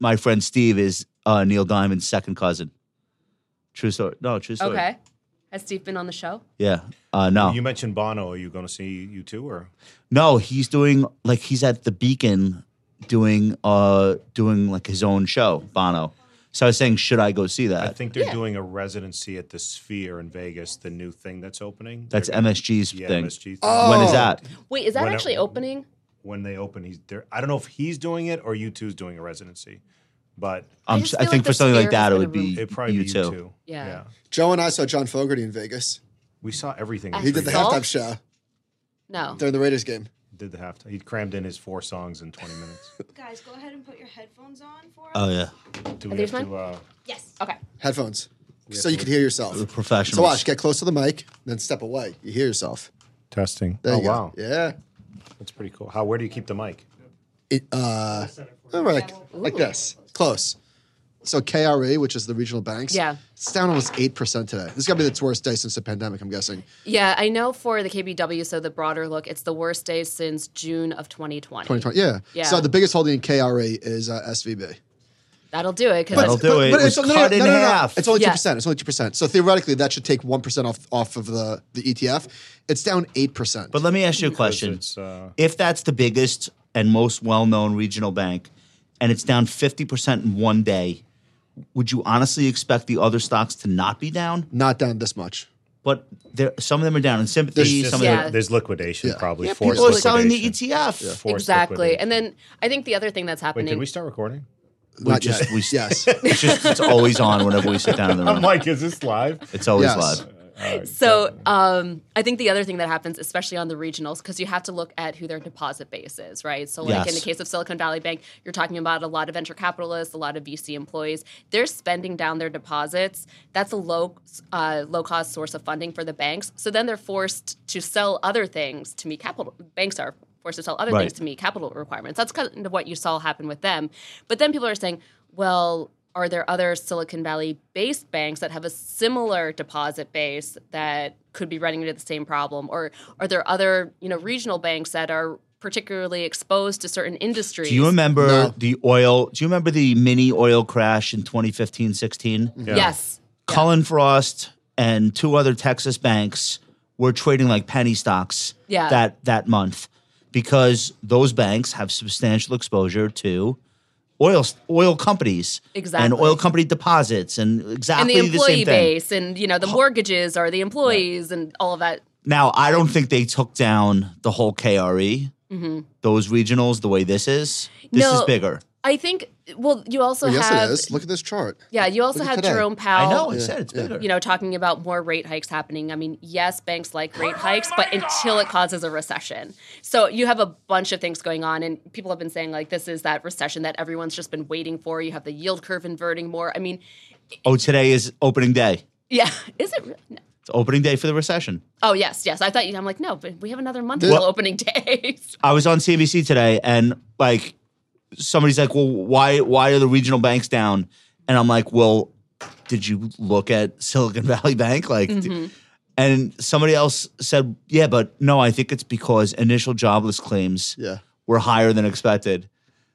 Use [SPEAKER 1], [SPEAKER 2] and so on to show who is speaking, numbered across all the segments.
[SPEAKER 1] my friend Steve is uh, Neil Diamond's second cousin. True story. No, true story.
[SPEAKER 2] Okay. Has Steve been on the show?
[SPEAKER 1] Yeah. Uh, no.
[SPEAKER 3] You mentioned Bono. Are you going to see you two or?
[SPEAKER 1] No, he's doing like he's at the Beacon doing uh doing like his own show, Bono. So I was saying, should I go see
[SPEAKER 3] I
[SPEAKER 1] that?
[SPEAKER 3] think they're
[SPEAKER 2] yeah.
[SPEAKER 3] doing a residency at the Sphere in Vegas, the new thing that's opening.
[SPEAKER 1] That's
[SPEAKER 3] They're gonna-
[SPEAKER 1] MSG's
[SPEAKER 3] yeah,
[SPEAKER 1] thing.
[SPEAKER 3] MSG thing.
[SPEAKER 1] When
[SPEAKER 2] Oh,
[SPEAKER 1] is that?
[SPEAKER 2] Wait, is that
[SPEAKER 3] When I-
[SPEAKER 2] actually opening?
[SPEAKER 3] When they open, he's there. I don't know if he's doing it or you two's doing a residency, but
[SPEAKER 1] Um,
[SPEAKER 2] just
[SPEAKER 1] I
[SPEAKER 2] feel
[SPEAKER 1] think
[SPEAKER 2] like
[SPEAKER 1] for
[SPEAKER 2] the
[SPEAKER 1] something like
[SPEAKER 2] Sphere
[SPEAKER 1] that,
[SPEAKER 2] is
[SPEAKER 1] it
[SPEAKER 2] gonna
[SPEAKER 1] would be
[SPEAKER 3] it'd probably
[SPEAKER 1] you
[SPEAKER 3] be you
[SPEAKER 1] too.
[SPEAKER 3] two.
[SPEAKER 2] Yeah.
[SPEAKER 4] Joe and I saw John Fogerty in Vegas.
[SPEAKER 3] We saw everything. in
[SPEAKER 2] He
[SPEAKER 4] He
[SPEAKER 3] three
[SPEAKER 4] did the
[SPEAKER 3] days.
[SPEAKER 2] Salt?
[SPEAKER 4] halftime show
[SPEAKER 2] No.
[SPEAKER 4] during the Raiders game.
[SPEAKER 3] Did the halftime. He crammed in his four songs in 20 minutes.
[SPEAKER 5] Guys, go ahead and put your headphones on for us.
[SPEAKER 1] Oh yeah,
[SPEAKER 3] Do we have
[SPEAKER 2] these
[SPEAKER 3] to,
[SPEAKER 2] mine?
[SPEAKER 3] uh,
[SPEAKER 5] yes.
[SPEAKER 2] Okay.
[SPEAKER 4] Headphones. So you could hear yourself.
[SPEAKER 1] the professionals.
[SPEAKER 4] So watch, get close to the mic, then step away. You hear yourself.
[SPEAKER 3] testing.
[SPEAKER 4] There
[SPEAKER 3] oh,
[SPEAKER 4] you go.
[SPEAKER 3] wow.
[SPEAKER 4] Yeah.
[SPEAKER 3] That's pretty cool. How, where do you keep the mic?
[SPEAKER 4] It, uh, oh, like, like this. Close. So KRE, which is the regional banks,
[SPEAKER 2] Yeah.
[SPEAKER 4] it's down almost 8% today. This is going to be its worst day since the pandemic, I'm guessing.
[SPEAKER 2] Yeah, I know for the KBW, so the broader look, it's the worst day since June of 2020.
[SPEAKER 4] 2020. Yeah.
[SPEAKER 2] Yeah.
[SPEAKER 4] So the biggest holding in KRE is uh, SVB.
[SPEAKER 2] That'll do it.
[SPEAKER 1] That'll
[SPEAKER 2] Because
[SPEAKER 1] do it. It was cut in half.
[SPEAKER 4] It's only
[SPEAKER 2] Yeah.
[SPEAKER 4] 2%. It's only 2%. So theoretically, that should take 1% off, off of the, the ETF. It's down 8%.
[SPEAKER 1] But let me ask you a question:
[SPEAKER 3] It's, uh,
[SPEAKER 1] If that's the biggest and most well-known regional bank, and it's down fifty percent in one day, would you honestly expect the other stocks to not be down?
[SPEAKER 4] not down this much.
[SPEAKER 1] But there, some of them are down in sympathy.
[SPEAKER 3] just,
[SPEAKER 1] Some
[SPEAKER 2] Yeah.
[SPEAKER 1] of them,
[SPEAKER 3] There's liquidation, probably.
[SPEAKER 1] yeah,
[SPEAKER 3] forced
[SPEAKER 1] people are selling the E
[SPEAKER 3] liquidation.
[SPEAKER 1] ETF.
[SPEAKER 3] Forced
[SPEAKER 2] exactly.
[SPEAKER 3] liquidation.
[SPEAKER 2] And then I think the other thing that's
[SPEAKER 3] Wait,
[SPEAKER 2] happening.
[SPEAKER 3] did we start recording?
[SPEAKER 1] We
[SPEAKER 4] Not
[SPEAKER 1] just
[SPEAKER 4] yet.
[SPEAKER 1] we
[SPEAKER 4] yes.
[SPEAKER 1] It's just it's always on whenever we sit down in the
[SPEAKER 3] I'm
[SPEAKER 1] room.
[SPEAKER 3] like, is this live?
[SPEAKER 1] It's always
[SPEAKER 4] Yes.
[SPEAKER 1] live.
[SPEAKER 2] So um, I think the other thing that happens, especially on the regionals, because you have to look at who their deposit base is, right? So, like
[SPEAKER 1] Yes.
[SPEAKER 2] in the case of Silicon Valley Bank, you're talking about a lot of venture capitalists, a lot of VC employees. They're spending down their deposits. That's a low uh, low cost source of funding for the banks. So then they're forced to sell other things to meet capital. Banks are forced to sell other
[SPEAKER 1] Right.
[SPEAKER 2] things to meet capital requirements. That's kind of what you saw happen with them. But then people are saying, well, are there other Silicon Valley based banks that have a similar deposit base that could be running into the same problem? Or are there other, you know, regional banks that are particularly exposed to certain industries?
[SPEAKER 1] Do you remember
[SPEAKER 4] No.
[SPEAKER 1] the oil? Do you remember the mini oil crash in 2015 16?
[SPEAKER 3] Yeah.
[SPEAKER 2] Yes.
[SPEAKER 1] Cullen Frost and two other Texas banks were trading like penny stocks
[SPEAKER 2] Yeah.
[SPEAKER 1] that, that month because those banks have substantial exposure to oil oil companies and
[SPEAKER 2] Exactly.
[SPEAKER 1] oil company deposits and
[SPEAKER 2] And
[SPEAKER 1] exactly
[SPEAKER 2] the
[SPEAKER 1] the
[SPEAKER 2] employee
[SPEAKER 1] same thing.
[SPEAKER 2] base and, you know, the mortgages are the employees and all of that.
[SPEAKER 1] Now, I don't think they took down the whole KRE, those regionals, the way this is. This
[SPEAKER 2] Mm-hmm. No.
[SPEAKER 1] is bigger.
[SPEAKER 2] I think, well, you also
[SPEAKER 4] Well, Oh, yes,
[SPEAKER 2] have.
[SPEAKER 4] it is. Look at this chart.
[SPEAKER 2] Yeah, you also
[SPEAKER 4] Look at
[SPEAKER 2] have
[SPEAKER 4] today.
[SPEAKER 2] Jerome Powell.
[SPEAKER 1] I know, I said it's bigger.
[SPEAKER 2] Oh. you know, talking about more rate hikes happening. I mean, yes, banks like rate hikes, but until it causes a recession. So you have a bunch of things going on, and people have been saying, like, this is that recession that everyone's just been waiting for. You have the yield curve inverting more. I mean,
[SPEAKER 1] Oh, today is opening day.
[SPEAKER 2] yeah, is it? Really? No.
[SPEAKER 1] It's opening day for the recession.
[SPEAKER 2] Oh, yes, yes. I thought you, I'm like, no, but we have another month
[SPEAKER 4] Well-
[SPEAKER 2] till opening day.
[SPEAKER 1] I was on CNBC today, and like somebody's like, "Well, why why are the regional banks down?" And I'm like, "Well, did you look at Silicon Valley Bank?" Like, d-
[SPEAKER 2] Mm-hmm.
[SPEAKER 1] and somebody else said, "Yeah, but no, I think it's because initial jobless claims
[SPEAKER 4] Yeah.
[SPEAKER 1] were higher than expected."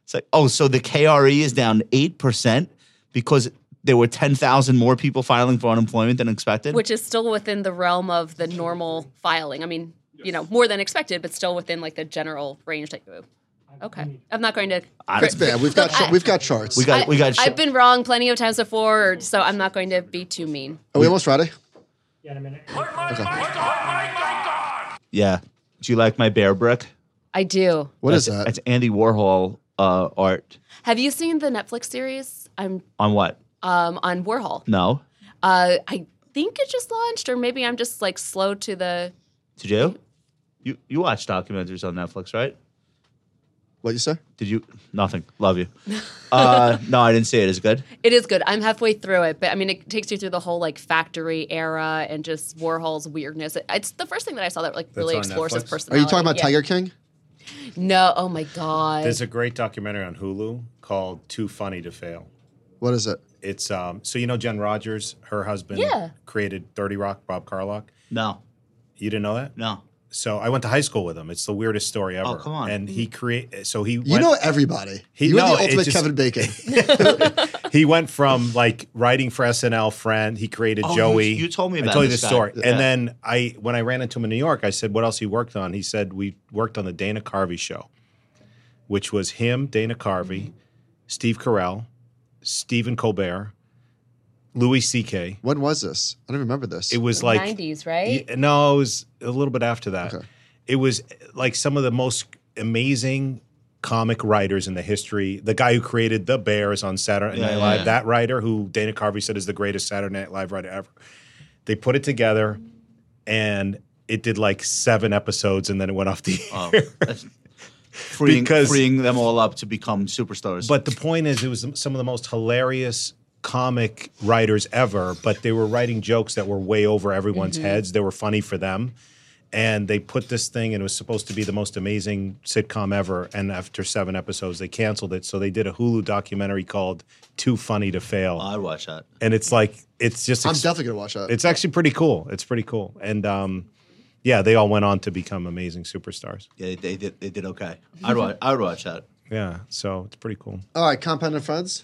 [SPEAKER 1] It's like, oh, so the KRE is down eight percent because there were ten thousand more people filing for unemployment than expected.
[SPEAKER 2] which is still within the realm of the normal filing. I mean, you know, more than expected, but still within like the general range that you. Okay, I'm not going to.
[SPEAKER 4] It's bad. We've got
[SPEAKER 2] I-
[SPEAKER 4] we've got charts.
[SPEAKER 1] we got we got.
[SPEAKER 2] I, have been wrong plenty of times before, so I'm not going to be too mean.
[SPEAKER 4] Are we almost Friday?
[SPEAKER 6] Yeah, in a minute.
[SPEAKER 1] yeah. Do you like my bear brick?
[SPEAKER 2] I do.
[SPEAKER 4] What is
[SPEAKER 1] That's-
[SPEAKER 4] that?
[SPEAKER 1] That's Andy Warhol uh, art.
[SPEAKER 2] Have you seen the Netflix series? I'm
[SPEAKER 1] On what?
[SPEAKER 2] um, on Warhol.
[SPEAKER 1] No.
[SPEAKER 2] Uh, I think it just launched, or maybe I'm just like slow to the.
[SPEAKER 1] Did you? You you watch documentaries on Netflix, right?
[SPEAKER 4] What you say?
[SPEAKER 1] Did you? Nothing. Love you. Uh, no, I didn't see it. Is it good?
[SPEAKER 2] It is good. I'm halfway through it, but I mean, it takes you through the whole like factory era and just Warhol's weirdness. It- It's the first thing that I saw that like really
[SPEAKER 3] on
[SPEAKER 2] explores his
[SPEAKER 3] Netflix?
[SPEAKER 4] Are
[SPEAKER 2] personality.
[SPEAKER 4] you talking about
[SPEAKER 2] Uh, Yeah.
[SPEAKER 4] Tiger King?
[SPEAKER 2] No. Oh my god.
[SPEAKER 3] There's a great documentary on Hulu called Too Funny to Fail.
[SPEAKER 4] What is it?
[SPEAKER 3] It's um, so you know Jen Rogers, her husband
[SPEAKER 2] Yeah.
[SPEAKER 3] created 30 Rock, Bob Carlock.
[SPEAKER 1] No,
[SPEAKER 3] You didn't know that?
[SPEAKER 1] no.
[SPEAKER 3] So I went to high school with him. It's the weirdest story ever.
[SPEAKER 1] come on.
[SPEAKER 3] And he create. So he
[SPEAKER 4] You
[SPEAKER 3] went-
[SPEAKER 4] know everybody.
[SPEAKER 3] He-
[SPEAKER 4] you are
[SPEAKER 3] no,
[SPEAKER 4] the
[SPEAKER 3] it
[SPEAKER 4] ultimate
[SPEAKER 3] just-
[SPEAKER 4] Kevin Bacon.
[SPEAKER 3] he went from like writing for SNL, friend. He created
[SPEAKER 1] Oh, you-
[SPEAKER 3] Joey.
[SPEAKER 1] you told me
[SPEAKER 3] I
[SPEAKER 1] about
[SPEAKER 3] told you
[SPEAKER 1] this
[SPEAKER 3] this
[SPEAKER 1] guy.
[SPEAKER 3] story.
[SPEAKER 1] Yeah.
[SPEAKER 3] And then I, when I ran into him in New York, I said, "What else he worked on?" He said, "We worked on the Dana Carvey show, which was him, Dana Carvey, Steve Carell, Stephen Colbert, Louis C.K.
[SPEAKER 4] when was this? I don't remember this.
[SPEAKER 3] It was like
[SPEAKER 2] 90s, right?
[SPEAKER 3] yeah, no, it was a little bit after that.
[SPEAKER 4] Okay.
[SPEAKER 3] It was like some of the most amazing comic writers in the history. The guy who created The Bears on Saturday
[SPEAKER 1] Yeah,
[SPEAKER 3] Night
[SPEAKER 1] yeah,
[SPEAKER 3] Live,
[SPEAKER 1] yeah.
[SPEAKER 3] that writer who Dana Carvey said is the greatest Saturday Night Live writer ever. They put it together and it did like seven episodes and then it went off the
[SPEAKER 1] Oh,
[SPEAKER 3] air.
[SPEAKER 1] that's freeing,
[SPEAKER 3] Because-
[SPEAKER 1] freeing them all up to become superstars.
[SPEAKER 3] But the point is, it was some of the most hilarious comic writers ever, but they were writing jokes that were way over everyone's heads. They were funny for them. And they put this thing, and it was supposed to be the most amazing sitcom ever. And after seven episodes, they canceled it. So they did a Hulu documentary called Too Funny to Fail.
[SPEAKER 1] Oh, I'd watch that.
[SPEAKER 3] and it's like, it's just,
[SPEAKER 4] I'm
[SPEAKER 3] ex-
[SPEAKER 4] definitely gonna watch that.
[SPEAKER 3] it's actually pretty cool. It's pretty cool. And um, yeah, they all went on to become amazing superstars.
[SPEAKER 1] Yeah, they, they did. They did okay. I'd watch. I'd watch that.
[SPEAKER 3] Yeah. So it's pretty cool.
[SPEAKER 4] All right, Compound and Friends.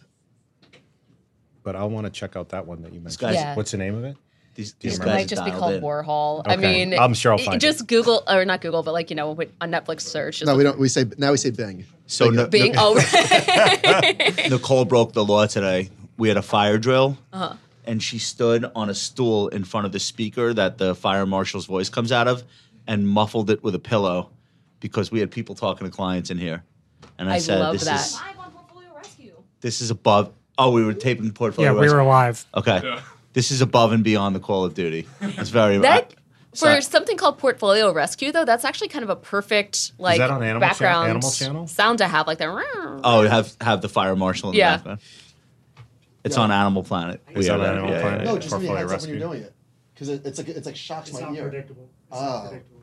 [SPEAKER 3] But I want to check out that one that you mentioned.
[SPEAKER 1] guy's-
[SPEAKER 2] Yeah.
[SPEAKER 3] What's the name of it?
[SPEAKER 1] These, these
[SPEAKER 2] It
[SPEAKER 1] guys
[SPEAKER 2] might
[SPEAKER 1] are
[SPEAKER 2] just be
[SPEAKER 1] dialed
[SPEAKER 2] called
[SPEAKER 1] in.
[SPEAKER 2] Warhol. I
[SPEAKER 3] Okay.
[SPEAKER 2] mean,
[SPEAKER 3] I'm sure I'll
[SPEAKER 2] it-
[SPEAKER 3] find
[SPEAKER 2] just Google or not Google, but like you know, with- on Netflix search. Just
[SPEAKER 4] No,
[SPEAKER 2] look
[SPEAKER 4] we don't. We say now. We say Bing.
[SPEAKER 1] So no,
[SPEAKER 2] Bing.
[SPEAKER 1] no-
[SPEAKER 2] Oh, right.
[SPEAKER 1] Nicole broke the law today. We had a fire drill,
[SPEAKER 2] Uh-huh.
[SPEAKER 1] and she stood on a stool in front of the speaker that the fire marshal's voice comes out of, and muffled it with a pillow, because we had people talking to clients in here, and I,
[SPEAKER 2] I
[SPEAKER 1] said,
[SPEAKER 2] love
[SPEAKER 1] "This
[SPEAKER 2] that.
[SPEAKER 1] is
[SPEAKER 5] Live on Portfolio Rescue.
[SPEAKER 1] this is above." Oh, we were taping portfolio.
[SPEAKER 6] Yeah, we
[SPEAKER 1] Rescue.
[SPEAKER 6] were live.
[SPEAKER 1] Okay. This is above and beyond the Call of Duty. It's very
[SPEAKER 2] that
[SPEAKER 1] so-
[SPEAKER 2] for something called portfolio rescue though, that's actually kind of a perfect like
[SPEAKER 3] that on Animal Channel-
[SPEAKER 2] background
[SPEAKER 3] Animal Channel?
[SPEAKER 2] sound to have like that. "Rrrr."
[SPEAKER 1] Oh, have have the fire marshal in
[SPEAKER 2] Yeah.
[SPEAKER 1] the background. It's on Animal Planet.
[SPEAKER 3] It's
[SPEAKER 1] We
[SPEAKER 3] on
[SPEAKER 1] are-
[SPEAKER 3] Animal Planet.
[SPEAKER 4] No, just give me a
[SPEAKER 3] Portfolio
[SPEAKER 4] heads up when
[SPEAKER 3] rescue.
[SPEAKER 4] you're doing it, because it, it's like it's like shocks
[SPEAKER 6] It's
[SPEAKER 4] my
[SPEAKER 6] not
[SPEAKER 4] ear.
[SPEAKER 6] predictable. It's
[SPEAKER 4] Oh.
[SPEAKER 6] not predictable.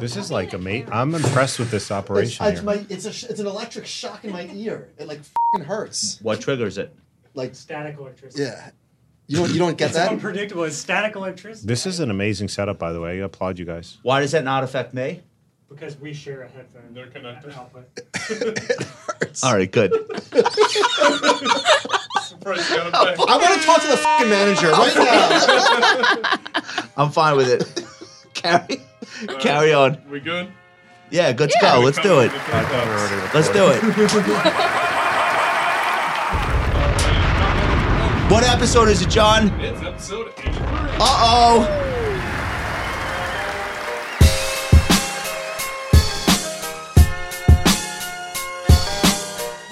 [SPEAKER 3] This is like amazing. I'm impressed with this
[SPEAKER 4] It's,
[SPEAKER 3] operation
[SPEAKER 4] it's
[SPEAKER 3] here.
[SPEAKER 4] my it's a sh- it's an electric shock in my ear. It like fing hurts.
[SPEAKER 1] What triggers it?
[SPEAKER 4] Like
[SPEAKER 6] Static electricity.
[SPEAKER 4] yeah, you don't you don't get
[SPEAKER 6] It's
[SPEAKER 4] that.
[SPEAKER 6] unpredictable. It's static electricity.
[SPEAKER 3] this is an amazing setup, by the way. I applaud you guys.
[SPEAKER 1] Why does that not affect me?
[SPEAKER 6] because we share a headphone. They're connected.
[SPEAKER 1] All right, good.
[SPEAKER 4] I want to talk to the fucking manager right now.
[SPEAKER 1] I'm fine with it. carry carry on.
[SPEAKER 7] We good?
[SPEAKER 1] Yeah, let's
[SPEAKER 2] Yeah.
[SPEAKER 1] go. Let's do it. Let's do it. What episode is it, John?
[SPEAKER 7] It's episode 83.
[SPEAKER 1] Uh oh.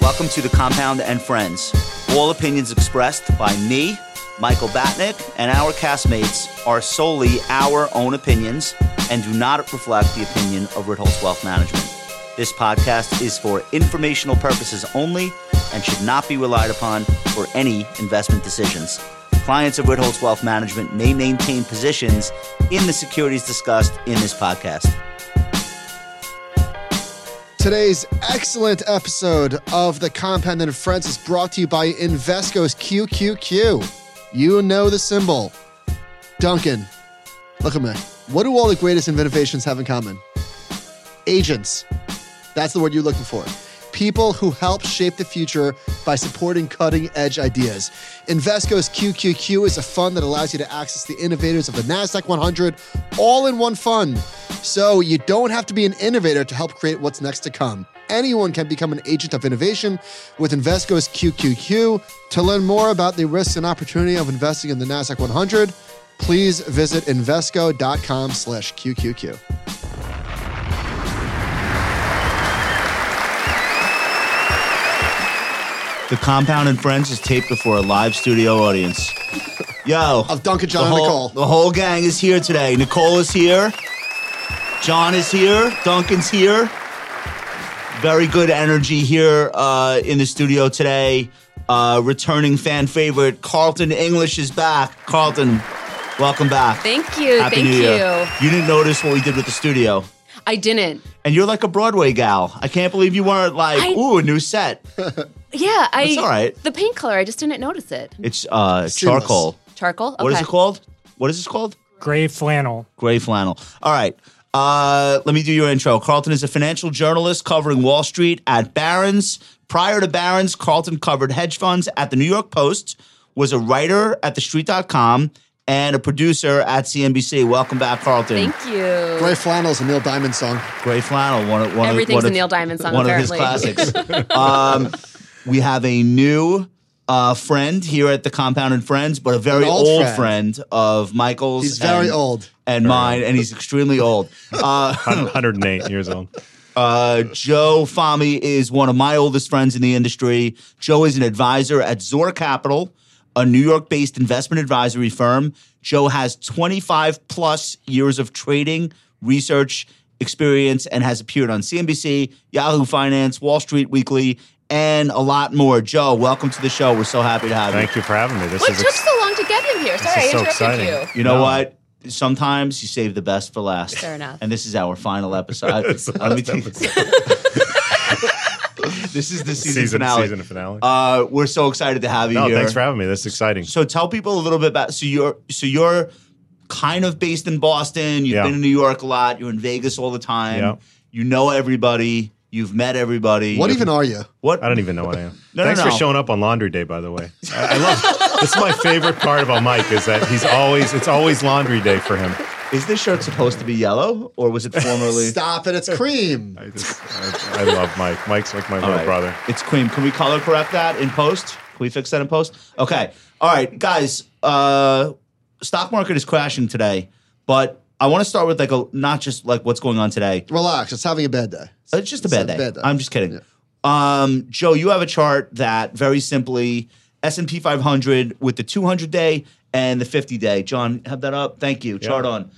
[SPEAKER 1] Welcome to the Compound and Friends. All opinions expressed by me, Michael Batnick, and our castmates are solely our own opinions and do not reflect the opinion of Ritholtz Wealth Management. This podcast is for informational purposes only and should not be relied upon for any investment decisions. Clients of Ritholtz Wealth Management may maintain positions in the securities discussed in this podcast.
[SPEAKER 4] Today's excellent episode of The Compound and Friends is brought to you by Invesco's QQQ. You know the symbol. Duncan, look at me. What do all the greatest innovations have in common? Agents. That's the word you're looking for. People who help shape the future by supporting cutting edge ideas. Invesco's QQQ is a fund that allows you to access the innovators of the NASDAQ 100 all in one fund. So you don't have to be an innovator to help create what's next to come. Anyone can become an agent of innovation with Invesco's QQQ. To learn more about the risks and opportunity of investing in the NASDAQ 100, please visit Invesco.com slash QQQ.
[SPEAKER 1] The Compound and Friends is taped before a live studio audience. Yo,
[SPEAKER 4] Of Duncan, John,
[SPEAKER 1] the
[SPEAKER 4] and
[SPEAKER 1] whole,
[SPEAKER 4] Nicole.
[SPEAKER 1] The whole gang is here today. Nicole is here. John is here. Duncan's here. Very good energy here uh, in the studio today. Uh, returning fan favorite Carlton English is back. Carlton, welcome back.
[SPEAKER 2] Thank you.
[SPEAKER 1] Happy
[SPEAKER 2] thank
[SPEAKER 1] New
[SPEAKER 2] you.
[SPEAKER 1] Year. You didn't notice what we did with the studio.
[SPEAKER 2] I didn't.
[SPEAKER 1] And you're like a Broadway gal. I can't believe you weren't like,
[SPEAKER 2] I-
[SPEAKER 1] ooh, a new set.
[SPEAKER 2] Yeah, I.
[SPEAKER 1] It's all right.
[SPEAKER 2] The paint color, I just didn't notice it.
[SPEAKER 1] It's uh,
[SPEAKER 4] Seamless.
[SPEAKER 1] charcoal.
[SPEAKER 2] Charcoal. Okay.
[SPEAKER 1] What is it called? What is this called?
[SPEAKER 6] Gray flannel.
[SPEAKER 1] Gray flannel. All right. Uh, let me do your intro. Carlton is a financial journalist covering Wall Street at Barron's. Prior to Barron's, Carlton covered hedge funds at the New York Post, was a writer at thestreet.com, and a producer at CNBC. Welcome back, Carlton.
[SPEAKER 2] Thank you.
[SPEAKER 4] Gray Flannel's a Neil Diamond song.
[SPEAKER 1] Gray flannel. One, of- one
[SPEAKER 2] Everything's
[SPEAKER 1] of, one
[SPEAKER 2] a
[SPEAKER 1] of-
[SPEAKER 2] Neil Diamond song,
[SPEAKER 1] One of
[SPEAKER 2] apparently.
[SPEAKER 1] his classics. um, we have a new uh, friend here at the Compound and Friends, but a very
[SPEAKER 4] An old
[SPEAKER 1] old,
[SPEAKER 4] friend.
[SPEAKER 1] friend. of Michael's.
[SPEAKER 4] He's very
[SPEAKER 1] and-
[SPEAKER 4] old.
[SPEAKER 1] And mine, and he's extremely old. Uh,
[SPEAKER 3] 108 years old.
[SPEAKER 1] uh, Joe Fami is one of my oldest friends in the industry. Joe is an advisor at Zora Capital, a New York based investment advisory firm. Joe has 25 plus years of trading, research, experience, and has appeared on CNBC, Yahoo Finance, Wall Street Weekly, and a lot more. Joe, welcome to the show. We're so happy to have you.
[SPEAKER 3] Thank you for having me. This
[SPEAKER 2] What
[SPEAKER 3] is
[SPEAKER 2] took so long to get him here? Sorry, I
[SPEAKER 3] is so
[SPEAKER 2] interrupted
[SPEAKER 3] exciting.
[SPEAKER 2] you.
[SPEAKER 1] You know
[SPEAKER 3] No.
[SPEAKER 1] what? Sometimes you save the best for last.
[SPEAKER 2] Fair enough.
[SPEAKER 1] And this is our final episode. Let me take- this is the season,
[SPEAKER 3] season
[SPEAKER 1] finale.
[SPEAKER 3] season finale.
[SPEAKER 1] Uh, we're so excited to have you
[SPEAKER 3] no,
[SPEAKER 1] here.
[SPEAKER 3] thanks for having me. This is exciting.
[SPEAKER 1] so tell people a little bit about. So you're so you're kind of based in Boston. You've
[SPEAKER 3] Yeah.
[SPEAKER 1] been in New York a lot. You're in Vegas all the time.
[SPEAKER 3] Yeah.
[SPEAKER 1] You know everybody. You've met everybody.
[SPEAKER 4] What
[SPEAKER 1] You're-
[SPEAKER 4] even are you?
[SPEAKER 1] What?
[SPEAKER 3] I don't even know what I am.
[SPEAKER 1] No, no,
[SPEAKER 3] Thanks
[SPEAKER 1] no.
[SPEAKER 3] for showing up on Laundry Day, by the way. I, I love. This is my favorite part about Mike is that he's always it's always Laundry Day for him.
[SPEAKER 1] Is this shirt supposed to be yellow or was it formerly?
[SPEAKER 4] Stop it. It's cream.
[SPEAKER 3] I just I, I love Mike. Mike's like my
[SPEAKER 1] All
[SPEAKER 3] little
[SPEAKER 1] right.
[SPEAKER 3] brother.
[SPEAKER 1] It's cream. Can we color correct that in post? Can we fix that in post? Okay. All right, guys. Uh, stock market is crashing today, but I want to start with like a not just like what's going on today.
[SPEAKER 4] Relax. It's having a bad day.
[SPEAKER 1] It's just a
[SPEAKER 4] It's
[SPEAKER 1] bad,
[SPEAKER 4] a
[SPEAKER 1] day.
[SPEAKER 4] bad day.
[SPEAKER 1] I'm just kidding. Um, Joe, you have a chart that very simply S&P 500 with the 200 day and the 50 day. John, have that up. Thank you. Chart on.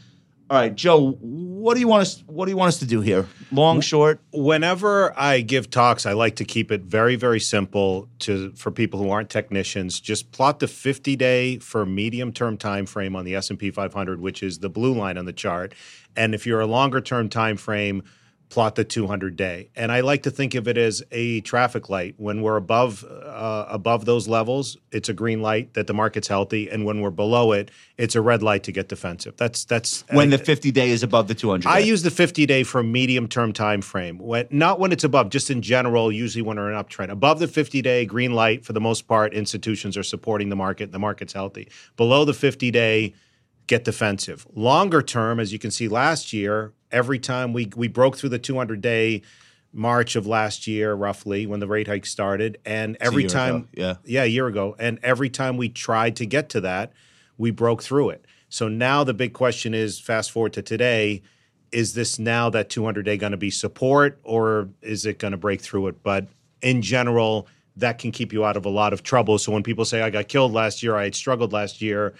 [SPEAKER 1] All right, Joe. What do you want us? What do you want us to do here? Long, short.
[SPEAKER 3] whenever I give talks, I like to keep it very, very simple to for people who aren't technicians. Just plot the 50-day for medium-term time frame on the S&P 500, which is the blue line on the chart, and if you're a longer-term time frame, plot the 200-day. And I like to think of it as a traffic light. When we're above uh, above those levels, it's a green light that the market's healthy, and when we're below it, it's a red light to get defensive. That's that's
[SPEAKER 1] When
[SPEAKER 3] I-
[SPEAKER 1] the 50 day is above the 200.
[SPEAKER 3] I
[SPEAKER 1] day.
[SPEAKER 3] use the 50 day for medium term time frame. When, not when it's above, just in general, usually when we're in uptrend. Above the 50 day, green light, for the most part, institutions are supporting the market. The market's healthy. Below the 50 day, get defensive. Longer term, as you can see last year, every time we, we broke through the 200 day March of last year, roughly, when the rate hike started. And every
[SPEAKER 1] year ago,
[SPEAKER 3] time,
[SPEAKER 1] yeah.
[SPEAKER 3] yeah, a year ago. And every time we tried to get to that, we broke through it. So now the big question is fast forward to today, is this now that 200 day going to be support or is it going to break through it? But in general, that can keep you out of a lot of trouble. So when people say, I got killed last year, I had struggled last year,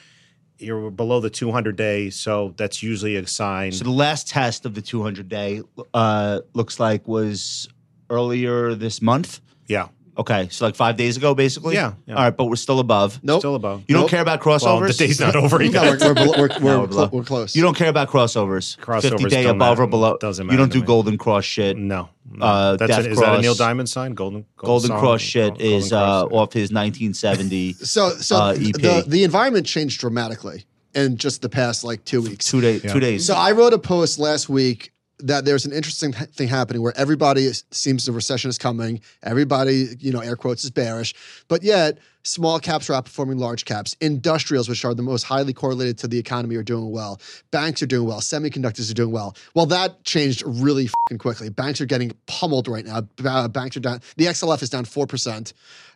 [SPEAKER 3] you're below the 200 day. So that's usually a sign.
[SPEAKER 1] So the last test of the 200 day uh, looks like was earlier this month.
[SPEAKER 3] yeah.
[SPEAKER 1] Okay, so like five days ago, basically.
[SPEAKER 3] Yeah, yeah.
[SPEAKER 1] All right, but we're still above.
[SPEAKER 4] Nope.
[SPEAKER 3] Still above.
[SPEAKER 1] You don't
[SPEAKER 4] Nope.
[SPEAKER 1] care about
[SPEAKER 3] Well,
[SPEAKER 1] crossovers.
[SPEAKER 3] the day's not over
[SPEAKER 4] No,
[SPEAKER 3] yet.
[SPEAKER 4] we're, we're, below- we're, we're,
[SPEAKER 1] we're
[SPEAKER 4] clo-
[SPEAKER 1] below.
[SPEAKER 4] we're close.
[SPEAKER 1] you don't care about crossovers.
[SPEAKER 3] Crossovers
[SPEAKER 1] 50 day
[SPEAKER 3] don't
[SPEAKER 1] above or
[SPEAKER 3] matter.
[SPEAKER 1] below.
[SPEAKER 3] Doesn't
[SPEAKER 1] You don't
[SPEAKER 3] matter
[SPEAKER 1] do
[SPEAKER 3] to me.
[SPEAKER 1] golden cross shit.
[SPEAKER 3] No. no.
[SPEAKER 1] Uh,
[SPEAKER 3] That's
[SPEAKER 1] Death
[SPEAKER 3] an- is that a Neil
[SPEAKER 1] Cross-
[SPEAKER 3] Diamond sign? Golden
[SPEAKER 1] Golden
[SPEAKER 3] Song?
[SPEAKER 1] cross shit
[SPEAKER 3] Golden
[SPEAKER 1] is
[SPEAKER 3] Cross,
[SPEAKER 1] uh,
[SPEAKER 3] yeah.
[SPEAKER 1] off his 1970
[SPEAKER 4] So, so
[SPEAKER 1] uh,
[SPEAKER 4] th-
[SPEAKER 1] EP.
[SPEAKER 4] the the environment changed dramatically in just the past like two weeks.
[SPEAKER 1] two day
[SPEAKER 3] Yeah.
[SPEAKER 1] two days.
[SPEAKER 4] So I wrote a post last week that there's an interesting th- thing happening where everybody is- seems the recession is coming. Everybody, you know, air quotes is bearish, but yet small caps are outperforming large caps. Industrials, which are the most highly correlated to the economy, are doing well. Banks are doing well. Semiconductors are doing well. Well, that changed really fing quickly. Banks are getting pummeled right now. B- uh, Banks are down. The XLF is down four percent.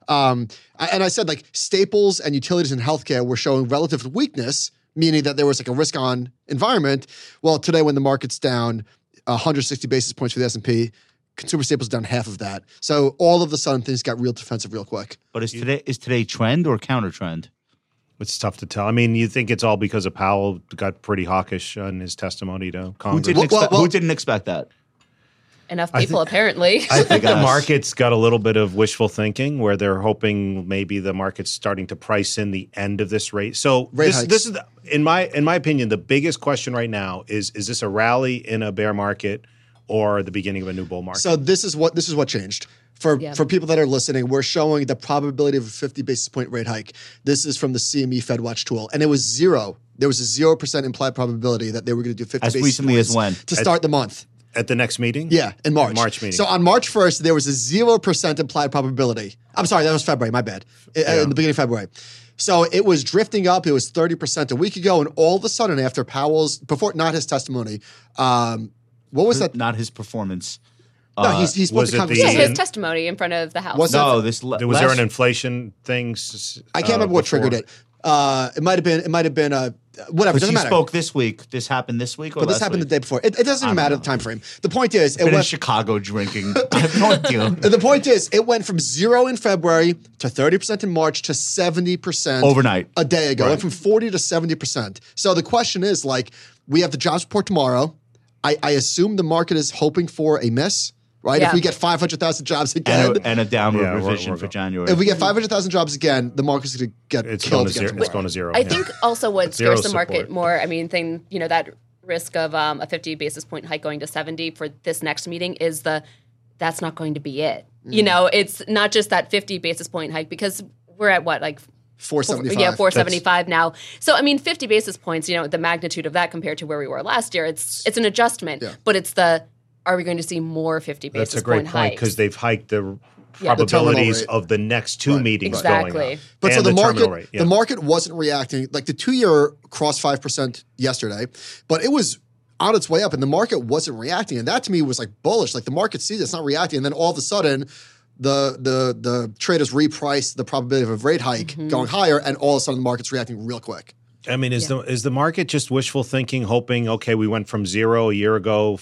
[SPEAKER 4] Um, I- and I said like staples and utilities and healthcare were showing relative weakness, meaning that there was like a risk on environment. Well, today when the market's down 160 basis points for the S and P, consumer staples down half of that. So all of a sudden things got real defensive real quick.
[SPEAKER 1] but is today is today trend or counter trend?
[SPEAKER 3] It's tough to tell. I mean, you think it's all because of Powell got pretty hawkish on his testimony to
[SPEAKER 1] Who
[SPEAKER 3] Congress.
[SPEAKER 1] didn't,
[SPEAKER 4] Well, well,
[SPEAKER 1] expect,
[SPEAKER 4] well-
[SPEAKER 1] who didn't expect that?
[SPEAKER 2] Enough
[SPEAKER 3] I
[SPEAKER 2] people, apparently.
[SPEAKER 3] I think the
[SPEAKER 1] Yes.
[SPEAKER 3] market's got a little bit of wishful thinking where they're hoping maybe the market's starting to price in the end of this rate. So
[SPEAKER 4] Rate
[SPEAKER 3] this,
[SPEAKER 4] hikes.
[SPEAKER 3] this is the, in my in my opinion the biggest question right now is is this a rally in a bear market or the beginning of a new bull market?
[SPEAKER 4] So this is what this is what changed. For
[SPEAKER 2] Yeah.
[SPEAKER 4] for people that are listening, we're E showing the probability of a 50 basis point rate hike. This is from the CME Fed Watch tool, and it was zero there was a zero percent implied probability that they were going to do fifty
[SPEAKER 1] As
[SPEAKER 4] basis
[SPEAKER 1] recently as
[SPEAKER 4] points
[SPEAKER 1] when?
[SPEAKER 4] to start the month.
[SPEAKER 3] At the next meeting?
[SPEAKER 4] Yeah, in March.
[SPEAKER 3] March meeting.
[SPEAKER 4] So on March 1st, there was a 0% implied probability. I'm sorry, that was February, my bad. I- uh, In the beginning of February. So it was drifting up. It was 30% a week ago. And all of a sudden, after Powell's, before not his testimony, um, what was that? No,
[SPEAKER 1] Not his performance. Uh,
[SPEAKER 4] he's, he's
[SPEAKER 3] was
[SPEAKER 4] supposed to
[SPEAKER 3] it the-
[SPEAKER 2] Yeah,
[SPEAKER 4] conversation.
[SPEAKER 3] Season.
[SPEAKER 2] his testimony in front of the House.
[SPEAKER 4] Was that-
[SPEAKER 1] No, this la-
[SPEAKER 3] There- was there
[SPEAKER 1] last-
[SPEAKER 3] an inflation thing? s-
[SPEAKER 4] I can't
[SPEAKER 3] uh,
[SPEAKER 4] remember what
[SPEAKER 3] before?
[SPEAKER 4] triggered it. Uh, it might have been, it might have been, uh, whatever. It
[SPEAKER 1] But she
[SPEAKER 4] doesn't matter.
[SPEAKER 1] spoke this week. This happened this week, or
[SPEAKER 4] but this
[SPEAKER 1] last
[SPEAKER 4] happened
[SPEAKER 1] week?
[SPEAKER 4] the day before. It, it doesn't
[SPEAKER 1] don't
[SPEAKER 4] matter
[SPEAKER 1] know.
[SPEAKER 4] the time frame. The point is, it
[SPEAKER 1] Been in
[SPEAKER 4] went,
[SPEAKER 1] Chicago drinking. I have no idea.
[SPEAKER 4] the point is, it went from zero in February to 30% in March to 70%
[SPEAKER 1] Overnight.
[SPEAKER 4] a day ago, went
[SPEAKER 3] Right.
[SPEAKER 4] from 40 to 70%. So the question is like, we have the jobs report tomorrow. I, I assume the market is hoping for a miss, right? If
[SPEAKER 2] Yeah.
[SPEAKER 4] we get 500,000 jobs again,
[SPEAKER 1] and, a, and a downward
[SPEAKER 3] Yeah, we're-
[SPEAKER 1] revision
[SPEAKER 3] we're
[SPEAKER 1] for
[SPEAKER 3] go-
[SPEAKER 1] January.
[SPEAKER 4] if we get 500,000 jobs again, the market's going to get
[SPEAKER 3] It's going
[SPEAKER 4] killed
[SPEAKER 3] to
[SPEAKER 4] again.
[SPEAKER 3] zero. It's going to zero.
[SPEAKER 2] I
[SPEAKER 3] yeah.
[SPEAKER 2] think also what
[SPEAKER 3] Zero
[SPEAKER 2] scares the market
[SPEAKER 3] support.
[SPEAKER 2] more, I mean, thing you know that risk of um, a 50 basis point hike going to 70 for this next meeting is the that's not going to be it. You
[SPEAKER 3] Mm.
[SPEAKER 2] know, it's not just that 50 basis point hike because we're at what like four-
[SPEAKER 4] 475.
[SPEAKER 2] yeah 475 now. So I mean, 50 basis points. You know, the magnitude of that compared to where we were last year, it's it's an adjustment,
[SPEAKER 4] Yeah.
[SPEAKER 2] but it's the are we going to see more 50 basis
[SPEAKER 3] that's a great
[SPEAKER 2] point
[SPEAKER 3] point
[SPEAKER 2] hikes?
[SPEAKER 3] because they've hiked the
[SPEAKER 2] Yeah. The
[SPEAKER 4] terminal
[SPEAKER 3] probabilities
[SPEAKER 4] rate.
[SPEAKER 3] of the next two
[SPEAKER 4] Right.
[SPEAKER 3] meetings going
[SPEAKER 2] Exactly.
[SPEAKER 3] up.
[SPEAKER 4] But so
[SPEAKER 3] And
[SPEAKER 4] the,
[SPEAKER 3] terminal
[SPEAKER 4] market,
[SPEAKER 3] rate, yeah.
[SPEAKER 4] the market wasn't reacting. Like the two-year crossed five percent yesterday, but it was on its way up, and the market wasn't reacting. And that to me was like bullish. Like the market sees it's not reacting, and then all of a sudden, the the the traders repriced the probability of a rate hike going higher, and all of a sudden the market's reacting real quick.
[SPEAKER 3] I mean, is the is the market just wishful thinking, hoping? Okay, we went from zero a year ago,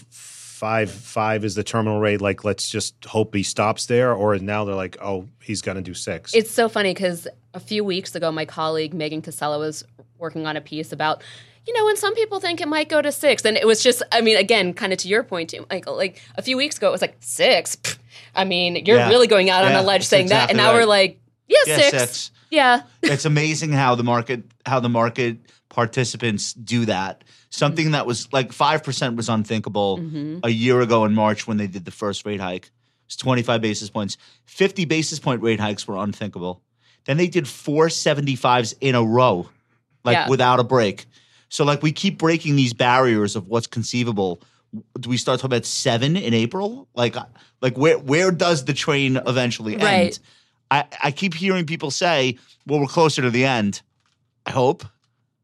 [SPEAKER 3] five five is the terminal rate. Like, let's just hope he stops there. Or now they're like, oh, he's gonna do six.
[SPEAKER 2] It's so funny because a few weeks ago, my colleague Megan Casella was working on a piece about, you know, when some people think it might go to six, and it was just, I mean, again, kind of to your point, too, Michael. Like a few weeks ago, it was like six. Pfft. I mean, you're
[SPEAKER 1] Yeah.
[SPEAKER 2] really going out on
[SPEAKER 1] Yeah,
[SPEAKER 2] a ledge
[SPEAKER 1] that's
[SPEAKER 2] saying that, and
[SPEAKER 1] exactly
[SPEAKER 2] now we're
[SPEAKER 1] right.
[SPEAKER 2] like, yeah,
[SPEAKER 1] Yeah,
[SPEAKER 2] six.
[SPEAKER 1] six.
[SPEAKER 2] yeah.
[SPEAKER 1] it's amazing how the market how the market participants do that. Something that was like five percent was unthinkable
[SPEAKER 4] Mm-hmm.
[SPEAKER 1] a year ago in March when they did the first rate hike. It's twenty five basis points. Fifty basis point rate hikes were unthinkable. Then they did four seventy fives in a row, like
[SPEAKER 2] Yeah.
[SPEAKER 1] without a break. So like we keep breaking these barriers of what's conceivable. Do we start talking about seven in April? Like uh, like where where does the train eventually end?
[SPEAKER 2] Right.
[SPEAKER 1] I, I keep hearing people say, well, we're closer to the end. I hope,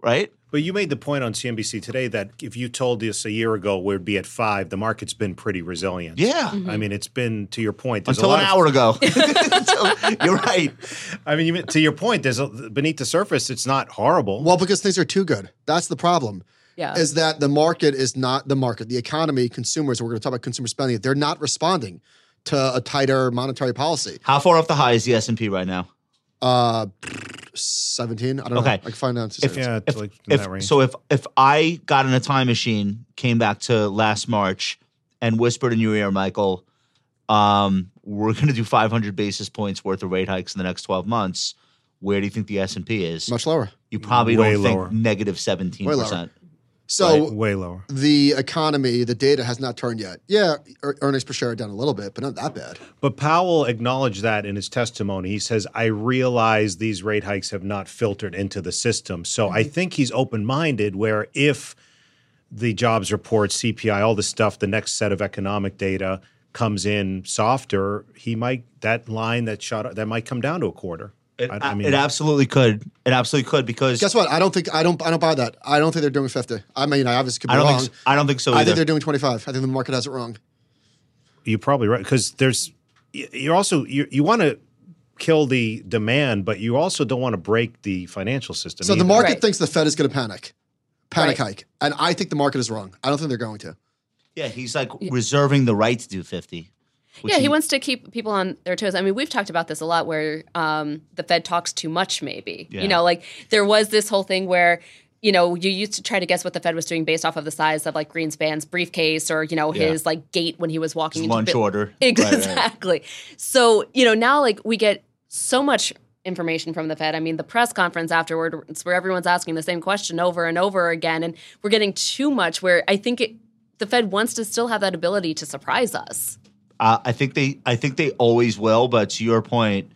[SPEAKER 1] right?
[SPEAKER 3] but you made the point on CNBC today that if you told us a year ago we'd be at five, the market's been pretty resilient.
[SPEAKER 1] Yeah.
[SPEAKER 3] I mean, it's been to your point. there's a
[SPEAKER 1] Until
[SPEAKER 3] lot
[SPEAKER 1] an
[SPEAKER 3] of-
[SPEAKER 1] hour ago. Until- you're right.
[SPEAKER 3] I mean, you- to your point, there's a, beneath the surface, it's not horrible.
[SPEAKER 4] Well, because things are too good. That's the problem.
[SPEAKER 2] Yeah.
[SPEAKER 4] Is that the market is not the market, the economy, consumers, we're going to talk about consumer spending, they're not responding to a tighter monetary policy.
[SPEAKER 1] How far off the high is the S&P right now?
[SPEAKER 4] Uh, 17. I don't know. I
[SPEAKER 1] Okay.
[SPEAKER 4] can find out.
[SPEAKER 1] If-
[SPEAKER 3] yeah, it's like in
[SPEAKER 1] If-
[SPEAKER 3] that range.
[SPEAKER 1] so if if I got in a time machine, came back to last March and whispered in your ear, Michael, um, we're going to do 500 basis points worth of rate hikes in the next 12 months, where do you think the S&P is?
[SPEAKER 4] Much lower.
[SPEAKER 1] you probably
[SPEAKER 3] Way
[SPEAKER 1] don't
[SPEAKER 3] lower.
[SPEAKER 1] think negative 17%.
[SPEAKER 4] So
[SPEAKER 3] way lower.
[SPEAKER 4] the economy, the data has not turned yet. Yeah, ear- earnings per share are down a little bit, but not that bad.
[SPEAKER 3] But Powell acknowledged that in his testimony. He says, I realize these rate hikes have not filtered into the system. So I think he's open minded, where if the jobs report, CPI, all the stuff, the next set of economic data comes in softer, he might, that line that shot, that might come down to a quarter.
[SPEAKER 1] It, it absolutely could. It absolutely could because
[SPEAKER 4] Guess what? I don't think I don't I don't buy that. I don't think they're doing 50. I mean, I obviously could be
[SPEAKER 1] I don't
[SPEAKER 4] wrong.
[SPEAKER 1] think so, I don't think so
[SPEAKER 4] I
[SPEAKER 1] either.
[SPEAKER 4] think they're doing 25. I think the market has it wrong.
[SPEAKER 3] You're probably right because there's y- you're also you you want to kill the demand, but you also don't want to break the financial system.
[SPEAKER 4] So the
[SPEAKER 3] either.
[SPEAKER 4] market
[SPEAKER 2] Right.
[SPEAKER 4] thinks the Fed is going to panic, panic
[SPEAKER 2] Right.
[SPEAKER 4] hike, and I think the market is wrong. I don't think they're going to.
[SPEAKER 1] yeah, he's like reserving the right to do 50. which
[SPEAKER 2] Yeah, he wants to keep people on their toes. I mean, we've talked about this a lot where um, the Fed talks too much, maybe.
[SPEAKER 1] Yeah.
[SPEAKER 2] You know, like there was this whole thing where, you know, you used to try to guess what the Fed was doing based off of the size of like Greenspan's briefcase or, you know,
[SPEAKER 1] Yeah.
[SPEAKER 2] his like gait when he was walking
[SPEAKER 1] his
[SPEAKER 2] into
[SPEAKER 1] lunch
[SPEAKER 2] bu-
[SPEAKER 1] order. Right,
[SPEAKER 2] Exactly. So, you know, now like we get so much information from the Fed. I mean, the press conference afterward, it's where everyone's asking the same question over and over again. And we're getting too much where I think it, the Fed wants to still have that ability to surprise us.
[SPEAKER 1] right. Uh, I think they I think they always will, but to your point,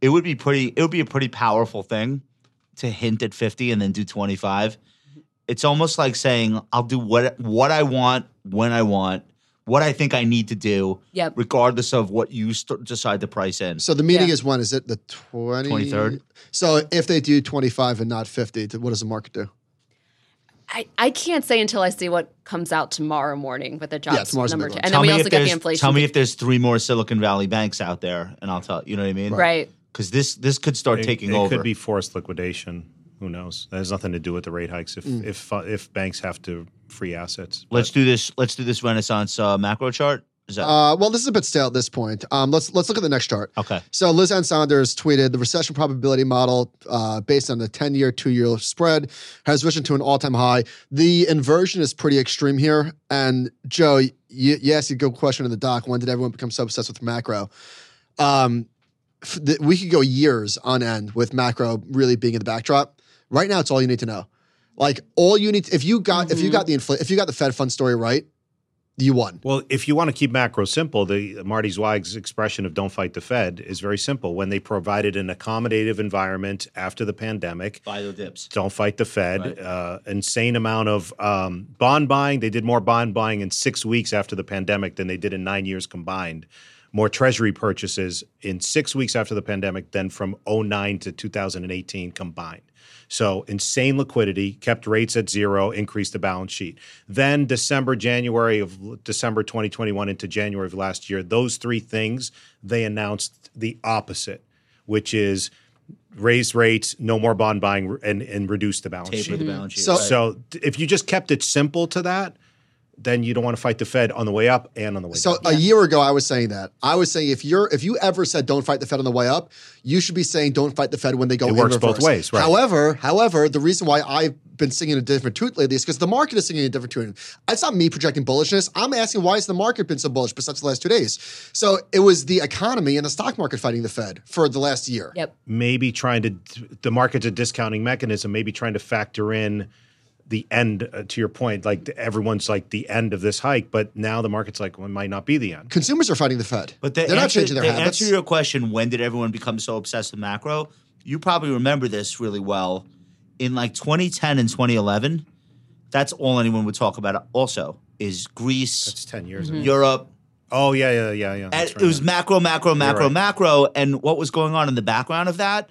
[SPEAKER 1] it would be pretty it would be a pretty powerful thing to hint at 50 and then do 25. It's almost like saying I'll do what what I want when I want, what I think I need to do,
[SPEAKER 2] Yep.
[SPEAKER 1] regardless of what you st- decide the price in.
[SPEAKER 4] So the meeting
[SPEAKER 2] Yeah.
[SPEAKER 4] is when? Is it the 20?
[SPEAKER 1] 23rd?
[SPEAKER 4] So if they do 25 and not 50, th- what does the market do?
[SPEAKER 2] I, I can't say until I see what comes out tomorrow morning with the jobs
[SPEAKER 4] Yeah, tomorrow's the
[SPEAKER 2] number.
[SPEAKER 4] deadline.
[SPEAKER 2] And then
[SPEAKER 1] me
[SPEAKER 2] we
[SPEAKER 1] if
[SPEAKER 2] also get
[SPEAKER 1] there's-
[SPEAKER 2] the inflation.
[SPEAKER 1] Tell me if there's three more Silicon Valley banks out there, and I'll tell you know what I mean,
[SPEAKER 2] right.
[SPEAKER 1] Because this this could start taking
[SPEAKER 3] it
[SPEAKER 1] over.
[SPEAKER 3] could be forced liquidation. Who knows? That has nothing to do with the rate hikes. If if uh, if banks have to free assets,
[SPEAKER 1] let's do this. Let's do this Renaissance uh, macro chart. Is that
[SPEAKER 4] Uh, well, this is a bit stale at this point. Um, let's let's look at the next chart.
[SPEAKER 1] okay?
[SPEAKER 4] So Liz Ann Saunders tweeted the recession probability model, uh, based on the 10 year, two year spread, has risen to an all time high. The inversion is pretty extreme here. And Joe, you, you asked a good question in the doc when did everyone become so obsessed with macro? Um, f- th- we could go years on end with macro really being in the backdrop. Right now, it's all you need to know. Like all you need, if you got if you
[SPEAKER 2] Mhm.
[SPEAKER 4] got the infl- if you got the Fed fund story right, you won.
[SPEAKER 3] Well, if you want to keep macro simple, the Marty Zweig's expression of "don't fight the Fed" is very simple. When they provided an accommodative environment after the pandemic,
[SPEAKER 1] Buy the dips.
[SPEAKER 3] don't fight the Fed.
[SPEAKER 1] Right.
[SPEAKER 3] Uh, insane amount of um, bond buying. They did more bond buying in six weeks after the pandemic than they did in nine years combined. More Treasury purchases in six weeks after the pandemic than from 09 to 2018 combined. So insane liquidity kept rates at zero, increased the balance sheet. Then December, January of December 2021 into January of last year, those three things they announced the opposite, which is raise rates, no more bond buying, and and reduce the balance
[SPEAKER 1] Taper
[SPEAKER 3] sheet.
[SPEAKER 1] the balance sheet.
[SPEAKER 4] So-
[SPEAKER 1] right.
[SPEAKER 3] So d- if you just kept it simple to that, then you don't want to fight the Fed on the way up and on the way
[SPEAKER 4] So
[SPEAKER 3] down.
[SPEAKER 4] a year ago, I was saying that. I was saying if you're if you ever said don't fight the Fed on the way up, you should be saying don't fight the Fed when they go.
[SPEAKER 3] It
[SPEAKER 4] in
[SPEAKER 3] works both
[SPEAKER 4] reverse.
[SPEAKER 3] ways, right.
[SPEAKER 4] However, however, the reason why I've been singing a different tune lately is because the market is singing a different tune. It's not me projecting bullishness. I'm asking why has the market been so bullish besides the last two days? So it was the economy and the stock market fighting the Fed for the last year.
[SPEAKER 2] Yep.
[SPEAKER 3] Maybe trying to the market's a discounting mechanism. Maybe trying to factor in the end uh, to your point. Like the- everyone's like the end of this hike, but now the market's like well, it might not be the end.
[SPEAKER 4] Consumers are fighting the Fed,
[SPEAKER 1] But the
[SPEAKER 4] they're not
[SPEAKER 1] answer-
[SPEAKER 4] changing their
[SPEAKER 1] the
[SPEAKER 4] habits.
[SPEAKER 1] answer to your question, when did everyone become so obsessed with macro? You probably remember this really well. In like 2010 and 2011, that's all anyone would talk about. Also, is
[SPEAKER 3] That's
[SPEAKER 1] Greece,
[SPEAKER 3] ten years. ago.
[SPEAKER 1] Europe.
[SPEAKER 3] Oh yeah, yeah, yeah, yeah.
[SPEAKER 1] and
[SPEAKER 3] That's right.
[SPEAKER 1] It was macro, macro, macro,
[SPEAKER 3] right.
[SPEAKER 1] macro, and what was going on in the background of that?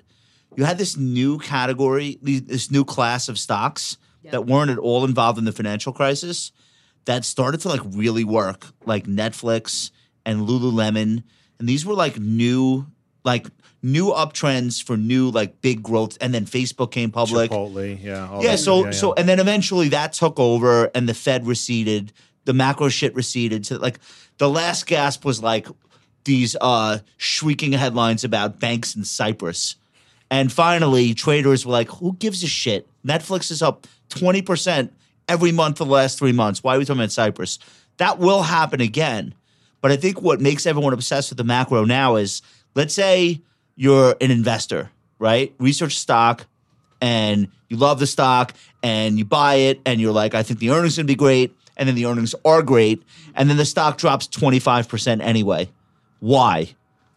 [SPEAKER 1] You had this new category, the- this new class of stocks
[SPEAKER 2] Yeah.
[SPEAKER 1] that weren't at all involved in the financial crisis that started to like really work, like Netflix and Lululemon, and these were like new, like new uptrends for new like big growth, and then Facebook came public.
[SPEAKER 3] Chipotle. Yeah. all
[SPEAKER 1] Yeah,
[SPEAKER 3] that.
[SPEAKER 1] so so and then eventually that took over and the Fed receded, the macro shit receded. So like the last gasp was like these uh shrieking headlines about banks in Cyprus. And finally traders were like, who gives a shit? Netflix is up 20% every month for the last 3 months. Why are we talking about Cyprus? That will happen again. But I think what makes everyone obsessed with the macro now is let's say you're an investor, right? Research stock and you love the stock and you buy it and you're like, I think the earnings gonna be great. And then the earnings are great. And then the stock drops 25% anyway. Why?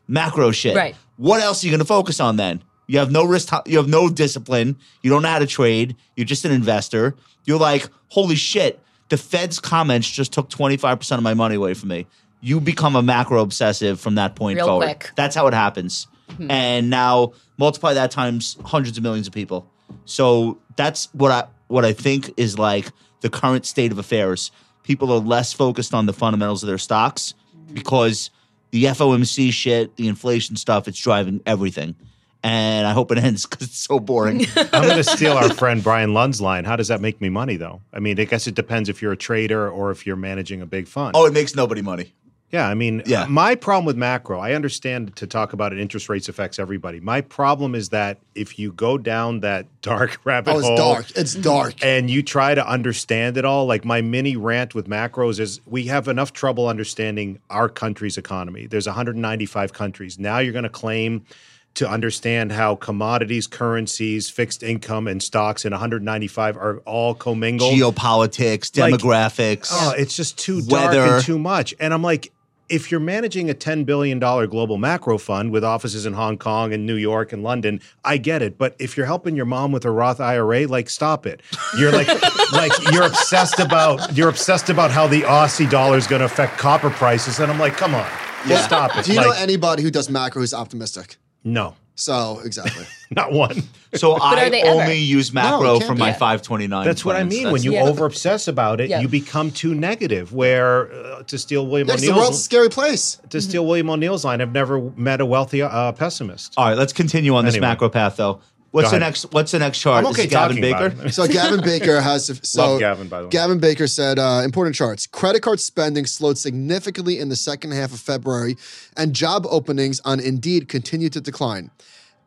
[SPEAKER 1] Macro shit.
[SPEAKER 2] Right.
[SPEAKER 1] What else are you gonna focus on then? You have no risk, you have no discipline. You don't know how to trade. You're just an investor. You're like, holy shit, the Fed's comments just took 25% of my money away from me. You become a macro obsessive from that point
[SPEAKER 2] Real
[SPEAKER 1] forward.
[SPEAKER 2] quick. Hmm.
[SPEAKER 1] That's how it happens. And now multiply that times hundreds of millions of people. So that's what I what I think is like the current state of affairs. People are less focused on the fundamentals of their stocks because the FOMC shit, the inflation stuff, it's driving everything. And I hope it ends because it's so boring.
[SPEAKER 3] I'm going to steal our friend Brian Lund's line. How does that make me money, though? I mean, I guess it depends if you're a trader or if you're managing a big fund.
[SPEAKER 1] oh, it makes nobody money.
[SPEAKER 3] Yeah, I mean,
[SPEAKER 1] Yeah.
[SPEAKER 3] uh, my problem with macro, I understand to talk about it, interest rates affects everybody. My problem is that if you go down that dark rabbit
[SPEAKER 4] oh, it's
[SPEAKER 3] hole
[SPEAKER 4] dark. It's dark.
[SPEAKER 3] and you try to understand it all, like my mini rant with macros is we have enough trouble understanding our country's economy. There's 195 countries. Now you're going to claim to understand how commodities, currencies, fixed income, and stocks in 195 are all commingled.
[SPEAKER 1] Geopolitics,
[SPEAKER 3] Like-
[SPEAKER 1] demographics.
[SPEAKER 3] Oh, it's just too dark
[SPEAKER 1] Weather.
[SPEAKER 3] and too much. And I'm like, if you're managing a $10 billion global macro fund with offices in Hong Kong and New York and London, I get it. But if you're helping your mom with a Roth IRA, like stop it. You're like like you're obsessed about you're obsessed about how the Aussie dollar is going to affect copper prices. And I'm like, come on, just stop it.
[SPEAKER 4] Do you know
[SPEAKER 3] Like,
[SPEAKER 4] anybody who does macro who's optimistic?
[SPEAKER 3] no,
[SPEAKER 4] So exactly.
[SPEAKER 3] not one.
[SPEAKER 1] So I
[SPEAKER 2] are they
[SPEAKER 1] only
[SPEAKER 2] ever?
[SPEAKER 1] use macro
[SPEAKER 4] can't
[SPEAKER 1] for
[SPEAKER 4] be.
[SPEAKER 1] my
[SPEAKER 2] Yeah.
[SPEAKER 1] 529.
[SPEAKER 3] That's what I
[SPEAKER 1] plans.
[SPEAKER 3] mean.
[SPEAKER 1] That's-
[SPEAKER 3] When you
[SPEAKER 2] Yeah.
[SPEAKER 3] over obsess about it,
[SPEAKER 2] Yeah.
[SPEAKER 3] you become too negative. Where uh, to steal William
[SPEAKER 4] That's the world's a
[SPEAKER 3] O'Neill's
[SPEAKER 4] scary place.
[SPEAKER 3] to
[SPEAKER 1] Mm-hmm.
[SPEAKER 3] steal William O'Neill's line, I've never met a wealthy uh, pessimist.
[SPEAKER 1] All right, let's continue on this
[SPEAKER 3] Anyway.
[SPEAKER 1] macro path though. What's
[SPEAKER 3] Go
[SPEAKER 1] the
[SPEAKER 3] ahead.
[SPEAKER 1] next what's the next chart?
[SPEAKER 3] I'm
[SPEAKER 1] This is
[SPEAKER 3] okay
[SPEAKER 1] Gavin
[SPEAKER 3] talking
[SPEAKER 1] Baker.
[SPEAKER 3] about it.
[SPEAKER 4] So Gavin Baker has so
[SPEAKER 3] Love Gavin, by the way.
[SPEAKER 4] Gavin Baker said uh, important charts. Credit card spending slowed significantly in the second half of February, and job openings on Indeed continued to decline.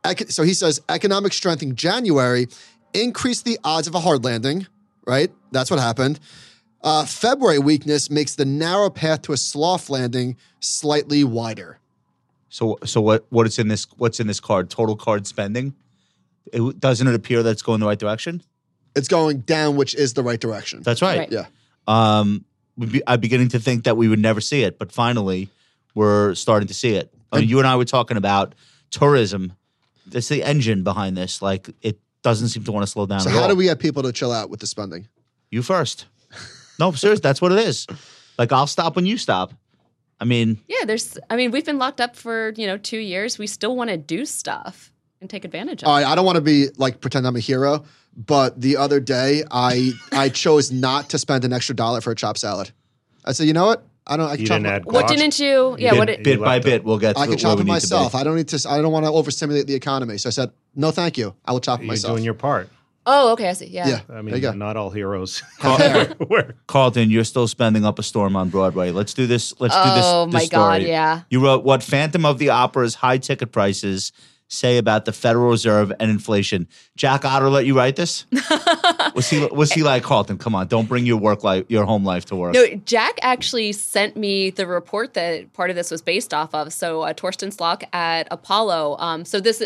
[SPEAKER 4] Ec- so he says economic strength in January increased the odds of a hard landing. Right, that's what happened. Uh, February weakness makes the narrow path to a slough landing slightly wider.
[SPEAKER 1] So so what what is in this what's in this card? Total card spending? It, doesn't it appear that's going the right direction?
[SPEAKER 4] It's going down, which is the right direction.
[SPEAKER 1] That's right.
[SPEAKER 2] Right.
[SPEAKER 4] Yeah.
[SPEAKER 1] Um we'd be, I'm beginning to think that we would never see it, but finally we're starting to see it. I mean, you and I were talking about tourism. That's the engine behind this. Like it doesn't seem to want to slow down.
[SPEAKER 4] So
[SPEAKER 1] at
[SPEAKER 4] how
[SPEAKER 1] all.
[SPEAKER 4] do we get people to chill out with the spending?
[SPEAKER 1] You first. No, seriously, that's what it is. Like I'll stop when you stop. I mean,
[SPEAKER 2] Yeah, there's. I mean, we've been locked up for you know two years. We still want to do stuff and take advantage of.
[SPEAKER 4] All
[SPEAKER 2] it.
[SPEAKER 4] right, I don't want to be like pretend I'm a hero, but the other day I I chose not to spend an extra dollar for a chopped salad. I said, you know what? I don't. I can
[SPEAKER 3] You
[SPEAKER 4] chop
[SPEAKER 3] didn't
[SPEAKER 4] it-
[SPEAKER 3] add
[SPEAKER 2] What
[SPEAKER 3] guac.
[SPEAKER 2] didn't you? Yeah.
[SPEAKER 3] didn't-
[SPEAKER 2] What? Did,
[SPEAKER 1] bit
[SPEAKER 3] You
[SPEAKER 1] by
[SPEAKER 3] left it.
[SPEAKER 1] bit, we'll get.
[SPEAKER 4] I
[SPEAKER 1] to
[SPEAKER 4] can chop
[SPEAKER 1] where
[SPEAKER 4] it
[SPEAKER 1] we need to
[SPEAKER 4] myself.
[SPEAKER 1] be.
[SPEAKER 4] I don't need to. I don't want to overstimulate the economy. So I said, no, thank you. I will chop it
[SPEAKER 3] You're
[SPEAKER 4] myself.
[SPEAKER 3] doing your part.
[SPEAKER 2] oh, okay. I see. Yeah.
[SPEAKER 4] yeah.
[SPEAKER 3] I
[SPEAKER 4] there
[SPEAKER 3] mean,
[SPEAKER 4] you go.
[SPEAKER 3] not all heroes.
[SPEAKER 4] Fair.
[SPEAKER 3] Where-
[SPEAKER 1] Carlton, you're still spending up a storm on Broadway. Let's do this. Let's do this.
[SPEAKER 2] Oh
[SPEAKER 1] this
[SPEAKER 2] my God,
[SPEAKER 1] story.
[SPEAKER 2] yeah.
[SPEAKER 1] You wrote what Phantom of the Opera's high ticket prices say about the Federal Reserve and inflation. Jack Otter let you write this? was he was he like Carlton? Come on, don't bring your work life your home life to work.
[SPEAKER 2] No, Jack actually sent me the report that part of this was based off of. So uh, Torsten Slock at Apollo. Um, so this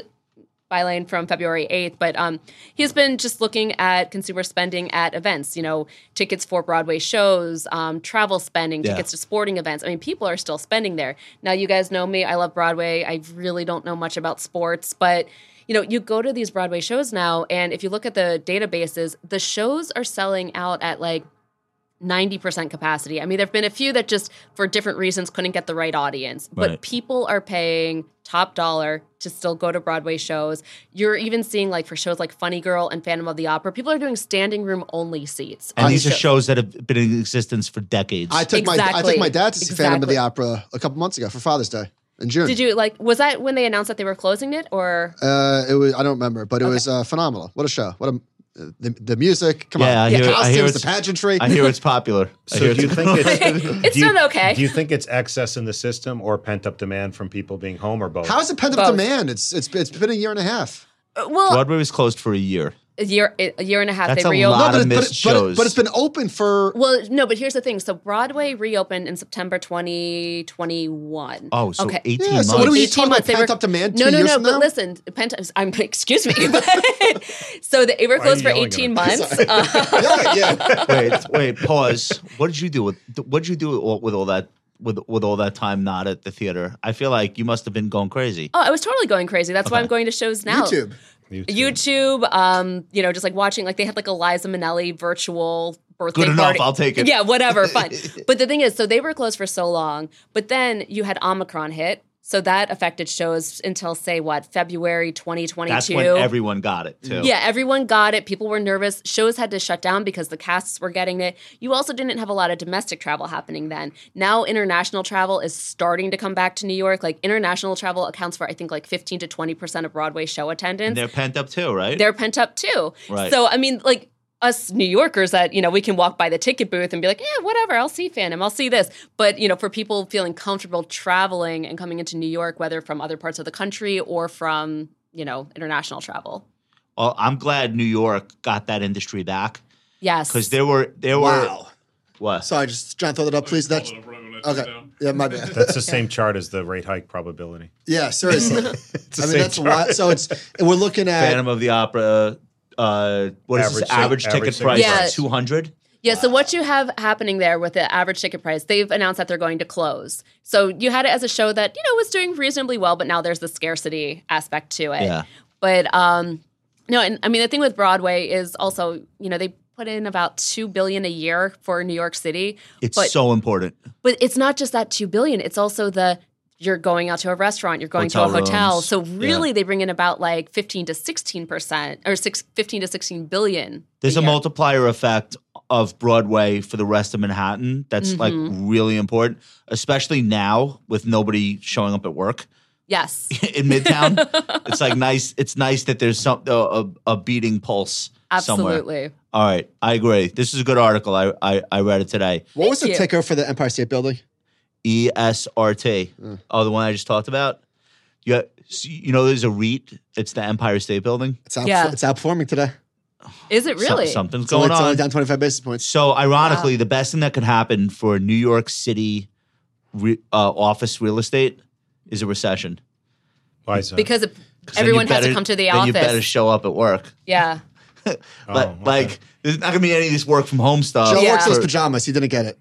[SPEAKER 2] byline from February 8th, but um, he's been just looking at consumer spending at events, you know, tickets for Broadway shows, um, travel spending,
[SPEAKER 1] Yeah.
[SPEAKER 2] tickets to sporting events. I mean, people are still spending there. Now, you guys know me, I love Broadway. I really don't know much about sports, but. You know, you go to these Broadway shows now, and if you look at the databases, the shows are selling out at like 90% capacity. I mean, there have been a few that just, for different reasons, couldn't get the right audience.
[SPEAKER 1] Right.
[SPEAKER 2] But people are paying top dollar to still go to Broadway shows. You're even seeing, like, for shows like Funny Girl and Phantom of the Opera, people are doing standing room only seats.
[SPEAKER 1] and
[SPEAKER 2] on
[SPEAKER 1] these are
[SPEAKER 2] shows.
[SPEAKER 1] shows that have been in existence for decades.
[SPEAKER 4] I took my I took
[SPEAKER 2] Exactly.
[SPEAKER 4] my dad to see Phantom of the
[SPEAKER 2] Exactly.
[SPEAKER 4] Opera a couple months ago for Father's Day in June.
[SPEAKER 2] Did you, like, was that when they announced that they were closing it? Or,
[SPEAKER 4] Uh, it was I don't remember, but it was uh, phenomenal. What a show! What a uh, the, the music. Come
[SPEAKER 1] Yeah, I
[SPEAKER 4] on,
[SPEAKER 1] hear-
[SPEAKER 4] the
[SPEAKER 1] I hear
[SPEAKER 4] costumes, the
[SPEAKER 1] it's-
[SPEAKER 4] pageantry.
[SPEAKER 1] I hear it's popular. I
[SPEAKER 3] So
[SPEAKER 1] hear
[SPEAKER 3] do you
[SPEAKER 1] it's-
[SPEAKER 3] think it's,
[SPEAKER 2] it's
[SPEAKER 3] do you-
[SPEAKER 2] not okay.
[SPEAKER 3] Do you think it's excess in the system or pent up demand from people being home or both?
[SPEAKER 4] How is it pent up
[SPEAKER 2] Both.
[SPEAKER 4] demand? It's it's it's been a year and a half.
[SPEAKER 2] Uh, well,
[SPEAKER 1] Broadway was closed for a year.
[SPEAKER 2] a year, a year and a half,
[SPEAKER 1] That's
[SPEAKER 2] they
[SPEAKER 1] a
[SPEAKER 2] reopened.
[SPEAKER 1] lot.
[SPEAKER 4] but,
[SPEAKER 1] of
[SPEAKER 4] it, but,
[SPEAKER 1] missed
[SPEAKER 4] it, but, it,
[SPEAKER 1] shows.
[SPEAKER 4] but it's been open for
[SPEAKER 2] Well, no, but here's the thing. So Broadway reopened in September 2021.
[SPEAKER 1] Oh, so 18
[SPEAKER 4] Yeah,
[SPEAKER 1] months.
[SPEAKER 4] so what are we
[SPEAKER 2] 18
[SPEAKER 4] talking about
[SPEAKER 2] months, they were-
[SPEAKER 4] pent-up demand
[SPEAKER 2] No,
[SPEAKER 4] two
[SPEAKER 2] no,
[SPEAKER 4] years
[SPEAKER 2] no.
[SPEAKER 4] from
[SPEAKER 2] But
[SPEAKER 4] now?
[SPEAKER 2] listen, pent- I'm, excuse me. so the, they were
[SPEAKER 3] Why are
[SPEAKER 2] closed
[SPEAKER 3] you
[SPEAKER 2] for
[SPEAKER 3] yelling at
[SPEAKER 2] 18
[SPEAKER 3] her?
[SPEAKER 2] months. Uh,
[SPEAKER 4] yeah, yeah.
[SPEAKER 1] wait, wait, pause. What did you do with what did you do with all, with all that with with all that time not at the theater? I feel like you must have been going crazy.
[SPEAKER 2] oh, I was totally going crazy. That's why I'm going to shows now.
[SPEAKER 4] YouTube.
[SPEAKER 2] YouTube, um, you know, just like watching, like they had like Eliza Minnelli virtual birthday
[SPEAKER 1] Good enough,
[SPEAKER 2] party.
[SPEAKER 1] I'll take it.
[SPEAKER 2] Yeah, whatever, fine. but the thing is, so they were closed for so long, but then you had Omicron hit, so that affected shows until say what February 2022.
[SPEAKER 1] That's when everyone got it too.
[SPEAKER 2] Yeah, everyone got it. People were nervous. Shows had to shut down because the casts were getting it. You also didn't have a lot of domestic travel happening then. Now international travel is starting to come back to New York. Like international travel accounts for I think like 15 to 20% of Broadway show
[SPEAKER 1] and
[SPEAKER 2] attendance.
[SPEAKER 1] they're pent up too, right?
[SPEAKER 2] They're pent up too.
[SPEAKER 1] Right.
[SPEAKER 2] So I mean like us New Yorkers that, you know, we can walk by the ticket booth and be like, yeah, whatever, I'll see Phantom, I'll see this. But, you know, for people feeling comfortable traveling and coming into New York, whether from other parts of the country or from, you know, international travel.
[SPEAKER 1] well, I'm glad New York got that industry back
[SPEAKER 2] Yes.
[SPEAKER 1] because there were there were
[SPEAKER 4] Wow.
[SPEAKER 1] what
[SPEAKER 4] Sorry, just trying to throw that up, please. That's okay. Yeah, my bad.
[SPEAKER 3] That's the same chart as the rate hike probability.
[SPEAKER 4] Yeah, seriously.
[SPEAKER 3] the
[SPEAKER 4] I mean,
[SPEAKER 3] same
[SPEAKER 4] that's why. So it's we're looking at
[SPEAKER 1] Phantom of the Opera. Uh, what is
[SPEAKER 3] Average
[SPEAKER 1] this? Average ticket
[SPEAKER 3] ticket- average ticket
[SPEAKER 1] price
[SPEAKER 2] price. Yeah.
[SPEAKER 1] two hundred.
[SPEAKER 2] Yeah, so what you have happening there with the average ticket price, they've announced that they're going to close. So you had it as a show that, you know, was doing reasonably well, but now there's the scarcity aspect to it.
[SPEAKER 1] Yeah.
[SPEAKER 2] But um no, and I mean the thing with Broadway is also, you know, they put in about 2 billion a year for New York City,
[SPEAKER 1] It's
[SPEAKER 2] but
[SPEAKER 1] so important.
[SPEAKER 2] but it's not just that 2 billion, it's also the you're going out to a restaurant, you're going to a
[SPEAKER 1] Hotel
[SPEAKER 2] hotel.
[SPEAKER 1] rooms.
[SPEAKER 2] So really they bring in about like 15 to 16% or six, 15 to 16 billion.
[SPEAKER 1] There's a
[SPEAKER 2] year.
[SPEAKER 1] multiplier effect of Broadway for the rest of Manhattan that's
[SPEAKER 2] Mm-hmm.
[SPEAKER 1] like really important, especially now with nobody showing up at work
[SPEAKER 2] Yes.
[SPEAKER 1] in Midtown. it's like nice. It's nice that there's some a, a, a beating pulse somewhere.
[SPEAKER 2] Absolutely.
[SPEAKER 1] All right, I agree. This is a good article. I I, I read it today. E
[SPEAKER 4] What was the
[SPEAKER 2] Thank you.
[SPEAKER 4] ticker for the Empire State Building?
[SPEAKER 1] ESRT.
[SPEAKER 4] Mm.
[SPEAKER 1] Oh, the one I just talked about. You, you know, there's a REIT. It's the Empire State Building.
[SPEAKER 4] It's out.
[SPEAKER 2] Yeah.
[SPEAKER 4] It's outperforming today.
[SPEAKER 2] Is it
[SPEAKER 1] So-
[SPEAKER 2] really?
[SPEAKER 1] something's
[SPEAKER 4] It's, only,
[SPEAKER 1] going
[SPEAKER 4] it's only
[SPEAKER 1] on.
[SPEAKER 4] down 25 basis points.
[SPEAKER 1] So, ironically, the best thing that could happen for New York City re- uh, office real estate is a recession.
[SPEAKER 3] Why is that?
[SPEAKER 2] because it,
[SPEAKER 1] 'Cause then you
[SPEAKER 2] everyone has
[SPEAKER 1] better-
[SPEAKER 2] to come to the
[SPEAKER 1] then You better
[SPEAKER 2] office.
[SPEAKER 1] show up at work.
[SPEAKER 2] yeah.
[SPEAKER 3] Oh,
[SPEAKER 1] but
[SPEAKER 3] okay.
[SPEAKER 1] like, there's not gonna be any of this work from home stuff.
[SPEAKER 4] Joe
[SPEAKER 2] Yeah.
[SPEAKER 4] works in his
[SPEAKER 1] for-
[SPEAKER 4] pajamas. He didn't get it.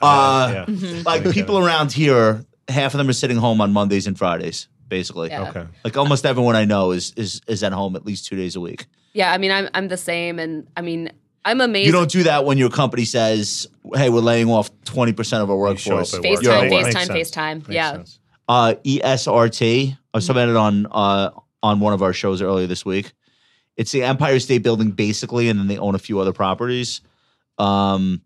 [SPEAKER 1] uh,
[SPEAKER 3] yeah.
[SPEAKER 1] Like
[SPEAKER 3] Okay.
[SPEAKER 1] people around here, half of them are sitting home on Mondays and Fridays, basically.
[SPEAKER 2] Yeah.
[SPEAKER 3] Okay.
[SPEAKER 1] Like almost everyone I know is is is at home at least two days a week.
[SPEAKER 2] Yeah. I mean, I'm, I'm the same. And I mean, I'm amazed.
[SPEAKER 1] You don't do that when your company says, "Hey, we're laying off twenty percent of our
[SPEAKER 3] show up
[SPEAKER 1] workforce."
[SPEAKER 3] at work.
[SPEAKER 1] You're
[SPEAKER 2] FaceTime,
[SPEAKER 1] at work.
[SPEAKER 3] Makes
[SPEAKER 2] FaceTime,
[SPEAKER 3] sense.
[SPEAKER 2] FaceTime.
[SPEAKER 3] Makes
[SPEAKER 2] yeah.
[SPEAKER 3] sense.
[SPEAKER 1] Uh, ESRT. I submitted on uh, on one of our shows earlier this week. It's the Empire State Building, basically, and then they own a few other properties. Um,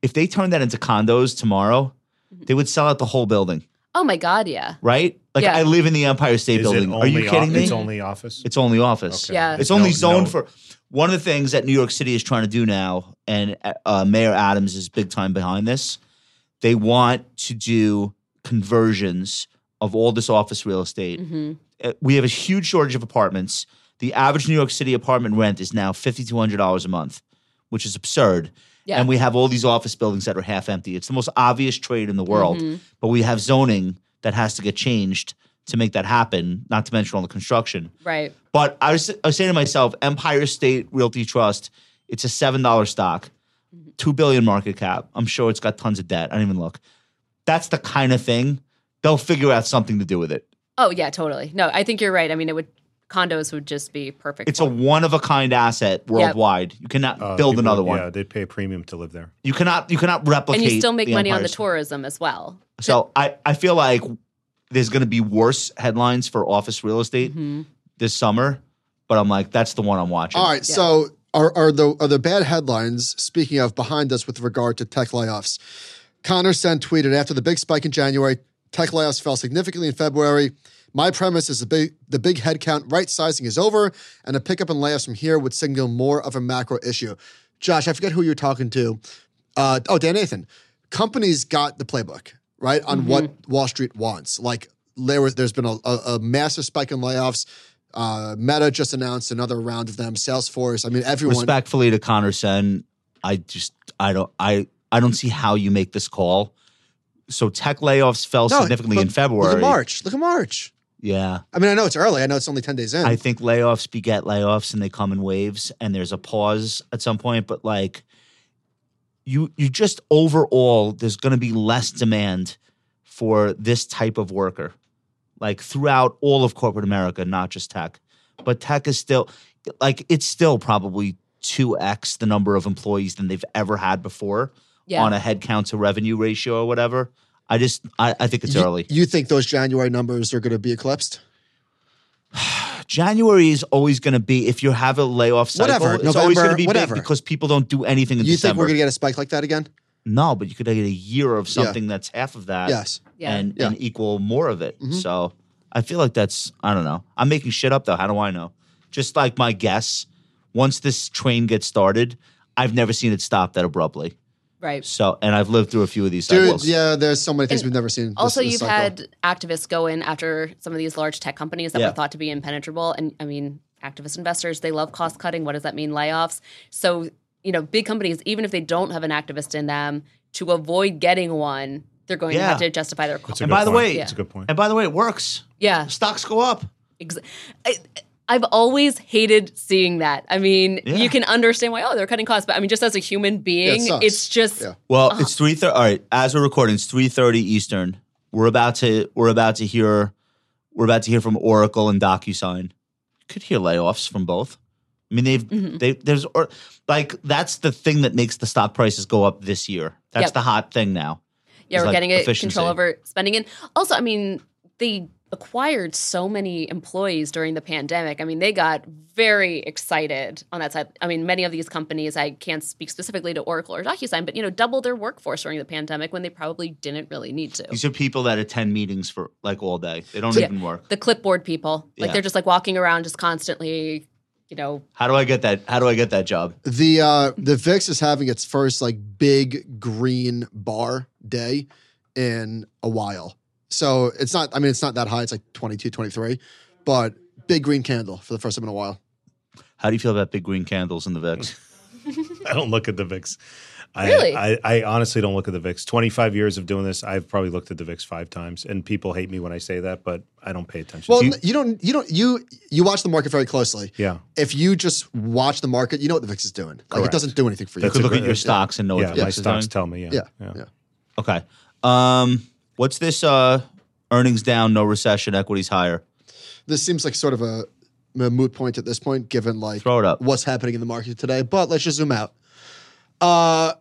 [SPEAKER 1] if they turn that into condos tomorrow, they would sell out the whole building,
[SPEAKER 2] Oh my God. Yeah.
[SPEAKER 1] right? Like
[SPEAKER 2] Yeah.
[SPEAKER 1] I live in the Empire State
[SPEAKER 3] Is it
[SPEAKER 1] Building. Are
[SPEAKER 3] only
[SPEAKER 1] you kidding
[SPEAKER 3] off-
[SPEAKER 1] me?
[SPEAKER 3] It's only office.
[SPEAKER 1] It's only office.
[SPEAKER 3] Okay.
[SPEAKER 2] Yeah.
[SPEAKER 1] It's only
[SPEAKER 3] No-
[SPEAKER 1] zoned
[SPEAKER 3] no-
[SPEAKER 1] for one of the things that New York City is trying to do now, and uh, Mayor Adams is big time behind this. They want to do conversions of all this office real estate.
[SPEAKER 3] Mm.
[SPEAKER 2] hmm
[SPEAKER 1] Uh, We have a huge shortage of apartments. The average New York City apartment rent is now fifty two hundred dollars a month, which is absurd.
[SPEAKER 2] Yeah.
[SPEAKER 1] And we have all these office buildings that are half empty. It's the most obvious trade in the world,
[SPEAKER 3] Mm-hmm.
[SPEAKER 1] but we have zoning that has to get changed to make that happen. Not to mention all the construction.
[SPEAKER 2] Right.
[SPEAKER 1] But I was, I was saying to myself, Empire State Realty Trust, it's a seven dollar stock,
[SPEAKER 2] Mm-hmm.
[SPEAKER 1] two billion market cap. I'm sure it's got tons of debt. I didn't even look. That's the kind of thing they'll figure out something to do with it.
[SPEAKER 2] Oh, yeah. Totally. No, I think you're right. I mean, it would, condos would just be perfect.
[SPEAKER 1] It's a one of a kind asset worldwide. You cannot
[SPEAKER 3] Uh,
[SPEAKER 1] build
[SPEAKER 3] people-
[SPEAKER 1] another one.
[SPEAKER 3] Yeah, they'd pay a premium to live there.
[SPEAKER 1] You cannot you cannot replicate.
[SPEAKER 2] and you still make money on
[SPEAKER 1] Empire
[SPEAKER 2] the
[SPEAKER 1] State.
[SPEAKER 2] tourism as well.
[SPEAKER 1] So I I feel like there's going to be worse headlines for office real estate
[SPEAKER 2] Mm-hmm.
[SPEAKER 1] this summer. But I'm like, that's the one I'm watching.
[SPEAKER 4] All right. So are, are the are the bad headlines? Speaking of behind us with regard to tech layoffs, Connor Sen tweeted after the big spike in January, tech layoffs fell significantly in February. My premise is the big the big headcount right sizing is over, and a pickup in layoffs from here would signal more of a macro issue. Josh, I forget who you're talking to. Uh, oh, Dan Nathan. Companies got the playbook right on what Wall Street wants. Like there was, there's been a, a, a massive spike in layoffs. Uh, Meta just announced another round of them. Salesforce. I mean, everyone.
[SPEAKER 1] respectfully to Connor Sen, I just I don't I I don't see how you make this call. So tech layoffs fell
[SPEAKER 4] No,
[SPEAKER 1] significantly in
[SPEAKER 4] look- Look
[SPEAKER 1] February.
[SPEAKER 4] at March. Look at March.
[SPEAKER 1] Yeah,
[SPEAKER 4] I mean, I know it's early. I know it's only ten days in.
[SPEAKER 1] I think layoffs beget layoffs, and they come in waves. And there's a pause at some point, but like you you just overall there's going to be less demand for this type of worker, like throughout all of corporate America, not just tech. But tech is still like it's still probably two x the number of employees than they've ever had before
[SPEAKER 2] Yeah.
[SPEAKER 1] on a headcount to revenue ratio or whatever. I just I, I think it's
[SPEAKER 4] you,
[SPEAKER 1] early.
[SPEAKER 4] You think those January numbers are going to be eclipsed?
[SPEAKER 1] January is always going to be if you have a layoff cycle.
[SPEAKER 4] Whatever,
[SPEAKER 1] it's always going
[SPEAKER 4] November,
[SPEAKER 1] to be
[SPEAKER 4] whatever.
[SPEAKER 1] big because people don't do anything in
[SPEAKER 4] you
[SPEAKER 1] December.
[SPEAKER 4] think we're going to get a spike like that again?
[SPEAKER 1] no, but you could get a year of something that's half of that.
[SPEAKER 4] Yes.
[SPEAKER 2] Yeah.
[SPEAKER 1] And,
[SPEAKER 4] Yeah. Mm-hmm.
[SPEAKER 1] and equal more of it. So I feel like that's I don't know. I'm making shit up though. How do I know? Just like my guess. Once this train gets started, I've never seen it stop that abruptly.
[SPEAKER 2] right.
[SPEAKER 1] So, and I've lived through a few of these
[SPEAKER 4] Dude,
[SPEAKER 1] cycles.
[SPEAKER 4] yeah, there's so many things
[SPEAKER 2] And
[SPEAKER 4] we've never seen. this-
[SPEAKER 2] Also,
[SPEAKER 4] this
[SPEAKER 2] you've
[SPEAKER 4] cycle.
[SPEAKER 2] had activists go in after some of these large tech companies that
[SPEAKER 1] Yeah.
[SPEAKER 2] were thought to be impenetrable. And I mean, activist investors, they love cost cutting. What does that mean? Layoffs. So, you know, big companies, even if they don't have an activist in them, to avoid getting one, they're going to
[SPEAKER 1] Yeah.
[SPEAKER 2] have to justify their
[SPEAKER 3] That's
[SPEAKER 2] cost.
[SPEAKER 3] a
[SPEAKER 1] And
[SPEAKER 3] good
[SPEAKER 1] by the
[SPEAKER 3] point.
[SPEAKER 1] way-
[SPEAKER 3] it's a good point.
[SPEAKER 1] And by the way, it works.
[SPEAKER 2] Yeah.
[SPEAKER 1] Stocks go up.
[SPEAKER 2] Ex- I, I've always hated seeing that. I mean,
[SPEAKER 1] Yeah.
[SPEAKER 2] you can understand why, oh, they're cutting costs, but I mean, just as a human being,
[SPEAKER 4] sucks.
[SPEAKER 2] it's just,
[SPEAKER 4] Yeah.
[SPEAKER 1] Well,
[SPEAKER 2] Uh-huh.
[SPEAKER 1] it's three thirty. All right, as we're recording, it's three thirty Eastern. We're about to we're about to hear we're about to hear from Oracle and DocuSign. Could hear layoffs from both. I mean, they've
[SPEAKER 2] Mm-hmm.
[SPEAKER 1] they there's or, like that's the thing that makes the stock prices go up this year. That's
[SPEAKER 2] Yep.
[SPEAKER 1] the hot thing now.
[SPEAKER 2] yeah,
[SPEAKER 1] It's
[SPEAKER 2] we're
[SPEAKER 1] like
[SPEAKER 2] getting it
[SPEAKER 1] efficiency.
[SPEAKER 2] control over spending. And also, I mean, they acquired so many employees during the pandemic. I mean, they got very excited on that side. I mean, many of these companies, I can't speak specifically to Oracle or DocuSign, but you know, double their workforce during the pandemic when they probably didn't really need to.
[SPEAKER 1] These are people that attend meetings for like all day. They don't
[SPEAKER 2] Yeah.
[SPEAKER 1] even work.
[SPEAKER 2] The clipboard people, like
[SPEAKER 1] Yeah.
[SPEAKER 2] they're just like walking around, just constantly, you know,
[SPEAKER 1] How do I get that? How do I get that job?
[SPEAKER 4] The uh, the VIX is having its first like big green bar day in a while. So it's not. I mean, it's not that high. It's like 22, 23, but big green candle for the first time in a while.
[SPEAKER 1] How do you feel about big green candles in the VIX?
[SPEAKER 3] I don't look at the VIX. I,
[SPEAKER 2] Really?
[SPEAKER 3] I, I honestly don't look at the VIX. 25 years of doing this, I've probably looked at the VIX five times, and people hate me when I say that, but I don't pay attention.
[SPEAKER 4] Well,
[SPEAKER 3] to
[SPEAKER 4] you don't. You don't. You you watch the market very closely.
[SPEAKER 3] yeah,
[SPEAKER 4] If you just watch the market, you know what the VIX is doing. Like it
[SPEAKER 3] Correct.
[SPEAKER 4] doesn't do anything for you.
[SPEAKER 1] You
[SPEAKER 3] That's
[SPEAKER 1] could
[SPEAKER 3] a
[SPEAKER 1] look
[SPEAKER 3] great-
[SPEAKER 1] at your stocks and know
[SPEAKER 3] yeah,
[SPEAKER 1] what
[SPEAKER 3] my
[SPEAKER 1] the
[SPEAKER 3] stocks
[SPEAKER 1] stocks.
[SPEAKER 3] tell me. Yeah,
[SPEAKER 4] yeah, yeah.
[SPEAKER 1] Okay. Um, what's this? Uh, earnings down, no recession, equities higher.
[SPEAKER 4] This seems like sort of a, a moot point at this point, given like
[SPEAKER 1] Throw it up.
[SPEAKER 4] what's happening in the market today. But let's just zoom out. Uh,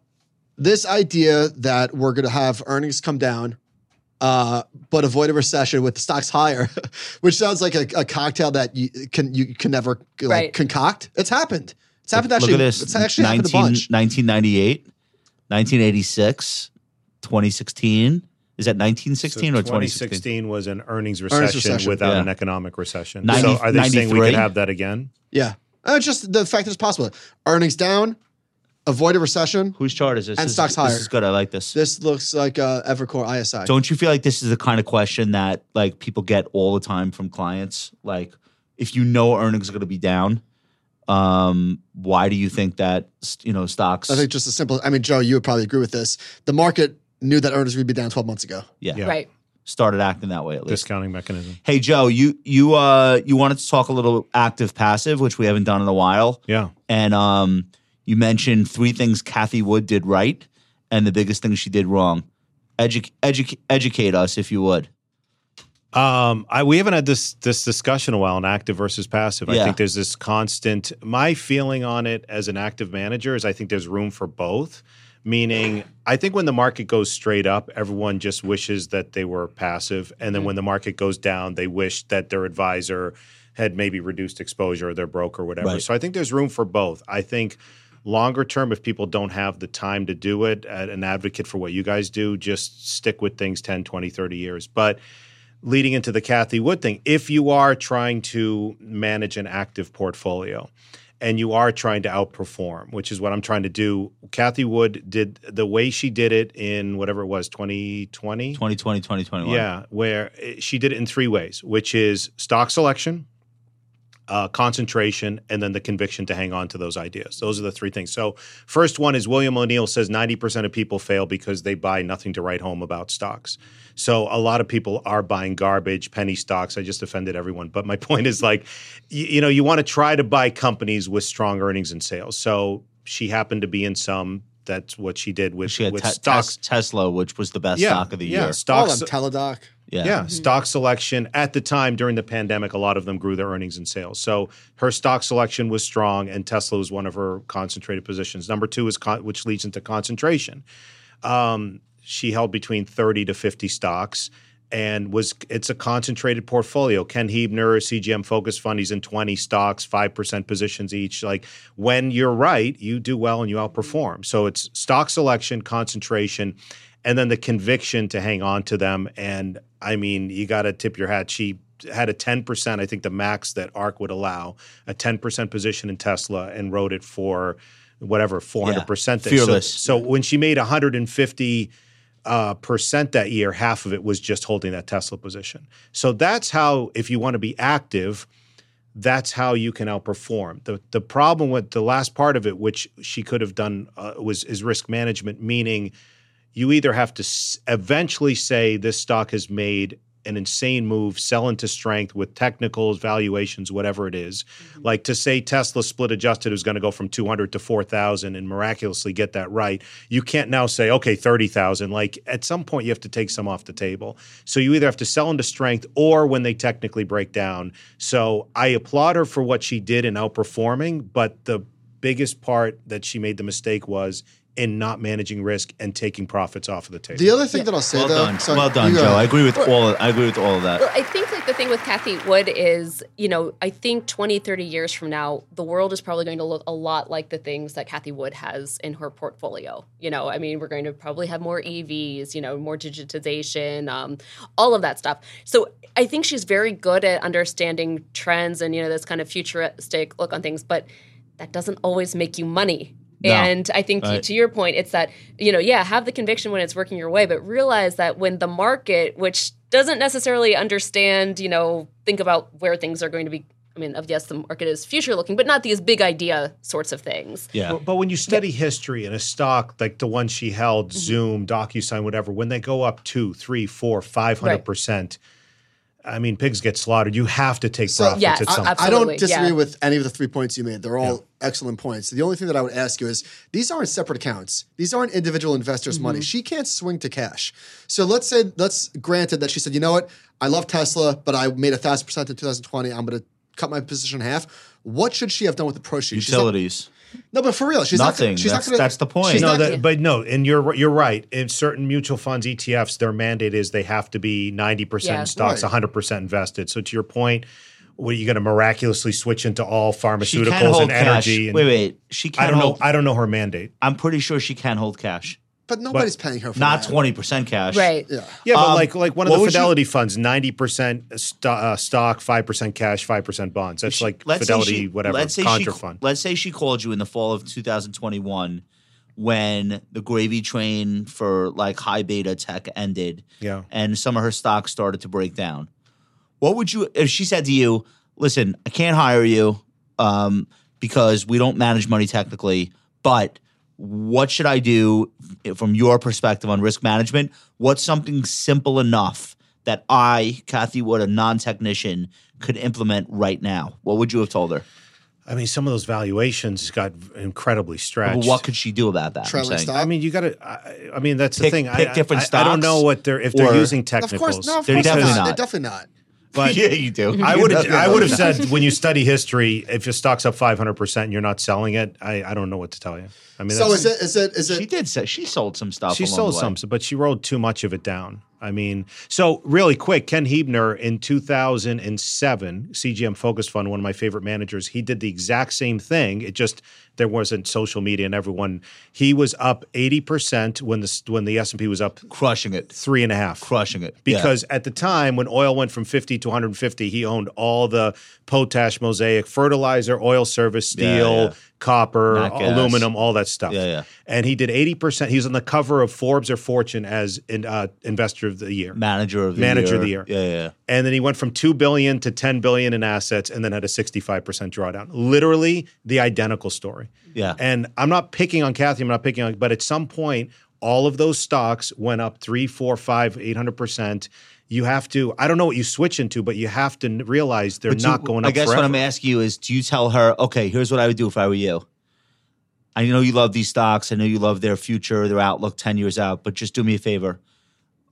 [SPEAKER 4] this idea that we're going to have earnings come down, uh, but avoid a recession with the stocks higher, which sounds like a, a cocktail that you can you can never like
[SPEAKER 2] Right.
[SPEAKER 4] concoct. It's happened. It's happened
[SPEAKER 1] Look
[SPEAKER 4] actually.
[SPEAKER 1] at this.
[SPEAKER 4] It's actually happened a
[SPEAKER 1] 19
[SPEAKER 4] bunch.
[SPEAKER 1] 1998, 1986, 2016. Is that 1916
[SPEAKER 3] So
[SPEAKER 1] or 2016?
[SPEAKER 3] was an earnings recession,
[SPEAKER 4] Earnings recession,
[SPEAKER 3] without
[SPEAKER 1] yeah.
[SPEAKER 3] an economic recession.
[SPEAKER 1] Ninety-
[SPEAKER 3] so are they saying
[SPEAKER 1] 93?
[SPEAKER 3] we could have that again?
[SPEAKER 4] Yeah, uh, just the fact that it's possible. Earnings down, avoid a recession.
[SPEAKER 1] Whose chart is this?
[SPEAKER 4] And
[SPEAKER 1] This is-
[SPEAKER 4] stocks higher.
[SPEAKER 1] This is good. I like this.
[SPEAKER 4] This looks like uh, Evercore ISI.
[SPEAKER 1] Don't you feel like this is the kind of question that like people get all the time from clients? Like, if you know earnings are going to be down, um, why do you think that you know stocks?
[SPEAKER 4] I think just a simple. I mean, Joe, you would probably agree with this. The market knew that earnings would be down 12 months ago.
[SPEAKER 1] yeah,
[SPEAKER 3] Yeah.
[SPEAKER 2] right.
[SPEAKER 1] started acting that way at least.
[SPEAKER 3] Discounting mechanism.
[SPEAKER 1] Hey Joe, you you uh you wanted to talk a little active passive, which we haven't done in a while.
[SPEAKER 3] Yeah.
[SPEAKER 1] And um you mentioned three things Kathy Wood did right and the biggest thing she did wrong. Edu- edu- educate us if you would.
[SPEAKER 3] Um, I we haven't had this this discussion in a while on active versus passive.
[SPEAKER 1] Yeah.
[SPEAKER 3] I think there's this constant. My feeling on it as an active manager is I think there's room for both. Meaning, I think when the market goes straight up, everyone just wishes that they were passive, and then
[SPEAKER 1] Mm-hmm.
[SPEAKER 3] when the market goes down, they wish that their advisor had maybe reduced exposure or their broker, whatever.
[SPEAKER 1] Right.
[SPEAKER 3] So I think there's room for both. I think longer term, if people don't have the time to do it, uh, an advocate for what you guys do, just stick with things 10, 20, 30 years. But leading into the Kathy Wood thing, if you are trying to manage an active portfolio and you are trying to outperform, which is what I'm trying to do, Kathy Wood did the way she did it in whatever it was, 2020.
[SPEAKER 1] 2020, 2021.
[SPEAKER 3] Yeah, where it- she did it in three ways, which is stock selection, uh, concentration, and then the conviction to hang on to those ideas. Those are the three things. So, first one is William O'Neill says 90% of people fail because they buy nothing to write home about stocks. So, a lot of people are buying garbage, penny stocks. I just offended everyone. But my point is like, you, you know, you want to try to buy companies with strong earnings and sales. So, she happened to be in some. That's what she did with,
[SPEAKER 1] She had
[SPEAKER 3] with
[SPEAKER 1] te-
[SPEAKER 3] stocks.
[SPEAKER 1] Tes- Tesla, which was the best
[SPEAKER 3] Yeah,
[SPEAKER 1] stock of the
[SPEAKER 3] yeah,
[SPEAKER 1] year.
[SPEAKER 4] All
[SPEAKER 3] Stocks,
[SPEAKER 4] of them, Teladoc.
[SPEAKER 1] Yeah.
[SPEAKER 3] yeah, stock selection at the time during the pandemic, a lot of them grew their earnings and sales. So her stock selection was strong, and Tesla was one of her concentrated positions. Number two is con- which leads into concentration. Um, she held between thirty to fifty stocks, and was it's a concentrated portfolio. Ken Hebner, CGM Focus Fund, he's in twenty stocks, five percent positions each. Like when you're right, you do well and you outperform. So it's stock selection, concentration, and then the conviction to hang on to them. And I mean, you got to tip your hat. She had a 10%, I think the max that ARC would allow, a 10% position in Tesla and wrote it for whatever, 400%. that- so-
[SPEAKER 1] Fearless.
[SPEAKER 3] So, when she made 150 uh, percent that year, half of it was just holding that Tesla position. So that's how, if you want to be active, that's how you can outperform. The the problem with the last part of it, which she could have done, uh, was is risk management, meaning you either have to s- eventually say this stock has made an insane move, sell into strength with technicals, valuations, whatever it is. Like to say Tesla split adjusted is going to go from 200 to 4,000 and miraculously get that right, you can't now say, okay, 30,000. Like at some point, you have to take some off the table. So you either have to sell into strength or when they technically break down. So I applaud her for what she did in outperforming, but the biggest part that she made the mistake was in not managing risk and taking profits off of the table.
[SPEAKER 4] The other thing that I'll say
[SPEAKER 1] Well
[SPEAKER 4] though,
[SPEAKER 1] done,
[SPEAKER 4] sorry,
[SPEAKER 1] well done,
[SPEAKER 4] you go
[SPEAKER 1] Joe. I
[SPEAKER 4] ahead.
[SPEAKER 1] agree with all. I agree with all of that.
[SPEAKER 2] Well, I think like the thing with Kathy Wood is, you know, I think 20, 30 years from now, the world is probably going to look a lot like the things that Kathy Wood has in her portfolio. You know, I mean, we're going to probably have more EVs, you know, more digitization, um, all of that stuff. So I think she's very good at understanding trends and, you know, this kind of futuristic look on things, but that doesn't always make you money.
[SPEAKER 1] No.
[SPEAKER 2] And I think
[SPEAKER 1] Right.
[SPEAKER 2] to to your point, it's that, you know, yeah, have the conviction when it's working your way, but realize that when the market, which doesn't necessarily understand, you know, think about where things are going to be. I mean, of yes, the market is future looking, but not these big idea sorts of things.
[SPEAKER 1] yeah,
[SPEAKER 3] But, but when you study history and a stock like the one she held,
[SPEAKER 1] Mm-hmm.
[SPEAKER 3] Zoom, DocuSign, whatever, when they go up two, three, four, five hundred percent, I mean, pigs get slaughtered. You have to take
[SPEAKER 4] So-
[SPEAKER 3] profits
[SPEAKER 2] Yeah,
[SPEAKER 3] at
[SPEAKER 1] uh,
[SPEAKER 2] I-
[SPEAKER 3] some
[SPEAKER 2] I-
[SPEAKER 3] point.
[SPEAKER 4] I don't
[SPEAKER 2] Absolutely,
[SPEAKER 4] disagree
[SPEAKER 2] yeah.
[SPEAKER 4] with any of the three points you made. They're all excellent points. The only thing that I would ask you is these aren't separate accounts. These aren't individual investors' money.
[SPEAKER 2] Mm-hmm.
[SPEAKER 4] She can't swing to cash. So let's say let's granted that she said, you know what, I love Tesla, but I made a thousand percent in 2020. I'm going to cut my position in half. What should she have done with the proceeds? She's not-
[SPEAKER 1] utilities.
[SPEAKER 4] no, but for real, she's
[SPEAKER 1] Nothing.
[SPEAKER 4] Not, she's
[SPEAKER 1] That's-
[SPEAKER 4] not gonna,
[SPEAKER 1] that's the point.
[SPEAKER 4] She's
[SPEAKER 3] no,
[SPEAKER 4] not
[SPEAKER 3] that,
[SPEAKER 4] gonna-
[SPEAKER 3] but no, and you're you're right. In certain mutual funds, ETFs, their mandate is they have to be ninety percent
[SPEAKER 2] Yeah.
[SPEAKER 3] in stocks,
[SPEAKER 4] Right.
[SPEAKER 3] hundred percent invested. So to your point, what are you going to miraculously switch into all
[SPEAKER 1] She
[SPEAKER 3] pharmaceuticals
[SPEAKER 1] can hold
[SPEAKER 3] and
[SPEAKER 1] cash.
[SPEAKER 3] energy?
[SPEAKER 1] wait,
[SPEAKER 3] and-
[SPEAKER 1] wait. She can
[SPEAKER 3] I don't know.
[SPEAKER 1] hold.
[SPEAKER 3] I don't know her mandate.
[SPEAKER 1] I'm pretty sure she can hold cash.
[SPEAKER 4] but nobody's paying her for
[SPEAKER 1] Not
[SPEAKER 4] that.
[SPEAKER 1] twenty percent cash.
[SPEAKER 2] Right.
[SPEAKER 4] Yeah.
[SPEAKER 3] Yeah, but
[SPEAKER 1] Um,
[SPEAKER 3] like like one of
[SPEAKER 1] what
[SPEAKER 3] the
[SPEAKER 1] would you-
[SPEAKER 3] Fidelity funds, ninety percent st- uh, stock, five percent cash, five percent bonds. That's like
[SPEAKER 1] Let's say
[SPEAKER 3] Fidelity,
[SPEAKER 1] she-
[SPEAKER 3] whatever
[SPEAKER 1] Let's say
[SPEAKER 3] contra
[SPEAKER 1] she,
[SPEAKER 3] fund.
[SPEAKER 1] Let's say she called you in the fall of 2021 when the gravy train for like high beta tech ended.
[SPEAKER 3] Yeah.
[SPEAKER 1] And some of her stocks started to break down. What would you if she said to you, "Listen, I can't hire you um, because we don't manage money technically, but what should I do from your perspective on risk management? What's something simple enough that I, Kathy Wood, a non-technician, could implement right now?" What would you have told her?
[SPEAKER 3] I mean, some of those valuations got incredibly
[SPEAKER 1] But
[SPEAKER 3] stretched.
[SPEAKER 1] what could she do about that? I'm
[SPEAKER 4] Trailing
[SPEAKER 1] saying.
[SPEAKER 4] stock.
[SPEAKER 3] I mean, you got to. I, I mean, that's the
[SPEAKER 1] Pick-
[SPEAKER 3] thing. I-
[SPEAKER 1] pick
[SPEAKER 3] I,
[SPEAKER 1] different
[SPEAKER 3] I, I don't
[SPEAKER 1] stocks
[SPEAKER 3] know what they're if they're
[SPEAKER 1] or-
[SPEAKER 3] using
[SPEAKER 4] Of
[SPEAKER 3] technicals.
[SPEAKER 4] course, no, of
[SPEAKER 1] They're
[SPEAKER 4] course
[SPEAKER 1] definitely
[SPEAKER 4] not.
[SPEAKER 1] not.
[SPEAKER 4] They're definitely not.
[SPEAKER 3] But
[SPEAKER 1] yeah, you do.
[SPEAKER 3] I would.
[SPEAKER 1] You know,
[SPEAKER 3] I would have said when you study history, if your stock's up five hundred percent and you're not selling it, I, I don't know what to tell you. I mean,
[SPEAKER 4] So
[SPEAKER 3] that's-
[SPEAKER 4] is it? Is it? Is
[SPEAKER 1] she
[SPEAKER 4] it?
[SPEAKER 1] did say she sold some stuff.
[SPEAKER 3] She
[SPEAKER 1] along
[SPEAKER 3] sold
[SPEAKER 1] the way.
[SPEAKER 3] some, but she rolled too much of it down. I mean, so really quick, Ken Hebner in 2007, CGM Focus Fund, one of my favorite managers, he did the exact same thing. It just there wasn't social media and everyone. He was up 80% when the when the S and P was up
[SPEAKER 1] crushing it,
[SPEAKER 3] three and a half
[SPEAKER 1] crushing it Yeah.
[SPEAKER 3] because at the time when oil went from 50 to 150 he owned all the potash mosaic fertilizer oil service steel
[SPEAKER 1] Yeah, yeah.
[SPEAKER 3] copper
[SPEAKER 1] Nat gas.
[SPEAKER 3] aluminum all that stuff
[SPEAKER 1] Yeah, yeah.
[SPEAKER 3] and he did 80% he's on the cover of forbes or fortune as in, uh, investor of the year
[SPEAKER 1] manager of the
[SPEAKER 3] Manager
[SPEAKER 1] year.
[SPEAKER 3] of the year.
[SPEAKER 1] Yeah, yeah.
[SPEAKER 3] and then he went from 2 billion to 10 billion in assets and then had a 65% drawdown literally the identical story
[SPEAKER 1] Yeah.
[SPEAKER 3] and i'm not picking on kathy i'm not picking on but at some point all of those stocks went up 3 4 5 800% you have to i don't know what you switch into but you have to n- realize they're
[SPEAKER 1] But do-
[SPEAKER 3] not going up
[SPEAKER 1] I guess
[SPEAKER 3] forever.
[SPEAKER 1] what I'm asking you is, do you tell her, okay, here's what I would do if I were you? I know you love these stocks. I know you love their future, their outlook 10 years out, but just do me a favor.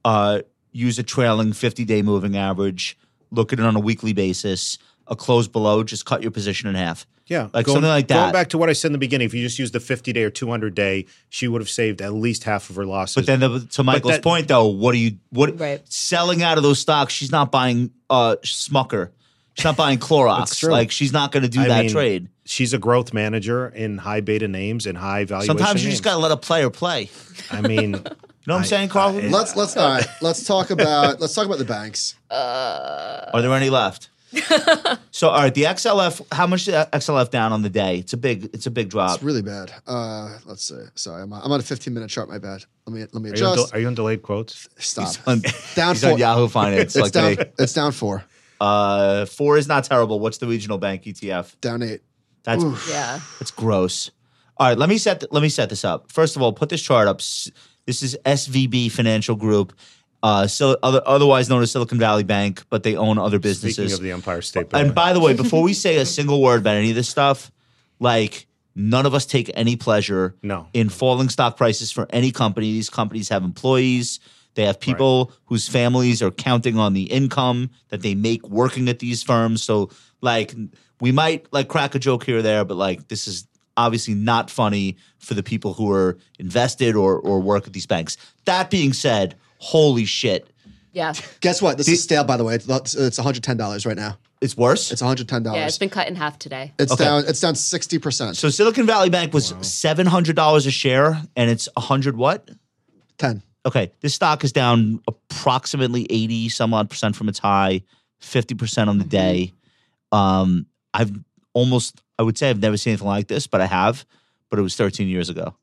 [SPEAKER 1] Uh, use a trailing 50 day moving average, look at it on a weekly basis, a close below, just cut your position in half.
[SPEAKER 3] yeah
[SPEAKER 1] Like something like
[SPEAKER 3] going
[SPEAKER 1] that.
[SPEAKER 3] back to what i said in the beginning if you just used the 50 day or 200 day she would have saved at least half of her losses
[SPEAKER 1] But then the, to Michael's
[SPEAKER 3] that-
[SPEAKER 1] point though, what are you what
[SPEAKER 2] Right.
[SPEAKER 1] selling out of those stocks? She's not buying uh Smucker. She's not buying Clorox.
[SPEAKER 3] true.
[SPEAKER 1] like she's not going to do
[SPEAKER 3] I
[SPEAKER 1] that
[SPEAKER 3] mean,
[SPEAKER 1] trade.
[SPEAKER 3] she's a growth manager in high beta names and high valuation
[SPEAKER 1] Sometimes you just got
[SPEAKER 3] names.
[SPEAKER 1] to let a player play. You
[SPEAKER 3] i mean
[SPEAKER 1] know what I'm
[SPEAKER 3] I-
[SPEAKER 1] saying, Carl?
[SPEAKER 3] I-
[SPEAKER 4] Let's let's all right. Let's talk about let's talk about the banks.
[SPEAKER 1] Are there any left? so all right, the XLF. How much did XLF down on the day? It's a big. It's a big drop.
[SPEAKER 4] It's really bad. Uh, let's see. Sorry, I'm, I'm on a 15 minute chart. My bad. Let me let me
[SPEAKER 3] are you, on,
[SPEAKER 4] adjust.
[SPEAKER 3] del- are you on delayed quotes
[SPEAKER 4] Stop.
[SPEAKER 1] on,
[SPEAKER 4] down
[SPEAKER 1] he's
[SPEAKER 4] four.
[SPEAKER 1] on Yahoo Finance.
[SPEAKER 4] it's
[SPEAKER 1] like
[SPEAKER 4] down.
[SPEAKER 1] they,
[SPEAKER 4] It's down four.
[SPEAKER 1] uh, four is not terrible. What's the regional bank E ETF?
[SPEAKER 4] Down eight.
[SPEAKER 1] That's
[SPEAKER 2] Yeah.
[SPEAKER 1] That's gross. All right, let me set th- let me set this up. First of all, put this chart up. S- This is SVB Financial Group, uh, so other, otherwise known as Silicon Valley Bank, but they own other
[SPEAKER 3] Speaking
[SPEAKER 1] businesses.
[SPEAKER 3] of the Empire State Building.
[SPEAKER 1] and by the way, before we say a single word about any of this stuff, like none of us take any pleasure
[SPEAKER 3] No.
[SPEAKER 1] in falling stock prices for any company. These companies have employees. They have people whose families are counting on the income that they make working at these firms. So like we might like crack a joke here or there, but like this is obviously not funny for the people who are invested or or work at these banks. That being said, holy shit.
[SPEAKER 2] Yeah.
[SPEAKER 4] Guess what? This is stale, by the way. It's it's $110 right now.
[SPEAKER 1] It's worse.
[SPEAKER 4] It's $110.
[SPEAKER 2] Yeah, it's been cut in half today.
[SPEAKER 4] It's
[SPEAKER 1] Okay.
[SPEAKER 4] down. It's down sixty percent.
[SPEAKER 1] so Silicon Valley Bank was seven hundred dollars a share, and it's a hundred what?
[SPEAKER 4] ten.
[SPEAKER 1] okay, this stock is down approximately 80 some odd percent from its high, 50%
[SPEAKER 2] Mm-hmm.
[SPEAKER 1] on the day. Um, I've almost, I would say I've never seen anything like this, but I have, but it was 13 years ago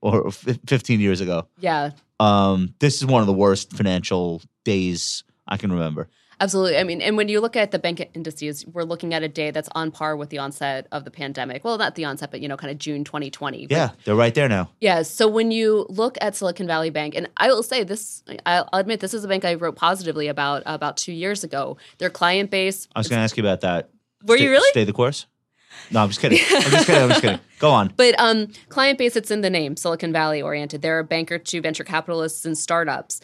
[SPEAKER 1] or fif- 15 years ago.
[SPEAKER 2] Yeah,
[SPEAKER 1] Um, this is one of the worst financial days I can remember.
[SPEAKER 2] absolutely. I mean, and when you look at the bank indices, we're looking at a day that's on par with the onset of the pandemic. Well, not the onset, but you know, kind of June 2020. But
[SPEAKER 1] Yeah, they're right there now.
[SPEAKER 2] Yeah. So when you look at Silicon Valley Bank, and I will say this, I'll I'll admit this is a bank I wrote positively about about two years ago. Their client base.
[SPEAKER 1] I was going to ask you about that.
[SPEAKER 2] Were
[SPEAKER 1] Stay-
[SPEAKER 2] you really?
[SPEAKER 1] Stay the course? No, I'm just kidding. I'm just kidding. I'm just kidding. Go on.
[SPEAKER 2] But um, client base, it's in the name, Silicon Valley oriented. They're a banker to venture capitalists and startups.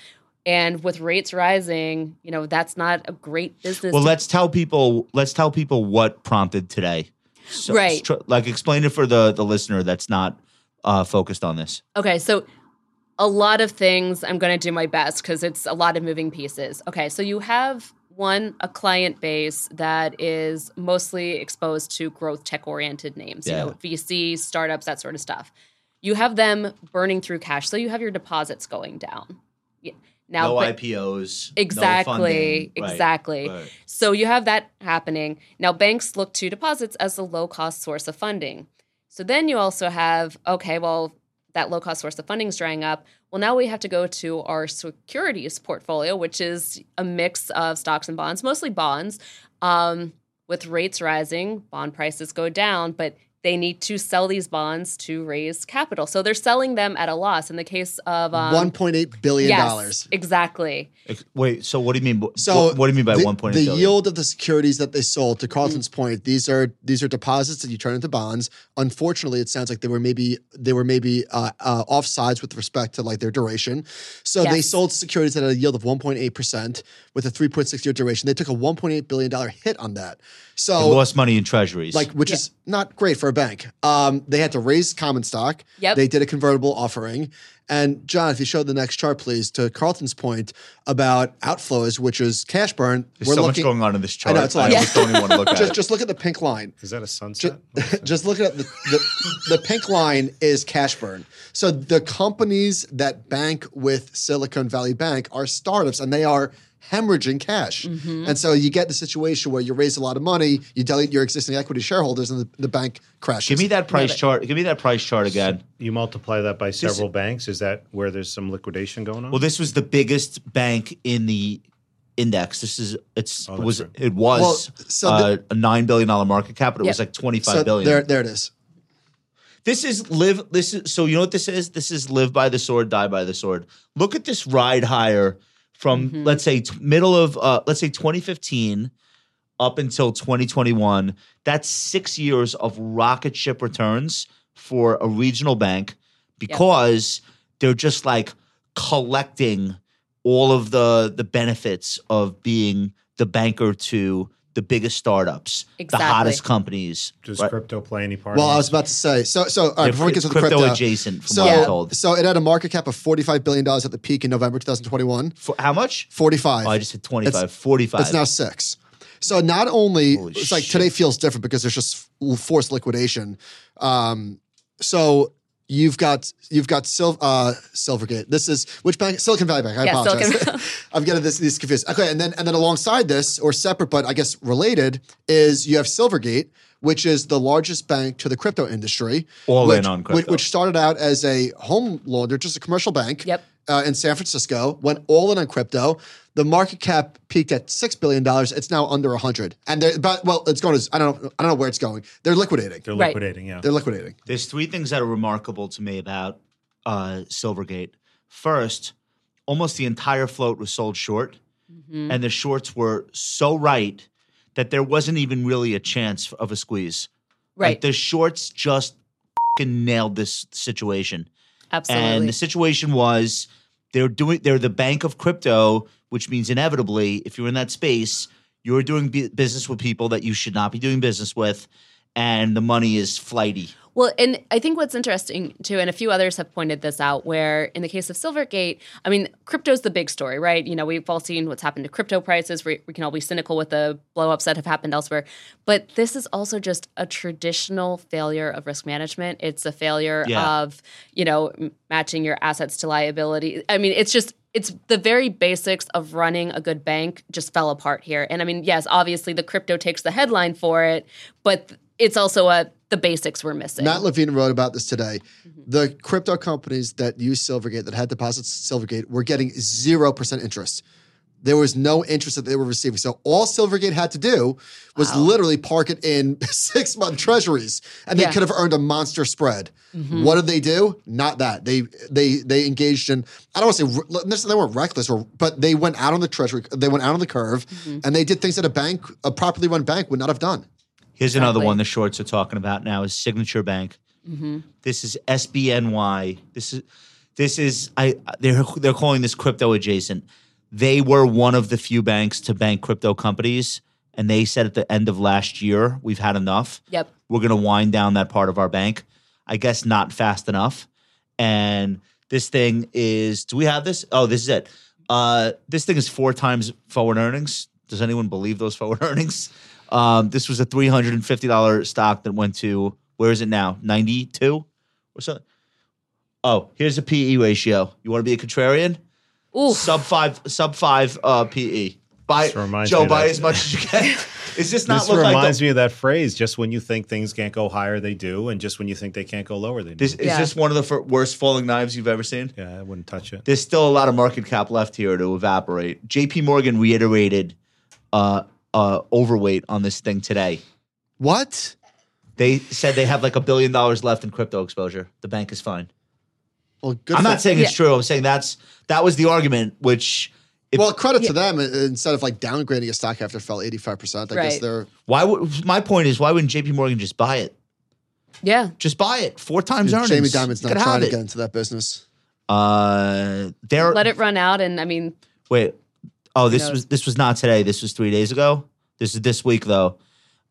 [SPEAKER 2] And with rates rising, you know, that's not a great business.
[SPEAKER 1] Well,
[SPEAKER 2] to-
[SPEAKER 1] let's tell people. Let's tell people what prompted today. So,
[SPEAKER 2] Right.
[SPEAKER 1] str- like, explain it for the the listener that's not uh, focused on this.
[SPEAKER 2] Okay, so a lot of things. I'm going to do my best because it's a lot of moving pieces. Okay, so you have one a client base that is mostly exposed to growth tech oriented names,
[SPEAKER 1] Yeah.
[SPEAKER 2] you know, VC, startups, that sort of stuff. You have them burning through cash, so you have your deposits going down. Yeah. Now, but-
[SPEAKER 1] IPOs.
[SPEAKER 2] Exactly. exactly.
[SPEAKER 1] right.
[SPEAKER 2] So you have that happening. Now banks look to deposits as a low-cost source of funding. So then you also have okay, well that low-cost source of funding is drying up. Well, now we have to go to our securities portfolio, which is a mix of stocks and bonds, mostly bonds. Um, with rates rising, bond prices go down, but they need to sell these bonds to raise capital. So they're selling them at a loss. In the case of um,
[SPEAKER 4] One point eight billion
[SPEAKER 2] yes,
[SPEAKER 4] dollars.
[SPEAKER 2] exactly.
[SPEAKER 1] Ex- Wait. So, what do you mean? So,
[SPEAKER 4] So
[SPEAKER 1] what, what do you mean by
[SPEAKER 4] the,
[SPEAKER 1] one point
[SPEAKER 4] the
[SPEAKER 1] eight billion?
[SPEAKER 4] yield of the securities that they sold to Carlton's point, these are these are deposits that you turn into bonds. Unfortunately, it sounds like they were maybe they were maybe uh, uh, offsides with respect to like their duration. So they
[SPEAKER 2] Yes.
[SPEAKER 4] sold securities that had a yield of one point eight percent with a three point six year duration. They took a one point eight billion dollar hit on that.
[SPEAKER 1] They
[SPEAKER 4] So
[SPEAKER 1] lost money in treasuries.
[SPEAKER 4] like which is not great for a bank. Um, they had to raise common stock.
[SPEAKER 2] Yep.
[SPEAKER 4] They did a convertible offering. And John, if you show the next chart, please, to Carlton's point about outflows, which is cash burn.
[SPEAKER 1] there's so much going on in this
[SPEAKER 4] I
[SPEAKER 1] chart.
[SPEAKER 4] know, it's a lot.
[SPEAKER 1] just don't even want to look at
[SPEAKER 4] Just,
[SPEAKER 1] it.
[SPEAKER 4] just look at the pink line.
[SPEAKER 3] Is that a sunset?
[SPEAKER 4] Ju- Just, look at the, the the pink line is cash burn. So the companies that bank with Silicon Valley Bank are startups, and they are hemorrhaging cash. And so you get the situation where you raise a lot of money, you dilute your existing equity shareholders, and the, the bank crashes.
[SPEAKER 1] Give me that price
[SPEAKER 2] it.
[SPEAKER 1] chart. Give me that price chart again.
[SPEAKER 3] you multiply that by several banks. Is that where there's some liquidation going on?
[SPEAKER 1] Well, this was the biggest bank in the index. This is it's
[SPEAKER 3] Oh,
[SPEAKER 1] it
[SPEAKER 3] that's
[SPEAKER 1] was
[SPEAKER 3] right.
[SPEAKER 1] it was
[SPEAKER 4] Well, so
[SPEAKER 1] uh, a nine billion dollar market cap, but it was
[SPEAKER 2] Yeah.
[SPEAKER 1] like twenty
[SPEAKER 4] So
[SPEAKER 1] five billion.
[SPEAKER 4] there, there it is.
[SPEAKER 1] This is live. This is so you know what this is. This is live by the sword, die by the sword. Look at this ride higher from let's say t- middle of uh, let's say 2015 up until 2021. That's six years of rocket ship returns for a regional bank because they're just like collecting all of the the benefits of being the banker to the biggest startups,
[SPEAKER 2] Exactly.
[SPEAKER 1] the hottest companies.
[SPEAKER 3] Does
[SPEAKER 1] right?
[SPEAKER 3] crypto play any part?
[SPEAKER 4] Well,
[SPEAKER 3] in
[SPEAKER 4] I
[SPEAKER 3] this?
[SPEAKER 4] was about to say. So, so all right,
[SPEAKER 1] They're
[SPEAKER 4] before we
[SPEAKER 1] cr-
[SPEAKER 4] get to the crypto,
[SPEAKER 1] adjacent from
[SPEAKER 4] so,
[SPEAKER 1] what I'm told.
[SPEAKER 4] so it had a market cap of forty-five billion dollars at the peak in November two thousand twenty-one.
[SPEAKER 1] For how much?
[SPEAKER 4] Forty-five.
[SPEAKER 1] Oh, I just said 25,
[SPEAKER 4] It's-
[SPEAKER 1] 45.
[SPEAKER 4] It's now six. So not only
[SPEAKER 1] Holy
[SPEAKER 4] it's like
[SPEAKER 1] shit.
[SPEAKER 4] today feels different because there's just f- forced liquidation. Um, so you've got you've got Sil- uh, Silvergate. This is which bank? Silicon Valley Bank. I
[SPEAKER 2] Yeah,
[SPEAKER 4] apologize.
[SPEAKER 2] Silicon Valley.
[SPEAKER 4] I'm getting this these confused. Okay, and then and then alongside this, or separate but I guess related, is you have Silvergate. Which is the largest bank to the crypto industry?
[SPEAKER 1] All
[SPEAKER 4] which,
[SPEAKER 1] in on
[SPEAKER 4] which-
[SPEAKER 1] crypto.
[SPEAKER 4] Which started out as a home launder, just a commercial bank
[SPEAKER 2] Yep.
[SPEAKER 4] uh, in San Francisco, went all in on crypto. The market cap peaked at six billion dollars. It's now under a hundred, and they're but well, it's going to I don't know, I don't know where it's going. They're liquidating.
[SPEAKER 3] They're
[SPEAKER 2] Right.
[SPEAKER 3] liquidating, yeah.
[SPEAKER 4] They're liquidating.
[SPEAKER 1] There's three things that are remarkable to me about uh, Silvergate. First, almost the entire float was sold short, and the shorts were so right that there wasn't even really a chance of a squeeze.
[SPEAKER 2] Right.
[SPEAKER 1] Like the shorts just fing nailed this situation. And
[SPEAKER 2] Absolutely.
[SPEAKER 1] the situation was they're doing they're the bank of crypto, which means inevitably, if you're in that space, you're doing bu- business with people that you should not be doing business with, and the money is flighty.
[SPEAKER 2] Well, and I think what's interesting too, and a few others have pointed this out, where in the case of Silvergate, I mean, crypto's the big story, right? You know, we've all seen what's happened to crypto prices. We, we can all be cynical with the blow ups that have happened elsewhere. But this is also just a traditional failure of risk management. It's a failure
[SPEAKER 1] Yeah.
[SPEAKER 2] of, you know, m- matching your assets to liability. I mean, it's just, it's the very basics of running a good bank just fell apart here. And I mean, yes, obviously the crypto takes the headline for it, but it's also a, the basics were missing.
[SPEAKER 4] Matt Levine wrote about this today. The crypto companies that used Silvergate, that had deposits at Silvergate, were getting 0% interest. There was no interest that they were receiving. So all Silvergate had to do was literally park it in six month treasuries and they
[SPEAKER 2] Yeah.
[SPEAKER 4] could have earned a monster spread. What did they do? Not that. They they they engaged in, I don't want to say, re- listen, they weren't reckless, or, but they went out on the treasury, they went out on the curve and they did things that a bank, a properly run bank would not have done.
[SPEAKER 1] Here's another
[SPEAKER 2] Exactly. Mm-hmm.
[SPEAKER 1] one the shorts are talking about now is Signature Bank. This is SBNY. This is this is I they're they're calling this crypto adjacent. They were one of the few banks to bank crypto companies, and they said at the end of last year, we've had enough.
[SPEAKER 2] Yep.
[SPEAKER 1] We're going to wind down that part of our bank. I guess not fast enough. And this thing is, do we have this? Oh, this is it. Uh, this thing is four times forward earnings. Does anyone believe those forward earnings? Um, this was a three hundred and fifty dollars stock that went to where is it now? Ninety two or something. Oh, here's the PE ratio. You want to be a contrarian?
[SPEAKER 2] Ooh,
[SPEAKER 1] Sub five, sub five uh, PE. Buy
[SPEAKER 3] This reminds me
[SPEAKER 1] Joe,
[SPEAKER 3] of
[SPEAKER 1] buy
[SPEAKER 3] that.
[SPEAKER 1] as much as you can. Is this not
[SPEAKER 3] This
[SPEAKER 1] look like the-
[SPEAKER 3] reminds me of that phrase: just when you think things can't go higher, they do, and just when you think they can't go lower, they do.
[SPEAKER 1] This, is
[SPEAKER 2] Yeah.
[SPEAKER 1] this one of the fir- worst falling knives you've ever seen?
[SPEAKER 3] yeah, I wouldn't touch it.
[SPEAKER 1] There's still a lot of market cap left here to evaporate. J.P. Morgan reiterated uh, uh, overweight on this thing today.
[SPEAKER 4] What?
[SPEAKER 1] They said they have like a billion dollars left in crypto exposure. The bank is fine.
[SPEAKER 4] Well, good
[SPEAKER 1] I'm
[SPEAKER 4] for
[SPEAKER 1] not saying it's true. I'm saying that's that was the argument, which if,
[SPEAKER 4] well, credit to them. i- Instead of like downgrading a stock after it fell eighty five percent, I guess
[SPEAKER 2] Right.
[SPEAKER 4] they're
[SPEAKER 1] why would my point is why wouldn't J.P. Morgan just buy it?
[SPEAKER 2] yeah.
[SPEAKER 1] Just buy it four times earnings.
[SPEAKER 4] Jamie Dimon's
[SPEAKER 1] You
[SPEAKER 4] not
[SPEAKER 1] could have
[SPEAKER 4] trying to
[SPEAKER 1] it.
[SPEAKER 4] get into that business.
[SPEAKER 1] Uh, there.
[SPEAKER 2] Let it run out, and I mean,
[SPEAKER 1] Wait. Oh, this
[SPEAKER 2] knows?
[SPEAKER 1] was this was not today. This was three days ago. This is this week though.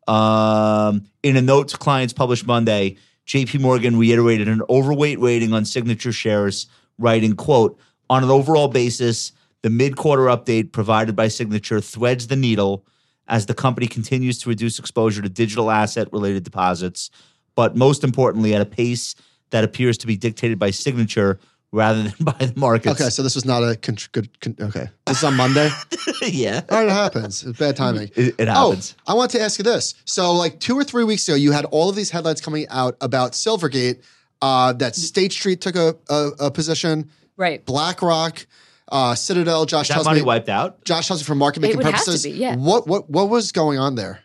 [SPEAKER 1] Um, in a note to clients published Monday, JP Morgan reiterated an overweight rating on signature shares, writing, quote, on an overall basis, the mid-quarter update provided by Signature threads the needle as the company continues to reduce exposure to digital asset related deposits, but most importantly at a pace that appears to be dictated by Signature rather than by the markets.
[SPEAKER 4] Okay, so this was not a con- good. Con- okay, this is on Monday.
[SPEAKER 1] yeah.
[SPEAKER 4] All right, it happens. It's bad timing.
[SPEAKER 1] It, it happens.
[SPEAKER 4] Oh, I want to ask you this. So, like two or three weeks ago, you had all of these headlines coming out about Silvergate. Uh,
[SPEAKER 2] Mm.
[SPEAKER 4] that State Street took a, a, a position.
[SPEAKER 2] right.
[SPEAKER 4] BlackRock, uh, Citadel. Josh
[SPEAKER 1] that
[SPEAKER 4] tells
[SPEAKER 1] money
[SPEAKER 4] me.
[SPEAKER 1] wiped out.
[SPEAKER 4] Josh tells me for market making
[SPEAKER 2] would have to
[SPEAKER 4] purposes.
[SPEAKER 2] be, yeah.
[SPEAKER 4] What what what was going on there?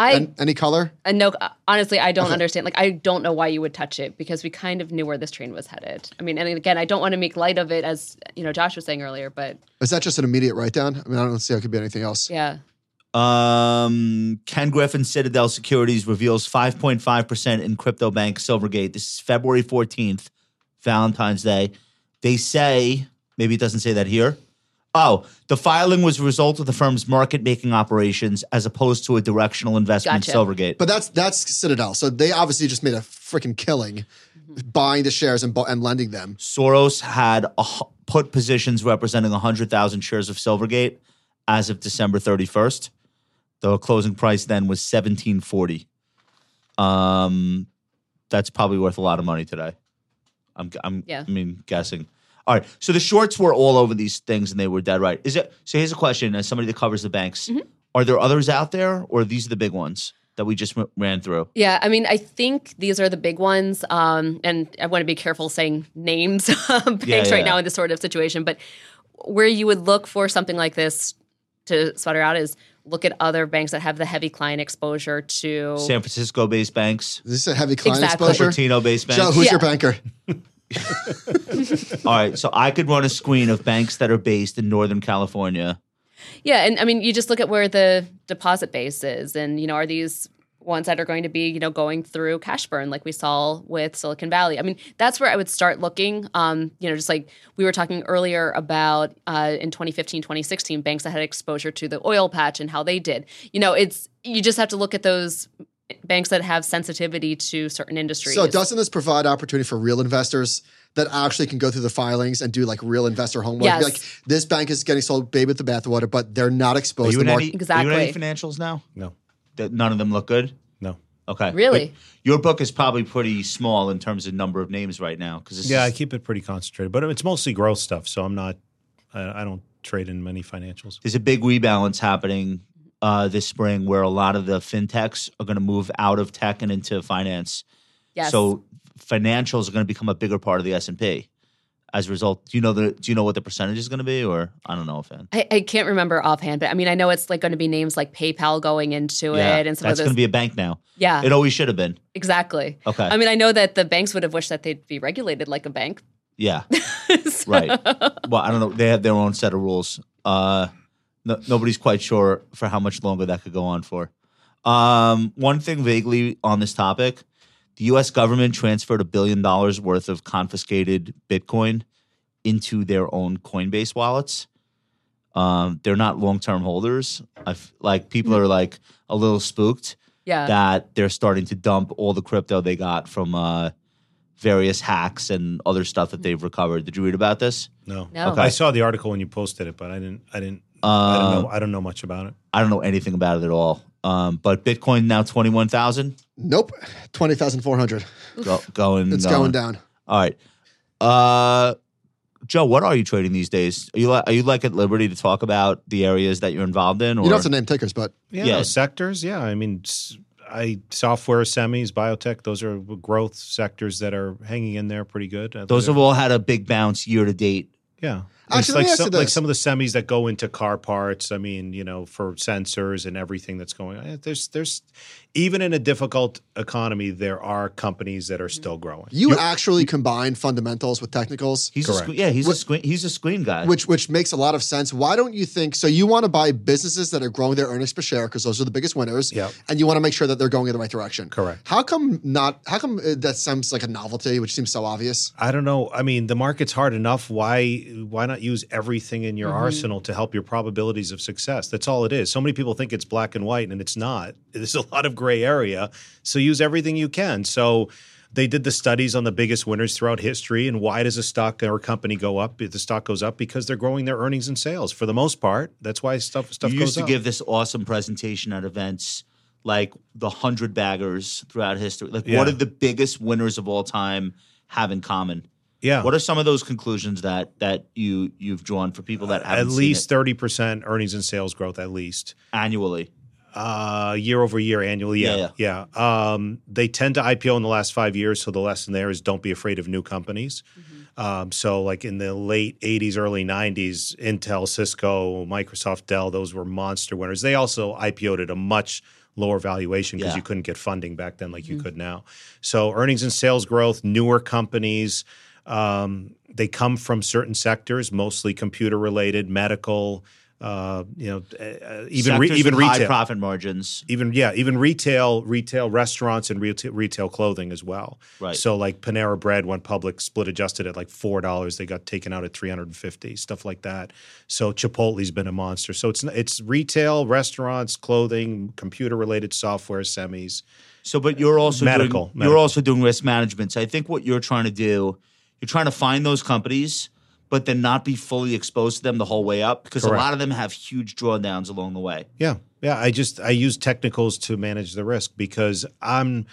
[SPEAKER 2] I
[SPEAKER 4] An- any color?
[SPEAKER 2] and no, honestly, I don't understand. Like, I don't know why you would touch it because we kind of knew where this train was headed. I mean, and again, I don't want to make light of it, as you know, Josh was saying earlier, but
[SPEAKER 4] Is that just an immediate write down? I mean, I don't see how it could be anything else.
[SPEAKER 2] yeah,
[SPEAKER 1] Um, Ken Griffin, Citadel Securities reveals 5.5% in crypto bank Silvergate. This is February 14th, Valentine's Day. They say, maybe it doesn't say that here. Oh, the filing was a result of the firm's market making operations as opposed to a directional investment in
[SPEAKER 2] Gotcha.
[SPEAKER 1] Silvergate.
[SPEAKER 4] But that's that's Citadel. So they obviously just made a freaking killing
[SPEAKER 2] Mm-hmm.
[SPEAKER 4] buying the shares and bu- and lending them.
[SPEAKER 1] Soros had a, hu- put positions representing 100,000 shares of Silvergate as of December 31st. The closing price then was 1740. Um that's probably worth a lot of money today. I'm I'm
[SPEAKER 2] Yeah.
[SPEAKER 1] I mean guessing. All right. So the shorts were all over these things and they were dead right. Is it So here's a question as somebody that covers the banks. Are there others out there or these are the big ones that we just w- ran through?
[SPEAKER 2] yeah. I mean, I think these are the big ones, um, and I want to be careful saying names of banks
[SPEAKER 1] yeah,
[SPEAKER 2] right
[SPEAKER 1] yeah.
[SPEAKER 2] now in this sort of situation. But where you would look for something like this to sputter out is look at other banks that have the heavy client exposure to
[SPEAKER 1] San Francisco based banks,
[SPEAKER 4] Is this a heavy client
[SPEAKER 2] Exactly.
[SPEAKER 4] exposure?
[SPEAKER 1] Cupertino based banks.
[SPEAKER 4] Joe, who's
[SPEAKER 2] Yeah.
[SPEAKER 4] your banker?
[SPEAKER 1] All right, so I could run a screen of banks that are based in Northern California.
[SPEAKER 2] Yeah, and I mean, you just look at where the deposit base is, and you know, are these ones that are going to be, you know, going through cash burn like we saw with Silicon Valley? I mean, that's where I would start looking. Um, you know, just like we were talking earlier about uh, in 2015, 2016, banks that had exposure to the oil patch and how they did. You know, it's you just have to look at those banks that have sensitivity to certain industries.
[SPEAKER 4] So doesn't this provide opportunity for real investors that actually can go through the filings and do like real investor homework?
[SPEAKER 2] Yes.
[SPEAKER 4] Be Like this bank is getting sold baby with the bathwater, but they're not
[SPEAKER 1] Are
[SPEAKER 4] exposed
[SPEAKER 1] you
[SPEAKER 4] to
[SPEAKER 1] in
[SPEAKER 4] market.
[SPEAKER 1] any,
[SPEAKER 2] Exactly.
[SPEAKER 1] are you in any financials now?
[SPEAKER 3] No,
[SPEAKER 1] That none of them look good.
[SPEAKER 3] no.
[SPEAKER 1] Okay.
[SPEAKER 2] Really?
[SPEAKER 1] But your book is probably pretty small in terms of number of names right now because
[SPEAKER 3] Yeah, I keep it pretty concentrated, but it's mostly growth stuff. So I'm not. I, I don't trade in many financials.
[SPEAKER 1] there's a big rebalance happening uh, this spring where a lot of the fintechs are going to move out of tech and into finance.
[SPEAKER 2] yes.
[SPEAKER 1] So financials are going to become a bigger part of the S and P. As a result, do you know the do you know what the percentage is going to be, or I don't know if it.
[SPEAKER 2] I, I can't remember offhand, but I mean, I know it's like going to be names like PayPal going into it and some
[SPEAKER 1] that's
[SPEAKER 2] of
[SPEAKER 1] going to
[SPEAKER 2] those.
[SPEAKER 1] be a bank now.
[SPEAKER 2] yeah,
[SPEAKER 1] It always should have been.
[SPEAKER 2] exactly.
[SPEAKER 1] Okay.
[SPEAKER 2] I mean, I know that the banks would have wished that they'd be regulated like a bank.
[SPEAKER 1] yeah.
[SPEAKER 2] So-
[SPEAKER 1] Right. well, I don't know. They have their own set of rules. Uh, no, nobody's quite sure for how much longer that could go on for. Um, one thing vaguely on this topic the US government transferred a billion dollars worth of confiscated Bitcoin into their own Coinbase wallets. Um, they're not long term holders. I f- like people are like a little spooked
[SPEAKER 2] Yeah.
[SPEAKER 1] that they're starting to dump all the crypto they got from uh, various hacks and other stuff
[SPEAKER 3] Mm-hmm.
[SPEAKER 1] that they've recovered. Did you read about this?
[SPEAKER 3] No.
[SPEAKER 2] No.
[SPEAKER 1] Okay.
[SPEAKER 3] I saw the article when you posted it, but I didn't. I didn't. I don't know. I don't know much about it.
[SPEAKER 1] Um, I don't know anything about it at all. Um, but Bitcoin now twenty one thousand.
[SPEAKER 4] Nope. 20,400.
[SPEAKER 1] Go, going, uh,
[SPEAKER 4] It's going down.
[SPEAKER 1] All right, uh, Joe, what are you trading these days? Are you li- are you like at liberty to talk about the areas that you're involved in? Or
[SPEAKER 4] You don't have to name tickers, but
[SPEAKER 3] Yeah,
[SPEAKER 1] Yeah.
[SPEAKER 3] no, sectors. Yeah, I mean, s- I software, semis, biotech. Those are growth sectors that are hanging in there pretty good. Uh,
[SPEAKER 1] those
[SPEAKER 3] they're-
[SPEAKER 1] have all had a big bounce year to date.
[SPEAKER 3] yeah.
[SPEAKER 4] Actually,
[SPEAKER 3] It's
[SPEAKER 4] let me
[SPEAKER 3] like
[SPEAKER 4] ask
[SPEAKER 3] some,
[SPEAKER 4] you
[SPEAKER 3] like
[SPEAKER 4] this.
[SPEAKER 3] some of the semis that go into car parts. I mean, you know, for sensors and everything that's going on. Eh, There's, there's, even in a difficult economy, there are companies that are still growing.
[SPEAKER 4] you actually combine fundamentals with technicals,
[SPEAKER 1] He's a
[SPEAKER 3] Correct.
[SPEAKER 1] sque- yeah, he's a
[SPEAKER 4] What-
[SPEAKER 1] screen he's a screen guy.
[SPEAKER 4] which which makes a lot of sense. Why don't you think so? You want to buy businesses that are growing their earnings per share because those are the biggest winners,
[SPEAKER 3] Yep.
[SPEAKER 4] and you want to make sure that they're going in the right direction.
[SPEAKER 3] Correct.
[SPEAKER 4] How come not? How come uh, that sounds like a novelty, which seems so obvious?
[SPEAKER 3] I don't know. I mean, the market's hard enough. Why why not use everything in
[SPEAKER 1] Mm-hmm.
[SPEAKER 3] your arsenal to help your probabilities of success? That's all it is. So many people think it's black and white and it's not. There's a lot of gray area. So use everything you can. So they did the studies on the biggest winners throughout history and why does a stock or company go up? The stock goes up because they're growing their earnings and sales for the most part. That's why stuff stuff
[SPEAKER 1] you
[SPEAKER 3] goes
[SPEAKER 1] used to
[SPEAKER 3] up.
[SPEAKER 1] give this awesome presentation at events like the hundred baggers throughout history. Like,
[SPEAKER 3] Yeah.
[SPEAKER 1] what are the biggest winners of all time have in common?
[SPEAKER 3] yeah.
[SPEAKER 1] What are some of those conclusions that that you you've drawn for people that
[SPEAKER 3] Uh, at
[SPEAKER 1] haven't
[SPEAKER 3] least
[SPEAKER 1] seen
[SPEAKER 3] thirty percent earnings and sales growth at least.
[SPEAKER 1] it annually?
[SPEAKER 3] uh year over year annually yeah
[SPEAKER 1] Yeah,
[SPEAKER 3] yeah, um they tend to ipo in the last five years so the lesson there is don't be afraid of new companies
[SPEAKER 1] Mm-hmm.
[SPEAKER 3] um so like in the late 80s early 90s intel cisco microsoft dell those were monster winners they also ipo'd at a much lower valuation because
[SPEAKER 1] Yeah. Mm-hmm.
[SPEAKER 3] you couldn't get funding back then like you could now so earnings and sales growth newer companies um, they come from certain sectors mostly computer related medical uh, you know, uh, even re-
[SPEAKER 1] Sectors
[SPEAKER 3] even
[SPEAKER 1] with high
[SPEAKER 3] retail,
[SPEAKER 1] profit margins.
[SPEAKER 3] even yeah, even retail, retail restaurants and retail, retail clothing as well.
[SPEAKER 1] Right.
[SPEAKER 3] So like Panera Bread went public, split adjusted at like four dollars. They got taken out at three hundred and fifty, stuff like that. So Chipotle's been a monster. So it's it's retail, restaurants, clothing, computer related software, semis.
[SPEAKER 1] So, but you're also
[SPEAKER 3] Medical,
[SPEAKER 1] doing,
[SPEAKER 3] medical.
[SPEAKER 1] you're also doing risk management. So I think what you're trying to do, you're trying to find those companies, but then not be fully exposed to them the whole way up because a
[SPEAKER 3] Correct.
[SPEAKER 1] lot of them have huge drawdowns along the way.
[SPEAKER 3] Yeah. Yeah. I just I use technicals to manage the risk because I'm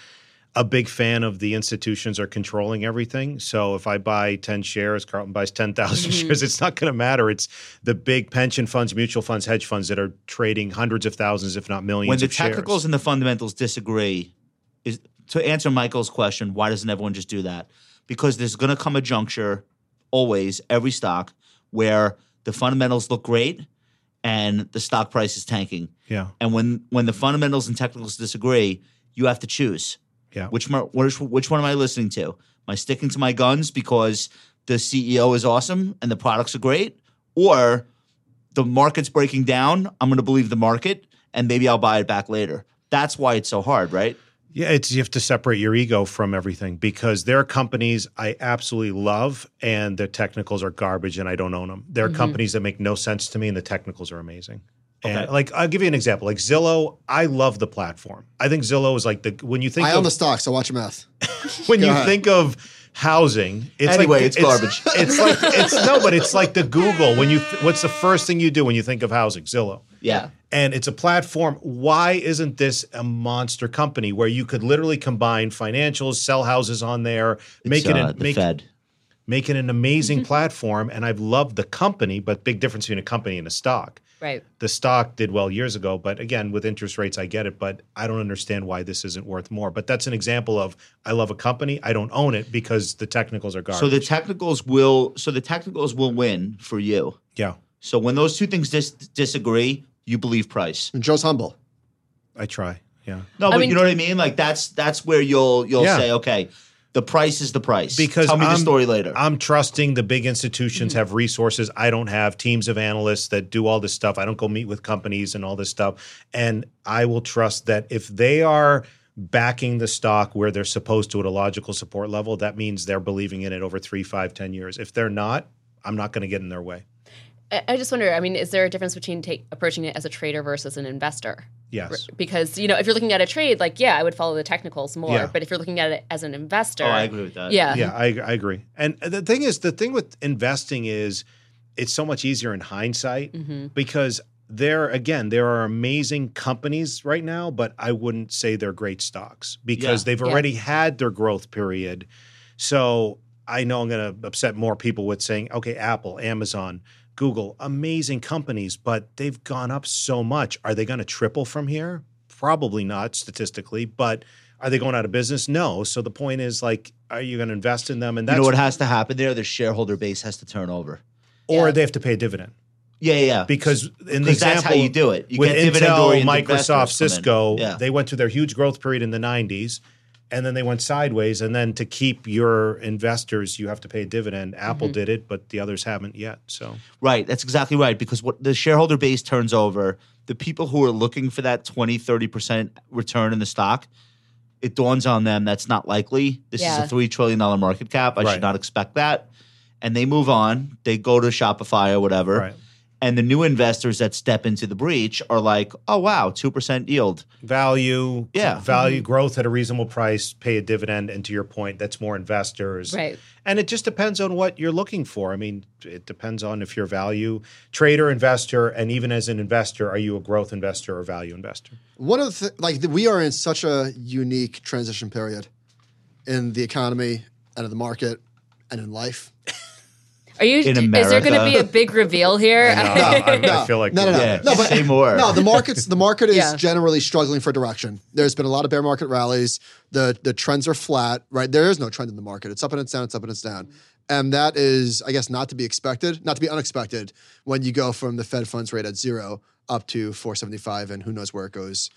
[SPEAKER 3] a big fan of the institutions are controlling everything. So if I buy 10 shares, Carlton buys 10,000 shares, it's not going to matter. It's the big pension funds, mutual funds, hedge funds that are trading hundreds of thousands, if not millions
[SPEAKER 1] When the
[SPEAKER 3] of shares.
[SPEAKER 1] technicals and the fundamentals disagree, is to answer Michael's question, why doesn't everyone just do that? Because there's going to come a juncture, always every stock, where the fundamentals look great and the stock price is tanking.
[SPEAKER 3] Yeah.
[SPEAKER 1] And when when the fundamentals and technicals disagree, you have to choose.
[SPEAKER 3] Yeah.
[SPEAKER 1] Which my, which which one am I listening to? Am I sticking to my guns because the CEO is awesome and the products are great, or the market's breaking down? I'm going to believe the market and maybe I'll buy it back later. That's why it's so hard, right?
[SPEAKER 3] Yeah, it's you have to separate your ego from everything because there are companies I absolutely love and their technicals are garbage and I don't own them. There are companies that make no sense to me and the technicals are amazing. And
[SPEAKER 1] Okay.
[SPEAKER 3] like I'll give you an example. Like Zillow, I love the platform. I think Zillow is like the when you think
[SPEAKER 4] I
[SPEAKER 3] of,
[SPEAKER 4] own the stock, so watch your mouth.
[SPEAKER 3] when
[SPEAKER 4] Go
[SPEAKER 3] you
[SPEAKER 4] ahead.
[SPEAKER 3] think of housing, it's
[SPEAKER 1] Anyway,
[SPEAKER 3] like,
[SPEAKER 1] it's garbage.
[SPEAKER 3] It's like it's no, but it's like the Google. When you th- what's the first thing you do when you think of housing? Zillow.
[SPEAKER 1] Yeah.
[SPEAKER 3] And it's a platform. Why isn't this a monster company where you could literally combine financials, sell houses on there, make
[SPEAKER 1] It's,
[SPEAKER 3] it
[SPEAKER 1] uh,
[SPEAKER 3] an,
[SPEAKER 1] the
[SPEAKER 3] make,
[SPEAKER 1] Fed.
[SPEAKER 3] make it an amazing platform? And I've loved the company, but big difference between a company and a stock.
[SPEAKER 2] Right.
[SPEAKER 3] The stock did well years ago, but again, with interest rates, I get it, but I don't understand why this isn't worth more. But that's an example of I love a company, I don't own it because the technicals are garbage.
[SPEAKER 1] So the technicals will so the technicals will win for you.
[SPEAKER 3] yeah,
[SPEAKER 1] So when those two things dis- disagree, you believe price.
[SPEAKER 4] And Joe's humble.
[SPEAKER 3] I try. Yeah.
[SPEAKER 1] No,
[SPEAKER 2] I
[SPEAKER 1] but
[SPEAKER 2] mean-
[SPEAKER 1] you know what I mean. Like that's that's where you'll you'll
[SPEAKER 3] Yeah.
[SPEAKER 1] say, okay, the price is the price.
[SPEAKER 3] Because
[SPEAKER 1] tell me
[SPEAKER 3] I'm-
[SPEAKER 1] the story later.
[SPEAKER 3] I'm trusting the big institutions have resources I don't have, teams of analysts that do all this stuff. I don't go meet with companies and all this stuff. And I will trust that if they are backing the stock where they're supposed to at a logical support level, that means they're believing in it over three, five, ten years. If they're not, I'm not going to get in their way.
[SPEAKER 2] I, I just wonder. I mean, is there a difference between take, approaching it as a trader versus an investor?
[SPEAKER 3] Yes.
[SPEAKER 2] Because you know, if you're looking at a trade, like yeah, I would follow the technicals more.
[SPEAKER 3] Yeah.
[SPEAKER 2] But if you're looking at it as an investor,
[SPEAKER 1] oh, I agree with that.
[SPEAKER 2] Yeah.
[SPEAKER 3] Yeah, I, I agree. And the thing is, the thing with investing is it's so much easier in hindsight
[SPEAKER 2] Mhm.
[SPEAKER 3] because there, again, there are amazing companies right now, but I wouldn't say they're great stocks because
[SPEAKER 1] Yeah.
[SPEAKER 3] they've
[SPEAKER 2] Yeah.
[SPEAKER 3] already had their growth period. So I know I'm going to upset more people with saying, okay, Apple, Amazon, Google, amazing companies, but they've gone up so much. Are they going to triple from here? Probably not statistically, but are they going out of business? No. So the point is like, are you going to invest in them? And
[SPEAKER 1] You
[SPEAKER 3] that's
[SPEAKER 1] know what has to happen there? The shareholder base has to turn over.
[SPEAKER 3] or
[SPEAKER 2] Yeah.
[SPEAKER 3] they have to pay a dividend
[SPEAKER 1] Yeah, yeah, yeah.
[SPEAKER 3] because in the
[SPEAKER 1] Because
[SPEAKER 3] example
[SPEAKER 1] that's how you do it. You
[SPEAKER 3] with
[SPEAKER 1] get dividend
[SPEAKER 3] Intel,
[SPEAKER 1] oriented
[SPEAKER 3] Microsoft,
[SPEAKER 1] investors come in.
[SPEAKER 3] Cisco,
[SPEAKER 1] Yeah.
[SPEAKER 3] they went through their huge growth period in the 90s and then they went sideways. And then to keep your investors, you have to pay a
[SPEAKER 1] Mm-hmm.
[SPEAKER 3] dividend. Apple did it, but the others haven't yet. So,
[SPEAKER 1] Right. That's exactly right. Because what the shareholder base turns over, the people who are looking for that 20, 30% return in the stock, it dawns on them that's not likely. This
[SPEAKER 2] Yeah.
[SPEAKER 1] is a $3 trillion market cap. I
[SPEAKER 3] Right.
[SPEAKER 1] should not expect that. And they move on. They go to Shopify or whatever.
[SPEAKER 3] Right.
[SPEAKER 1] And the new investors that step into the breach are like, oh, wow, 2% yield.
[SPEAKER 3] value,
[SPEAKER 1] Yeah. Mm-hmm.
[SPEAKER 3] value growth at a reasonable price, pay a dividend. And to your point, that's more investors.
[SPEAKER 2] right.
[SPEAKER 3] And it just depends on what you're looking for. I mean, it depends on if you're a value trader, investor, and even as an investor, are you a growth investor or value investor?
[SPEAKER 4] One of the like th- we are in such a unique transition period in the economy and in the market and in life.
[SPEAKER 2] Are you?
[SPEAKER 1] In
[SPEAKER 2] Is there going to
[SPEAKER 1] America.
[SPEAKER 2] be a big reveal here?
[SPEAKER 3] I, I feel like
[SPEAKER 4] no, no, no,
[SPEAKER 1] Yeah.
[SPEAKER 4] no, but
[SPEAKER 1] say more.
[SPEAKER 4] No, the markets the market is
[SPEAKER 2] Yeah.
[SPEAKER 4] generally struggling for direction. There's been a lot of bear market rallies. The the trends are flat, right? There is no trend in the market. It's up and it's down, it's up and it's down. And that is, I guess, not to be expected, not to be unexpected when you go from the Fed funds rate at zero up to 475 and who knows where it goes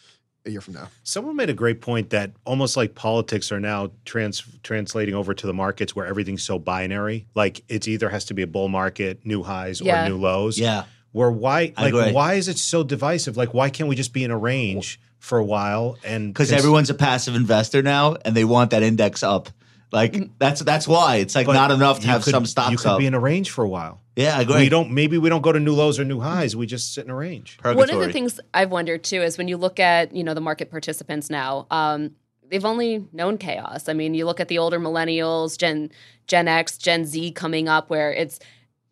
[SPEAKER 4] a year from now.
[SPEAKER 3] Someone made a great point that almost like politics are now trans- translating over to the markets where everything's so binary. Like it's either has to be a bull market, new highs,
[SPEAKER 2] Yeah.
[SPEAKER 3] or new lows.
[SPEAKER 1] Yeah.
[SPEAKER 3] Where why
[SPEAKER 1] I
[SPEAKER 3] like
[SPEAKER 1] agree.
[SPEAKER 3] why is it so divisive? Like why can't we just be in a range for a while and
[SPEAKER 1] Because
[SPEAKER 3] cons-
[SPEAKER 1] everyone's a passive investor now and they want that index up. Like that's that's why it's like not enough to
[SPEAKER 3] you
[SPEAKER 1] have
[SPEAKER 3] could-
[SPEAKER 1] some
[SPEAKER 3] you
[SPEAKER 1] stocks
[SPEAKER 3] could
[SPEAKER 1] up.
[SPEAKER 3] be in a range for a while.
[SPEAKER 1] yeah, I agree.
[SPEAKER 3] We don't maybe we don't go to new lows or new highs. We just sit in a range.
[SPEAKER 1] Purgatory.
[SPEAKER 2] One of the things I've wondered too is when you look at you know the market participants now, um, they've only known chaos. I mean, you look at the older millennials, Gen Gen X, Gen Z coming up, where it's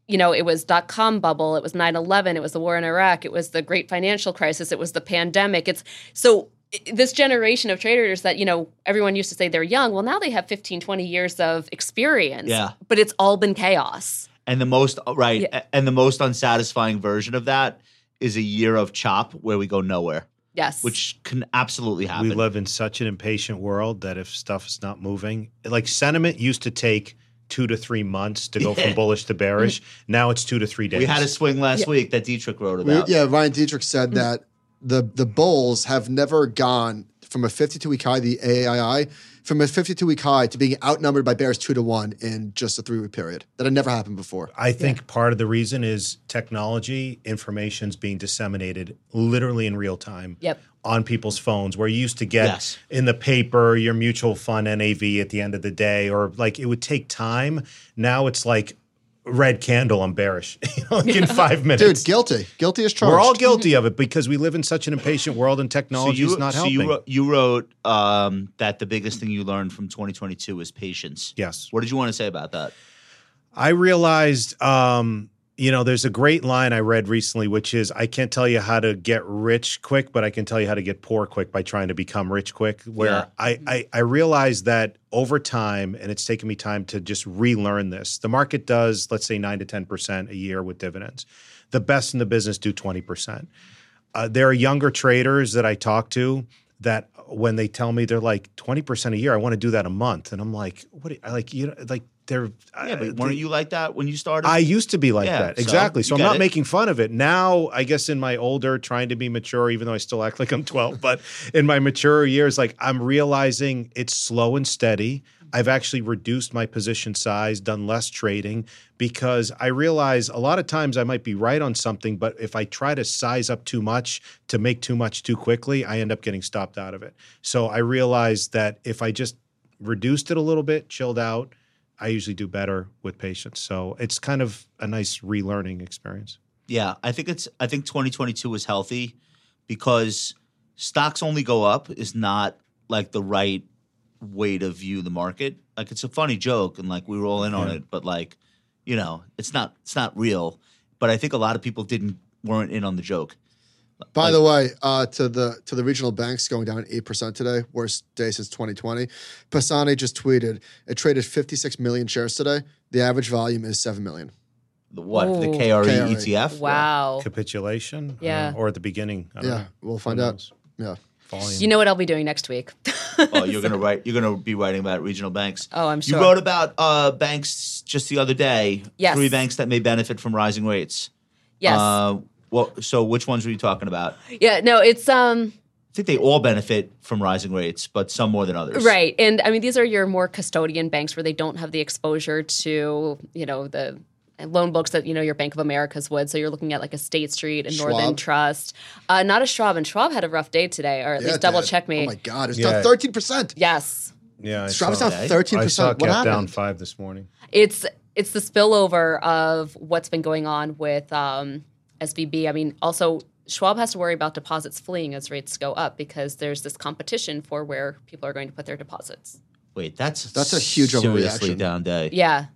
[SPEAKER 2] you know it was dot com bubble, it was 9-11, it was the war in Iraq, it was the great financial crisis, it was the pandemic. It's so i- this generation of traders that you know everyone used to say they're young well now they have 15 20 years of experience
[SPEAKER 1] Yeah.
[SPEAKER 2] but it's all been chaos
[SPEAKER 1] And the most uh, right,
[SPEAKER 2] Yeah.
[SPEAKER 1] and the most unsatisfying version of that is a year of chop where we go nowhere,
[SPEAKER 2] yes
[SPEAKER 1] which can absolutely happen.
[SPEAKER 3] We live in such an impatient world that if stuff is not moving, like sentiment used to take two to three months to go from
[SPEAKER 1] Yeah. Mm-hmm.
[SPEAKER 3] bullish to bearish. Now it's two to three days.
[SPEAKER 1] We had a swing last week that Dietrich wrote
[SPEAKER 4] We-
[SPEAKER 1] about.
[SPEAKER 4] yeah, Ryan Dietrich said that the the bulls have never gone from a 52 week high, the AII, from a 52 week high to being outnumbered by Bears two to one in just a three week period. That had never happened before.
[SPEAKER 3] I think part of the reason is technology, information's being disseminated literally in real time.
[SPEAKER 2] Yep.
[SPEAKER 3] On people's phones, where you used to get
[SPEAKER 1] Yes.
[SPEAKER 3] in the paper your mutual fund NAV at the end of the day, or like it would take time. Now it's like red candle on bearish you know, like in five
[SPEAKER 4] Dude,
[SPEAKER 3] minutes.
[SPEAKER 4] guilty. Guilty as charged.
[SPEAKER 3] We're all guilty of it because we live in such an impatient world and
[SPEAKER 1] So
[SPEAKER 3] technology
[SPEAKER 1] you,
[SPEAKER 3] is not
[SPEAKER 1] so
[SPEAKER 3] helping.
[SPEAKER 1] you uh, wrote, you wrote um, that the biggest thing you learned from 2022 is patience.
[SPEAKER 3] yes.
[SPEAKER 1] What did you want to say about that?
[SPEAKER 3] I realized, um, you know, there's a great line I read recently, which is I can't tell you how to get rich quick, but I can tell you how to get poor quick by trying to become rich quick. Where
[SPEAKER 1] Yeah.
[SPEAKER 3] I, I, I realized that over time, and it's taken me time to just relearn this. The market does, let's say, nine to 10% a year with dividends. The best in the business do 20%. Uh, there are younger traders that I talk to that when they tell me they're like 20% a year, I want to do that a month. And I'm like, what? do you- I like, you know, like they're, uh, I-
[SPEAKER 1] Yeah, but
[SPEAKER 3] they-
[SPEAKER 1] weren't you like that when you started?
[SPEAKER 3] I used to be like
[SPEAKER 1] Yeah,
[SPEAKER 3] that.
[SPEAKER 1] so
[SPEAKER 3] Exactly. So,
[SPEAKER 1] you
[SPEAKER 3] I'm
[SPEAKER 1] got
[SPEAKER 3] not
[SPEAKER 1] it.
[SPEAKER 3] making fun of it. Now, I guess in my older, trying to be mature, even though I still act like I'm 12, but in my mature years, like I'm realizing it's slow and steady. I've actually reduced my position size, done less trading because I realize a lot of times I might be right on something, but if I try to size up too much to make too much too quickly, I end up getting stopped out of it. So I realized that if I just reduced it a little bit, chilled out, I usually do better with patients. So it's kind of a nice relearning experience.
[SPEAKER 1] Yeah, I think it's I think 2022 was healthy because stocks only go up is not like the right way to view the market. Like it's a funny joke and like we were all in on
[SPEAKER 3] Yeah.
[SPEAKER 1] it, but like, you know, it's not it's not real. But I think a lot of people didn't weren't in on the joke.
[SPEAKER 4] By the way, uh, to the to the regional banks going down eight percent today, worst day since 2020. Pisani just tweeted it traded 56 million shares today. The average volume is seven million.
[SPEAKER 1] The what? The E
[SPEAKER 2] Ooh.
[SPEAKER 1] KRE,
[SPEAKER 4] KRE.
[SPEAKER 1] ETF?
[SPEAKER 2] Wow.
[SPEAKER 3] Capitulation?
[SPEAKER 2] Yeah.
[SPEAKER 3] Uh, or at the beginning. I don't
[SPEAKER 4] Yeah,
[SPEAKER 3] know.
[SPEAKER 4] we'll find
[SPEAKER 3] Who
[SPEAKER 4] out.
[SPEAKER 3] knows?
[SPEAKER 4] Yeah,
[SPEAKER 3] Volume.
[SPEAKER 2] You know what I'll be doing next week.
[SPEAKER 1] Oh, you're gonna write you're gonna be writing about regional banks.
[SPEAKER 2] Oh, I'm
[SPEAKER 1] You
[SPEAKER 2] sure.
[SPEAKER 1] wrote about uh, banks just the other day.
[SPEAKER 2] Yes.
[SPEAKER 1] Three banks that may benefit from rising rates.
[SPEAKER 2] yes.
[SPEAKER 1] Uh, well, so which ones were you talking about?
[SPEAKER 2] yeah. No, it's um
[SPEAKER 1] I think they all benefit from rising rates, but some more than others.
[SPEAKER 2] right. And I mean these are your more custodian banks where they don't have the exposure to, you know, the loan books that you know your Bank of America's would. So you're looking at like a State Street and Northern
[SPEAKER 4] Schwab?
[SPEAKER 2] Trust. Uh, not a Schwab and Schwab had a rough day today, or at
[SPEAKER 4] Yeah,
[SPEAKER 2] least double
[SPEAKER 4] dude.
[SPEAKER 2] check me.
[SPEAKER 4] Oh my god, it's
[SPEAKER 3] Yeah.
[SPEAKER 4] down 13 percent.
[SPEAKER 2] Yes.
[SPEAKER 3] yeah. I
[SPEAKER 4] Strava's
[SPEAKER 3] saw,
[SPEAKER 4] down
[SPEAKER 1] that.
[SPEAKER 4] 13
[SPEAKER 3] I saw
[SPEAKER 4] percent.
[SPEAKER 3] it
[SPEAKER 4] What
[SPEAKER 3] get down
[SPEAKER 4] happened?
[SPEAKER 3] five this morning.
[SPEAKER 2] it's it's the spillover of what's been going on with um, SVB. I mean, also Schwab has to worry about deposits fleeing as rates go up because there's this competition for where people are going to put their deposits.
[SPEAKER 1] Wait, that's
[SPEAKER 4] That's a huge
[SPEAKER 1] seriously
[SPEAKER 4] overreaction.
[SPEAKER 1] down day.
[SPEAKER 2] Yeah,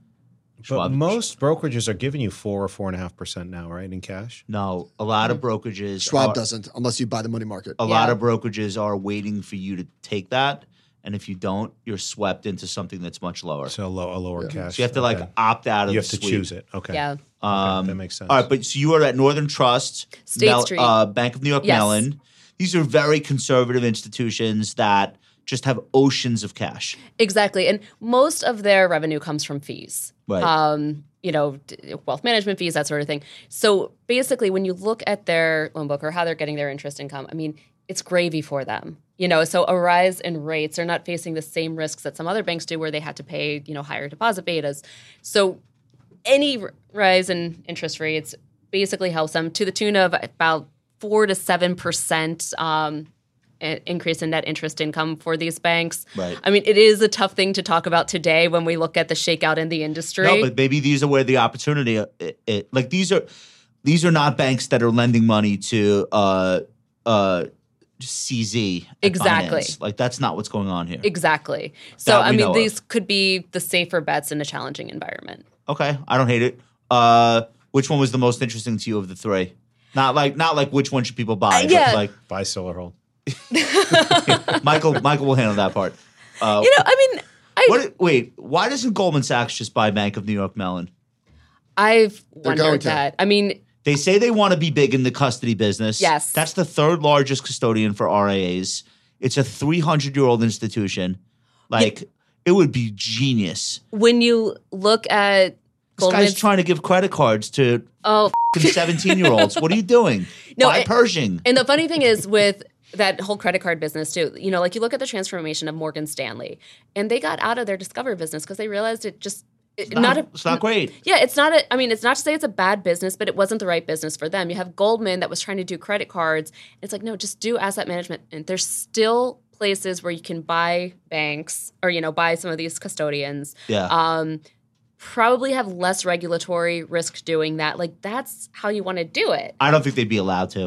[SPEAKER 3] But
[SPEAKER 1] Schwab-
[SPEAKER 3] most brokerages are giving you four or four and a half percent now, right? In cash.
[SPEAKER 1] No, a lot of brokerages.
[SPEAKER 4] Schwab
[SPEAKER 3] Uh,
[SPEAKER 1] are,
[SPEAKER 4] doesn't unless you buy the money market.
[SPEAKER 3] Oh.
[SPEAKER 1] A lot
[SPEAKER 2] Yeah.
[SPEAKER 1] of brokerages are waiting for you to take that, and if you don't, you're swept into something that's much lower. So,
[SPEAKER 3] So low, a lower cash.
[SPEAKER 1] you have to like
[SPEAKER 3] Okay.
[SPEAKER 1] opt out of.
[SPEAKER 3] you
[SPEAKER 1] the
[SPEAKER 3] have to
[SPEAKER 1] sweep.
[SPEAKER 3] choose it. Okay.
[SPEAKER 2] yeah.
[SPEAKER 1] Um,
[SPEAKER 3] that makes sense.
[SPEAKER 1] All right, but so you are at Northern Trust,
[SPEAKER 2] State Street.
[SPEAKER 1] uh, Bank of New York
[SPEAKER 2] Yes.
[SPEAKER 1] Mellon. These are very conservative institutions that just have oceans of cash.
[SPEAKER 2] Exactly. And most of their revenue comes from fees.
[SPEAKER 1] Right.
[SPEAKER 2] Um, you know, d- wealth management fees, that sort of thing. So basically, when you look at their loan book or how they're getting their interest income, I mean, it's gravy for them. You know, so a rise in rates, they're not facing the same risks that some other banks do where they had to pay, you know, higher deposit betas. So any r- rise in interest rates basically helps them to the tune of about four to 7% um, i- increase in net interest income for these banks.
[SPEAKER 1] Right.
[SPEAKER 2] I mean, it is a tough thing to talk about today when we look at the shakeout in the industry.
[SPEAKER 1] No, but maybe these are where the opportunity. uh, It, it- like these are these are not banks that are lending money to uh uh CZ at
[SPEAKER 2] Exactly.
[SPEAKER 1] Binance. Like that's not what's going on here.
[SPEAKER 2] exactly. So,
[SPEAKER 1] That we
[SPEAKER 2] I
[SPEAKER 1] know
[SPEAKER 2] mean,
[SPEAKER 1] of.
[SPEAKER 2] these could be the safer bets in a challenging environment.
[SPEAKER 1] okay, I don't hate it. Uh, which one was the most interesting to you of the three? Not like not like which one should people buy.
[SPEAKER 2] Uh,
[SPEAKER 1] but,
[SPEAKER 2] yeah.
[SPEAKER 1] Like
[SPEAKER 3] Buy, sell, or hold.
[SPEAKER 1] Michael Michael will handle that part. Uh,
[SPEAKER 2] You know, I mean, I,
[SPEAKER 1] what? Wait, why doesn't Goldman Sachs just buy Bank of New York Mellon?
[SPEAKER 2] I've
[SPEAKER 4] going
[SPEAKER 2] wondered
[SPEAKER 4] to.
[SPEAKER 2] that. I mean,
[SPEAKER 1] They say they want to be big in the custody business.
[SPEAKER 2] Yes.
[SPEAKER 1] That's the third largest custodian for RIAs. It's a 300 year old institution. Like, it would be genius.
[SPEAKER 2] when you look at
[SPEAKER 1] This
[SPEAKER 2] Goldman,
[SPEAKER 1] guy's trying to give credit cards to
[SPEAKER 2] oh,
[SPEAKER 1] 17 year olds. What are you doing?
[SPEAKER 2] No,
[SPEAKER 1] Buy
[SPEAKER 2] it-
[SPEAKER 1] Pershing.
[SPEAKER 2] And the funny thing is, with that whole credit card business too. You know, like you look at the transformation of Morgan Stanley, and they got out of their Discover business because they realized it just it, not a
[SPEAKER 1] Oh, it's not great.
[SPEAKER 2] yeah, it's not a. I mean, it's not to say it's a bad business, but it wasn't the right business for them. You have Goldman that was trying to do credit cards. It's like no, just do asset management. And there's still places where you can buy banks or you know buy some of these custodians.
[SPEAKER 1] Yeah.
[SPEAKER 2] Um, probably have less regulatory risk doing that. Like that's how you want to do it.
[SPEAKER 1] I don't think they'd be allowed to.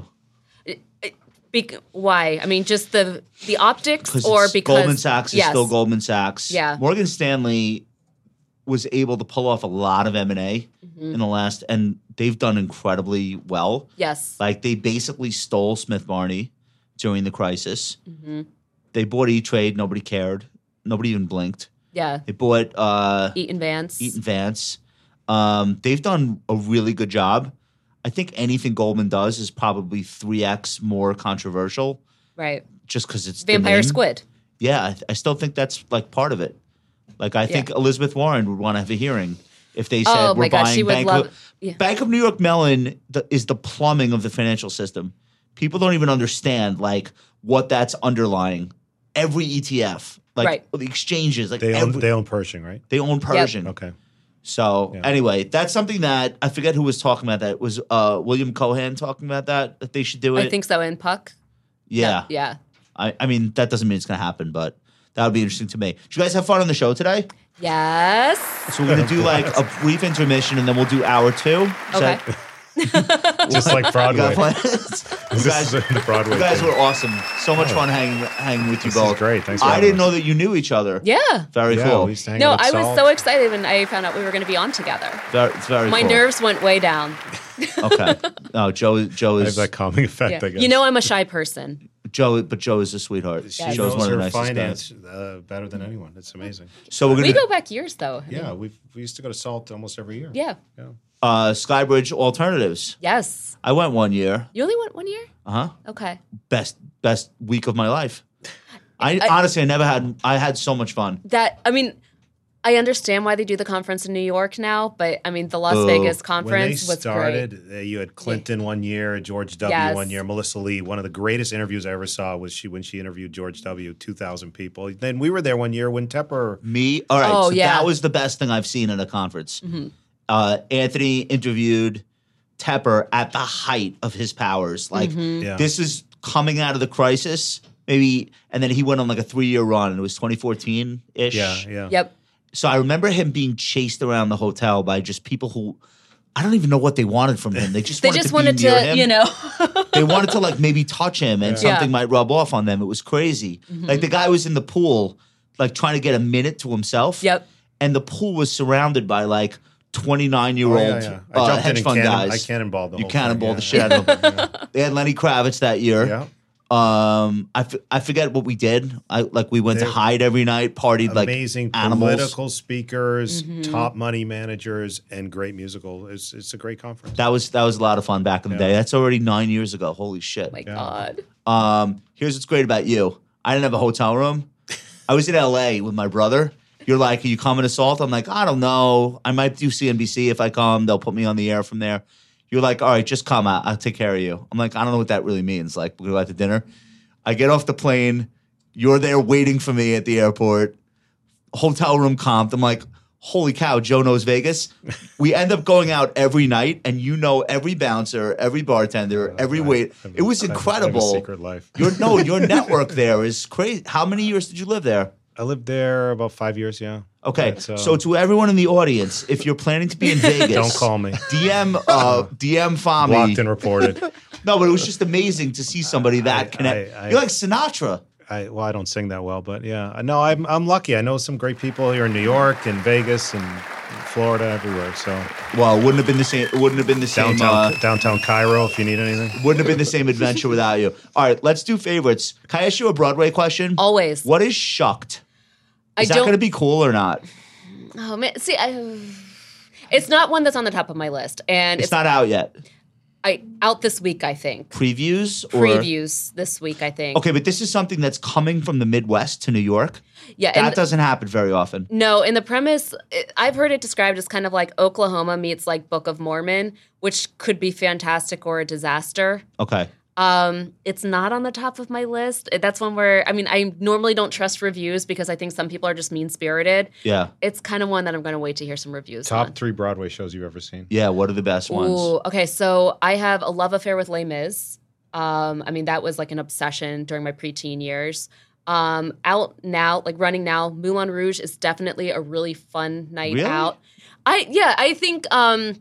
[SPEAKER 2] Bec- why? I mean, just the the optics, or
[SPEAKER 1] it's-
[SPEAKER 2] because
[SPEAKER 1] Goldman Sachs
[SPEAKER 2] yes.
[SPEAKER 1] is still Goldman Sachs.
[SPEAKER 2] Yeah.
[SPEAKER 1] Morgan Stanley was able to pull off a lot of M and A
[SPEAKER 2] Mm-hmm.
[SPEAKER 1] in the last, and they've done incredibly well.
[SPEAKER 2] Yes.
[SPEAKER 1] Like they basically stole Smith Barney during the crisis. They bought E Trade. Nobody cared. Nobody even blinked.
[SPEAKER 2] Yeah.
[SPEAKER 1] They bought uh,
[SPEAKER 2] Eaton Vance.
[SPEAKER 1] Eaton Vance. Um, they've done a really good job. I think anything Goldman does is probably three x more controversial,
[SPEAKER 2] Right.
[SPEAKER 1] just because it's the
[SPEAKER 2] Vampire
[SPEAKER 1] name.
[SPEAKER 2] Squid.
[SPEAKER 1] Yeah, I, th- I still think that's like part of it. Like I think Elizabeth Warren would want to have a hearing if they said
[SPEAKER 2] Oh
[SPEAKER 1] we're
[SPEAKER 2] my gosh,
[SPEAKER 1] buying
[SPEAKER 2] she would
[SPEAKER 1] Bank
[SPEAKER 2] love-
[SPEAKER 1] of
[SPEAKER 2] yeah.
[SPEAKER 1] Bank of New York Mellon the, is the plumbing of the financial system. People don't even understand like what that's underlying. Every ETF, like
[SPEAKER 2] Right.
[SPEAKER 1] the exchanges, like
[SPEAKER 3] They
[SPEAKER 1] every-
[SPEAKER 3] own, they own Pershing, right?
[SPEAKER 1] they own Persian.
[SPEAKER 3] Okay.
[SPEAKER 1] So
[SPEAKER 3] Yeah.
[SPEAKER 1] anyway, that's something that I forget who was talking about. That was uh, William Cohen talking about that that they should do it.
[SPEAKER 2] I think so. And Puck.
[SPEAKER 1] yeah.
[SPEAKER 2] Yeah.
[SPEAKER 1] I, I mean that doesn't mean it's gonna happen, but that would be interesting to me. Did you guys have fun on the show today?
[SPEAKER 2] Yes.
[SPEAKER 1] So we're gonna do like a brief intermission and then we'll do hour two. Is
[SPEAKER 2] Okay.
[SPEAKER 1] that-
[SPEAKER 3] Just like
[SPEAKER 1] you got
[SPEAKER 3] Broadway.
[SPEAKER 1] plans? you
[SPEAKER 3] This
[SPEAKER 1] guys,
[SPEAKER 3] is the Broadway.
[SPEAKER 1] you guys
[SPEAKER 3] thing.
[SPEAKER 1] were awesome. So much fun hanging hanging with you
[SPEAKER 3] This is
[SPEAKER 1] both.
[SPEAKER 3] great. Thanks for
[SPEAKER 1] I
[SPEAKER 3] having
[SPEAKER 1] didn't
[SPEAKER 3] us.
[SPEAKER 1] know that you knew each other.
[SPEAKER 2] Yeah.
[SPEAKER 1] Very
[SPEAKER 3] Yeah,
[SPEAKER 1] cool.
[SPEAKER 3] we used to hang
[SPEAKER 2] No,
[SPEAKER 3] out at
[SPEAKER 2] I was
[SPEAKER 3] Salt.
[SPEAKER 2] so excited when I found out we were going to be on together.
[SPEAKER 1] Very, it's very
[SPEAKER 2] My
[SPEAKER 1] cool.
[SPEAKER 2] nerves went way down.
[SPEAKER 1] Okay. No, Joe. is- Joe
[SPEAKER 3] I have
[SPEAKER 1] is
[SPEAKER 3] that calming effect,
[SPEAKER 2] Yeah.
[SPEAKER 3] I guess.
[SPEAKER 2] You know, I'm a shy person.
[SPEAKER 1] Joe, but Joe is a sweetheart.
[SPEAKER 3] she
[SPEAKER 2] Yes.
[SPEAKER 1] Joe's
[SPEAKER 3] knows
[SPEAKER 1] one of the
[SPEAKER 3] her
[SPEAKER 1] nicest
[SPEAKER 3] finance uh, better than anyone. It's amazing.
[SPEAKER 1] guys. So we're gonna
[SPEAKER 2] We go back years, though.
[SPEAKER 3] Yeah, we we used to go to Salt almost every year.
[SPEAKER 2] Yeah.
[SPEAKER 3] yeah.
[SPEAKER 1] uh, Skybridge alternatives.
[SPEAKER 2] Yes.
[SPEAKER 1] I went one year.
[SPEAKER 2] You only went one year?
[SPEAKER 1] Uh huh.
[SPEAKER 2] Okay.
[SPEAKER 1] Best best week of my life. I,
[SPEAKER 2] I-
[SPEAKER 1] honestly, I never had. I had so much fun.
[SPEAKER 2] That, I mean, I understand why they do the conference in New York now, but I mean, the Las
[SPEAKER 1] Oh.
[SPEAKER 2] Vegas
[SPEAKER 3] When they
[SPEAKER 2] conference was
[SPEAKER 3] started,
[SPEAKER 2] great.
[SPEAKER 3] uh, you had Clinton one year, George W
[SPEAKER 2] Yes.
[SPEAKER 3] one year, Melissa Lee. One of the greatest interviews I ever saw was she when she interviewed George W. Two thousand people. Then we were there one year when Tepper.
[SPEAKER 1] Me, all right. so
[SPEAKER 2] Oh, yeah. Mm-hmm.
[SPEAKER 1] that was the best thing I've seen at a conference. Uh, Anthony interviewed Tepper at the height of his powers. Like
[SPEAKER 2] Mm-hmm.
[SPEAKER 3] Yeah.
[SPEAKER 1] this is coming out of the crisis, maybe. And then he went on like a three year run. and It was 2014 ish.
[SPEAKER 3] Yeah, yeah.
[SPEAKER 2] Yep.
[SPEAKER 1] So I remember him being chased around the hotel by just people who. I don't even know what they wanted from him. They just
[SPEAKER 2] They
[SPEAKER 1] wanted
[SPEAKER 2] just
[SPEAKER 1] to
[SPEAKER 2] wanted
[SPEAKER 1] be near
[SPEAKER 2] to,
[SPEAKER 1] him.
[SPEAKER 2] you know. Oh
[SPEAKER 1] they wanted to like maybe touch him and
[SPEAKER 2] Yeah. Mm-hmm.
[SPEAKER 1] something might rub off on them. It was crazy. Like the guy was in the pool, like trying to get a minute to himself.
[SPEAKER 2] Yep.
[SPEAKER 1] And the pool was surrounded by like 29 year old
[SPEAKER 3] Oh, yeah, yeah. I
[SPEAKER 1] uh,
[SPEAKER 3] jumped in
[SPEAKER 1] hedge
[SPEAKER 3] and
[SPEAKER 1] fund
[SPEAKER 3] cannon-
[SPEAKER 1] guys.
[SPEAKER 3] I cannonballed the
[SPEAKER 1] you
[SPEAKER 3] whole thing,
[SPEAKER 1] cannonball
[SPEAKER 3] yeah.
[SPEAKER 1] the shit out of them. They had Lenny Kravitz that year.
[SPEAKER 3] Yeah.
[SPEAKER 1] Um, I, f- I forget what we did. I like we went
[SPEAKER 3] They-
[SPEAKER 1] to hide every night, partied
[SPEAKER 3] amazing
[SPEAKER 1] like animals.
[SPEAKER 3] political speakers,
[SPEAKER 2] Mm-hmm.
[SPEAKER 3] top money managers, and great musical. It's it's a great conference.
[SPEAKER 1] That was that was a lot of fun back in the
[SPEAKER 3] Yeah.
[SPEAKER 1] day. That's already nine years ago. Holy shit!
[SPEAKER 2] my God.
[SPEAKER 1] Um, here's what's great about you. I didn't have a hotel room. I was in LA with my brother. You're like, are you coming to Salt? I'm like, I don't know. I might do CNBC if I come. They'll put me on the air from there. You're like, all right, just come. I- I'll take care of you. I'm like, I don't know what that really means. Like, we go out to dinner. I get off the plane. You're there waiting for me at the airport. Hotel room comped. I'm like, holy cow, Joe knows Vegas. We end up going out every night, and you know every bouncer, every bartender, every wait.
[SPEAKER 3] Oh, I've-
[SPEAKER 1] It was
[SPEAKER 3] I've- I've a
[SPEAKER 1] incredible.
[SPEAKER 3] secret life.
[SPEAKER 1] Your no, your network there is crazy. How many years did you live there?
[SPEAKER 3] I lived there about five years. Yeah.
[SPEAKER 1] Okay,
[SPEAKER 3] That's,
[SPEAKER 1] so,
[SPEAKER 3] uh,
[SPEAKER 1] to everyone in the audience, if you're planning to be in Vegas,
[SPEAKER 3] don't call me.
[SPEAKER 1] DM uh, DM
[SPEAKER 3] Blocked and
[SPEAKER 1] Fami.
[SPEAKER 3] reported.
[SPEAKER 1] No, but it was just amazing to see somebody that
[SPEAKER 3] I-
[SPEAKER 1] connect.
[SPEAKER 3] I- I-
[SPEAKER 1] you're like Sinatra.
[SPEAKER 3] I well, I don't sing that well, but yeah, I know I'm I'm lucky. I know some great people here in New York and Vegas and Florida, everywhere. So
[SPEAKER 1] Well, it wouldn't have been the same. It wouldn't have been the same.
[SPEAKER 3] downtown
[SPEAKER 1] Uh,
[SPEAKER 3] downtown Cairo, if you need anything.
[SPEAKER 1] wouldn't have been the same adventure without you. All right, let's do favorites. Can I ask you a Broadway question?
[SPEAKER 2] Always.
[SPEAKER 1] What is shucked?
[SPEAKER 2] I
[SPEAKER 1] Is that
[SPEAKER 2] don't.
[SPEAKER 1] going to be cool or not?
[SPEAKER 2] oh, man. See, I. It's not one that's on the top of my list, and
[SPEAKER 1] It's,
[SPEAKER 2] it's,
[SPEAKER 1] not out yet.
[SPEAKER 2] I, out this week. I think
[SPEAKER 1] Previews or
[SPEAKER 2] previews this week. I think.
[SPEAKER 1] Okay, but this is something that's coming from the Midwest to New York.
[SPEAKER 2] Yeah.
[SPEAKER 1] That
[SPEAKER 2] and-
[SPEAKER 1] doesn't happen very often.
[SPEAKER 2] No, in the premise, it, I've heard it described as kind of like Oklahoma meets like Book of Mormon, which could be fantastic or a disaster.
[SPEAKER 1] Okay.
[SPEAKER 2] Um, it's not on the top of my list. That's one where I mean, I normally don't trust reviews because I think some people are just mean spirited.
[SPEAKER 1] Yeah.
[SPEAKER 2] It's kind of one that I'm going to wait to hear some reviews. on.
[SPEAKER 3] Top three Broadway shows you've ever seen.
[SPEAKER 1] Yeah. What are the best ones?
[SPEAKER 2] Ooh, okay. So I have a love affair with Les Mis. Um, I mean, that was like an obsession during my preteen years. Um, out now, like running now, Moulin Rouge is definitely a really fun night
[SPEAKER 1] Really?
[SPEAKER 2] out. I yeah, I think um,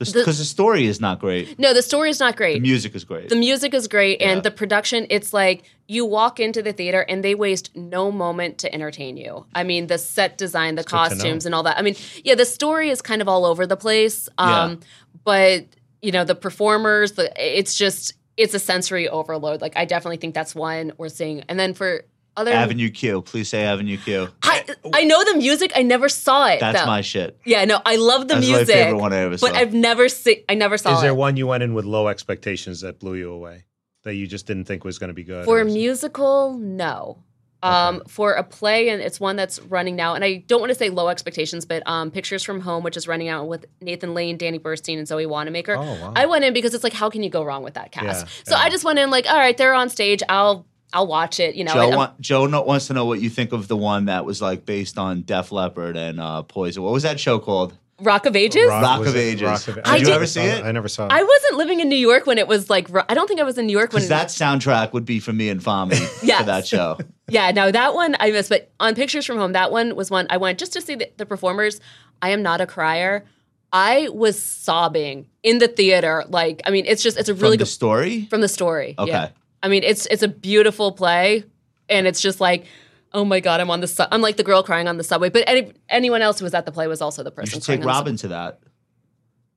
[SPEAKER 1] Because
[SPEAKER 2] the-
[SPEAKER 1] the, story is not great.
[SPEAKER 2] no, the story is not great.
[SPEAKER 1] The music is great.
[SPEAKER 2] The music is great,
[SPEAKER 1] Yeah.
[SPEAKER 2] and the production. It's like you walk into the theater, and they waste no moment to entertain you. I mean, the set design, the
[SPEAKER 3] good to know.
[SPEAKER 2] costumes, and all that. I mean, yeah, the story is kind of all over the place. Um,
[SPEAKER 1] Yeah.
[SPEAKER 2] but you know, the performers, the it's just it's a sensory overload. Like I definitely think that's one we're seeing. And then for other,
[SPEAKER 1] Avenue Q. Please say Avenue Q.
[SPEAKER 2] I, I know the music. I never saw it.
[SPEAKER 1] That's
[SPEAKER 2] though.
[SPEAKER 1] my shit.
[SPEAKER 2] Yeah, no, I love the
[SPEAKER 1] That's
[SPEAKER 2] music.
[SPEAKER 1] my favorite one I ever saw.
[SPEAKER 2] But I've never seen. I never saw
[SPEAKER 3] Is there
[SPEAKER 2] it.
[SPEAKER 3] one you went in with low expectations that blew you away that you just didn't think was going to be good?
[SPEAKER 2] For
[SPEAKER 3] or
[SPEAKER 2] a
[SPEAKER 3] is-
[SPEAKER 2] musical, no. Um, For a play, and it's one that's running now, and I don't want to say low expectations, but um, Pictures from Home, which is running out with Nathan Lane, Danny Burstein, and Zoe Wanamaker.
[SPEAKER 3] Oh, wow.
[SPEAKER 2] I went in because it's like, how can you go wrong with that cast?
[SPEAKER 3] Yeah,
[SPEAKER 2] so
[SPEAKER 3] yeah.
[SPEAKER 2] I just went in like, all right, they're on stage. I'll I'll watch it. You know,
[SPEAKER 1] Joe,
[SPEAKER 2] and I'm-
[SPEAKER 1] wa- Joe no- wants to know what you think of the one that was like based on Def Leppard and uh, Poison. What was that show called?
[SPEAKER 2] Rock of Ages.
[SPEAKER 1] Rock
[SPEAKER 3] was
[SPEAKER 1] of
[SPEAKER 3] it
[SPEAKER 1] Ages.
[SPEAKER 3] Rock of-
[SPEAKER 1] Did
[SPEAKER 3] I
[SPEAKER 2] you
[SPEAKER 3] never
[SPEAKER 1] ever
[SPEAKER 3] saw
[SPEAKER 1] see
[SPEAKER 3] that.
[SPEAKER 1] it?
[SPEAKER 3] I never saw it.
[SPEAKER 2] I wasn't living in New York when it was like. ro- I don't think I was in New York when
[SPEAKER 1] Because that soundtrack would be for me and Fami for
[SPEAKER 2] Yes.
[SPEAKER 1] that show.
[SPEAKER 2] Yeah, no, that one I missed. But on Pictures from Home, that one was one I went just to see the, the performers. I am not a crier. I was sobbing in the theater. Like, I mean, it's just it's a
[SPEAKER 1] From
[SPEAKER 2] really
[SPEAKER 1] the
[SPEAKER 2] good
[SPEAKER 1] story?
[SPEAKER 2] from the story.
[SPEAKER 1] Okay.
[SPEAKER 2] yeah. I mean, it's it's a beautiful play, and it's just like, oh my god, I'm on the su- I'm like the girl crying on the subway. But any, anyone else who was at the play was also the
[SPEAKER 1] You
[SPEAKER 2] person.
[SPEAKER 1] should
[SPEAKER 2] crying
[SPEAKER 1] take
[SPEAKER 2] on the
[SPEAKER 1] Robin to that.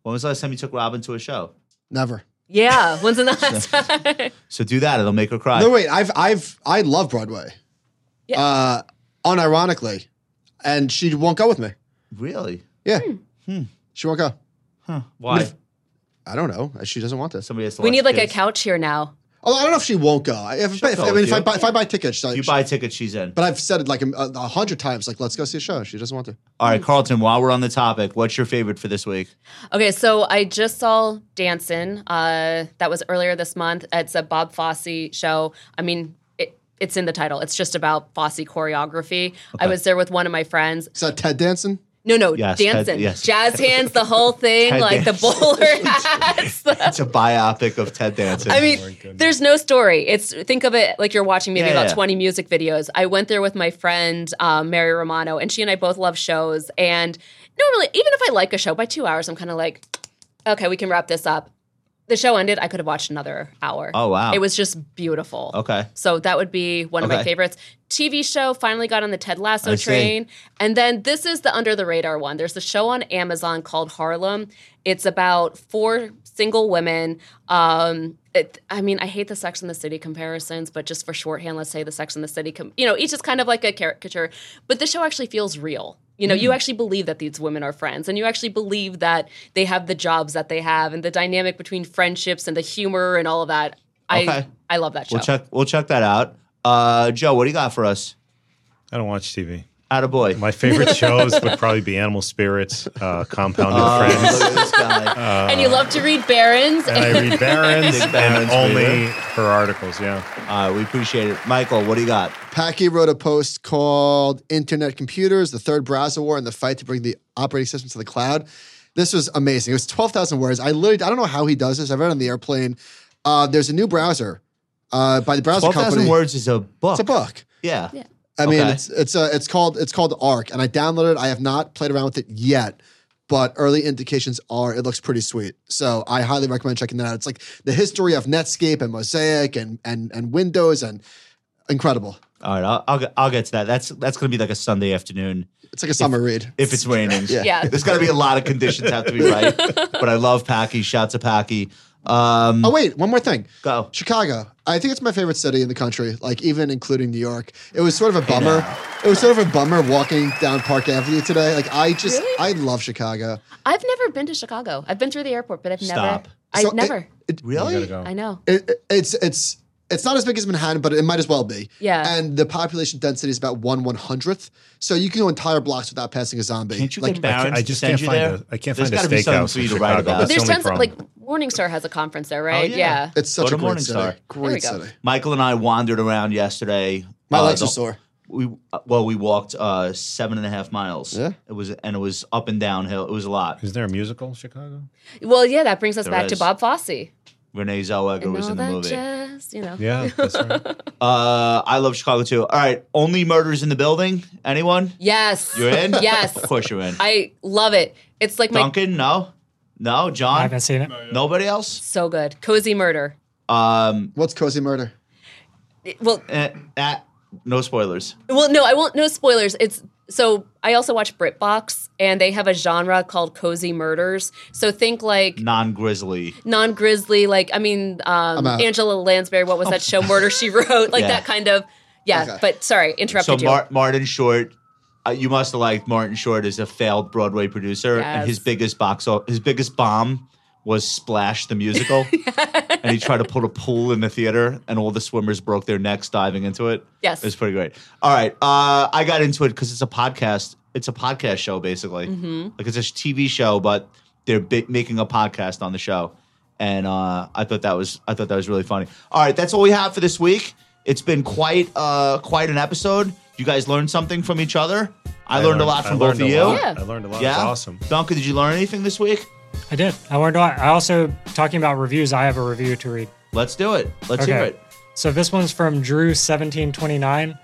[SPEAKER 1] When was the last time you took Robin to a show?
[SPEAKER 2] subway.
[SPEAKER 4] Never.
[SPEAKER 2] Yeah, when's the last time?
[SPEAKER 1] So do that. It'll make her cry.
[SPEAKER 4] No, wait. I've I've I love Broadway.
[SPEAKER 2] Yeah.
[SPEAKER 4] Uh, unironically, and she won't go with me.
[SPEAKER 1] Really?
[SPEAKER 4] Yeah.
[SPEAKER 2] Hmm.
[SPEAKER 3] Hmm.
[SPEAKER 4] She won't go.
[SPEAKER 1] Huh. Why?
[SPEAKER 4] I don't know. She doesn't want this.
[SPEAKER 1] Somebody has to
[SPEAKER 2] we
[SPEAKER 1] watch
[SPEAKER 2] need like
[SPEAKER 1] kids.
[SPEAKER 2] a couch here now.
[SPEAKER 4] Although I don't know if she won't go. I- If, if,
[SPEAKER 1] She'll
[SPEAKER 4] if-
[SPEAKER 1] go
[SPEAKER 4] I mean,
[SPEAKER 1] with
[SPEAKER 4] if I
[SPEAKER 1] you.
[SPEAKER 4] buy if I buy tickets, she-
[SPEAKER 1] You buy tickets, she's in.
[SPEAKER 4] But I've said it like a, a hundred times. Like, let's go see a show. She doesn't want to.
[SPEAKER 1] All right, Carlton, while we're on the topic, what's your favorite for this week?
[SPEAKER 2] Okay, so I just saw Dancin. Uh, that was earlier this month. It's a Bob Fosse show. I mean, it, it's in the title. It's just about Fosse choreography. I was there with one of my friends.
[SPEAKER 4] Is that Ted Danson?
[SPEAKER 2] No, no,
[SPEAKER 1] Yes,
[SPEAKER 2] Dancin,
[SPEAKER 1] Ted- yes.
[SPEAKER 2] jazz hands, the whole thing,
[SPEAKER 1] Ted
[SPEAKER 2] like the
[SPEAKER 1] Danson.
[SPEAKER 2] bowler hats.
[SPEAKER 1] It's a biopic of Ted Danson.
[SPEAKER 2] I mean, there's no story. It's think of it like you're watching maybe
[SPEAKER 1] Yeah,
[SPEAKER 2] about
[SPEAKER 1] yeah.
[SPEAKER 2] 20 music videos. I went there with my friend um, Mary Romano, and she and I both love shows. And normally, even if I like a show by two hours, I'm kind of like, okay, we can wrap this up. The show ended. I could have watched another hour.
[SPEAKER 1] Oh, wow.
[SPEAKER 2] It was just beautiful.
[SPEAKER 1] okay.
[SPEAKER 2] So that would be one of my
[SPEAKER 1] Okay.
[SPEAKER 2] favorites. TV show finally got on the Ted Lasso
[SPEAKER 1] I see.
[SPEAKER 2] train. And then this is the under the radar one. There's a show on Amazon called Harlem. It's about four single women. Um, it, I mean, I hate the Sex and the City comparisons, but just for shorthand, let's say the Sex and the City, com- you know, each is kind of like a caricature. But this show actually feels real. You know,
[SPEAKER 1] Hmm.
[SPEAKER 2] you actually believe that these women are friends and you actually believe that they have the jobs that they have and the dynamic between friendships and the humor and all of that.
[SPEAKER 1] Okay.
[SPEAKER 2] I, I love that show.
[SPEAKER 1] We'll check we'll check that out. Uh, Joe, what do you got for us?
[SPEAKER 3] I don't watch TV.
[SPEAKER 1] Attaboy.
[SPEAKER 3] My favorite shows would probably be Animal Spirits, uh, Compound and
[SPEAKER 1] Oh,
[SPEAKER 3] Friends. Uh.
[SPEAKER 1] look at this guy.
[SPEAKER 2] and you love to read Barons.
[SPEAKER 3] And I read Barron's
[SPEAKER 1] Big
[SPEAKER 3] and
[SPEAKER 1] Barron's
[SPEAKER 3] only
[SPEAKER 1] reader.
[SPEAKER 3] her articles. Yeah.
[SPEAKER 1] All right, we appreciate it. Michael, what do you got?
[SPEAKER 4] Packy wrote a post called Internet Computers, the Third Browser War, and the Fight to Bring the Operating System to the Cloud. This was amazing. It was 12,000 words. I literally, I don't know how he does this. I read it on the airplane. Uh, there's a new browser uh, by the browser
[SPEAKER 1] Twelve
[SPEAKER 4] company.
[SPEAKER 1] thousand words is a book.
[SPEAKER 4] It's a book.
[SPEAKER 1] Yeah.
[SPEAKER 2] Yeah.
[SPEAKER 4] I mean,
[SPEAKER 1] Okay.
[SPEAKER 4] it's it's uh, it's called it's called Arc, and I downloaded it. I have not played around with it yet, but early indications are it looks pretty sweet. So I highly recommend checking that out. It's like the history of Netscape and Mosaic and and and Windows and incredible.
[SPEAKER 1] All right, I'll, I'll get I'll get to that. That's that's gonna be like a Sunday afternoon
[SPEAKER 4] It's like a summer read.
[SPEAKER 1] if it's raining.
[SPEAKER 4] Yeah.
[SPEAKER 2] Yeah.
[SPEAKER 1] There's gotta be a lot of conditions have to be right. but I love Packy. Shouts to Packy. Um
[SPEAKER 4] Oh wait, one more thing.
[SPEAKER 1] go.
[SPEAKER 4] Chicago. I think it's my favorite city in the country, like even including New York. It was sort of a bummer. It was sort of a bummer walking down Park Avenue today. Like I just
[SPEAKER 2] Really?
[SPEAKER 4] I love Chicago.
[SPEAKER 2] I've never been to Chicago. I've been through the airport, but I've
[SPEAKER 1] Stop.
[SPEAKER 2] never. I've
[SPEAKER 4] So it-
[SPEAKER 2] never.
[SPEAKER 4] it-
[SPEAKER 1] Really?
[SPEAKER 3] You gotta go.
[SPEAKER 2] I know.
[SPEAKER 4] it, it- it's it's it's not as big as Manhattan, but it might as well be.
[SPEAKER 2] Yeah.
[SPEAKER 4] And the population density is about one one hundredth, so you can go entire blocks without passing a zombie.
[SPEAKER 1] Can't you
[SPEAKER 4] like,
[SPEAKER 1] get Barron's
[SPEAKER 3] I
[SPEAKER 1] to
[SPEAKER 3] just
[SPEAKER 1] send
[SPEAKER 3] can't
[SPEAKER 1] you
[SPEAKER 3] find
[SPEAKER 1] there?
[SPEAKER 3] a- I can't
[SPEAKER 1] There's
[SPEAKER 3] find a
[SPEAKER 1] gotta be something
[SPEAKER 3] steakhouse
[SPEAKER 1] for
[SPEAKER 3] in
[SPEAKER 1] you to write
[SPEAKER 3] Chicago.
[SPEAKER 1] about.
[SPEAKER 3] That's
[SPEAKER 2] There's
[SPEAKER 3] the only
[SPEAKER 2] tons of
[SPEAKER 3] problem.
[SPEAKER 2] like Morningstar has a conference there, right?
[SPEAKER 1] yeah.
[SPEAKER 2] yeah.
[SPEAKER 4] It's such
[SPEAKER 1] Go to
[SPEAKER 4] a great
[SPEAKER 1] Morningstar.
[SPEAKER 4] city.
[SPEAKER 1] There
[SPEAKER 4] Great
[SPEAKER 2] we go.
[SPEAKER 4] city.
[SPEAKER 1] Michael and I wandered around yesterday.
[SPEAKER 4] My
[SPEAKER 1] Uh,
[SPEAKER 4] legs
[SPEAKER 1] the-
[SPEAKER 4] are sore.
[SPEAKER 1] We uh, well, we walked uh, seven and a half miles.
[SPEAKER 4] Yeah.
[SPEAKER 1] it was and it was up and downhill. It was a lot.
[SPEAKER 3] Is there a musical in Chicago?
[SPEAKER 2] Well, yeah, that brings us
[SPEAKER 1] There
[SPEAKER 2] back to
[SPEAKER 1] is.
[SPEAKER 2] Bob Fosse.
[SPEAKER 1] Renee Zellweger
[SPEAKER 2] And
[SPEAKER 1] was
[SPEAKER 2] all
[SPEAKER 1] in the
[SPEAKER 2] that
[SPEAKER 1] movie.
[SPEAKER 2] jazz, you know.
[SPEAKER 3] Yeah, that's right.
[SPEAKER 1] Uh, I love Chicago too. All right, only murders in the building. Anyone?
[SPEAKER 2] Yes.
[SPEAKER 1] You're in.
[SPEAKER 2] Yes.
[SPEAKER 1] of course you're in.
[SPEAKER 2] I love it. It's like my
[SPEAKER 1] Duncan, no, no,
[SPEAKER 6] I
[SPEAKER 1] John,
[SPEAKER 6] haven't seen it.
[SPEAKER 1] nobody else.
[SPEAKER 2] so good. Cozy murder.
[SPEAKER 1] Um,
[SPEAKER 4] What's cozy murder?
[SPEAKER 2] It- well,
[SPEAKER 1] eh, eh, no spoilers.
[SPEAKER 2] well, no, I won't. No spoilers. It's so I also watch BritBox, and they have a genre called cozy murders. So think like
[SPEAKER 1] Non-grizzly.
[SPEAKER 2] non-grizzly, like I mean, um,
[SPEAKER 4] I'm out.
[SPEAKER 2] Angela Lansbury. What was that show? Murder She Wrote, like
[SPEAKER 1] Yeah.
[SPEAKER 2] that kind of. Yeah,
[SPEAKER 4] Okay.
[SPEAKER 2] but sorry,
[SPEAKER 1] So
[SPEAKER 2] interrupted you.
[SPEAKER 1] Mar- Martin Short, uh, you must have liked Martin Short as a failed Broadway producer, and his
[SPEAKER 2] Yes.
[SPEAKER 1] biggest box, o- his biggest bomb was Splash the musical, and he tried to put a pool in the theater, and all the swimmers broke their necks diving into it.
[SPEAKER 2] Yes.
[SPEAKER 1] it was pretty great. All right, uh, I got into it because it's a podcast. It's a podcast show basically, like it's a sh- TV show, but they're bi- making a podcast on the show. And uh, I thought that was I thought that was really funny. All right, that's all we have for this week. It's been quite uh, quite an episode. You guys learned something from each other. I, learned, a lot
[SPEAKER 3] I
[SPEAKER 1] from both of
[SPEAKER 3] learned a
[SPEAKER 1] you.
[SPEAKER 3] lot.
[SPEAKER 2] Yeah.
[SPEAKER 3] I learned a lot.
[SPEAKER 1] Yeah,
[SPEAKER 3] It's awesome.
[SPEAKER 1] Duncan, did you learn anything this week?
[SPEAKER 6] I did. I learned a lot. I also talking about reviews. I have a review to read.
[SPEAKER 1] Let's do it. Let's hear it.
[SPEAKER 6] So this one's from Drew1729.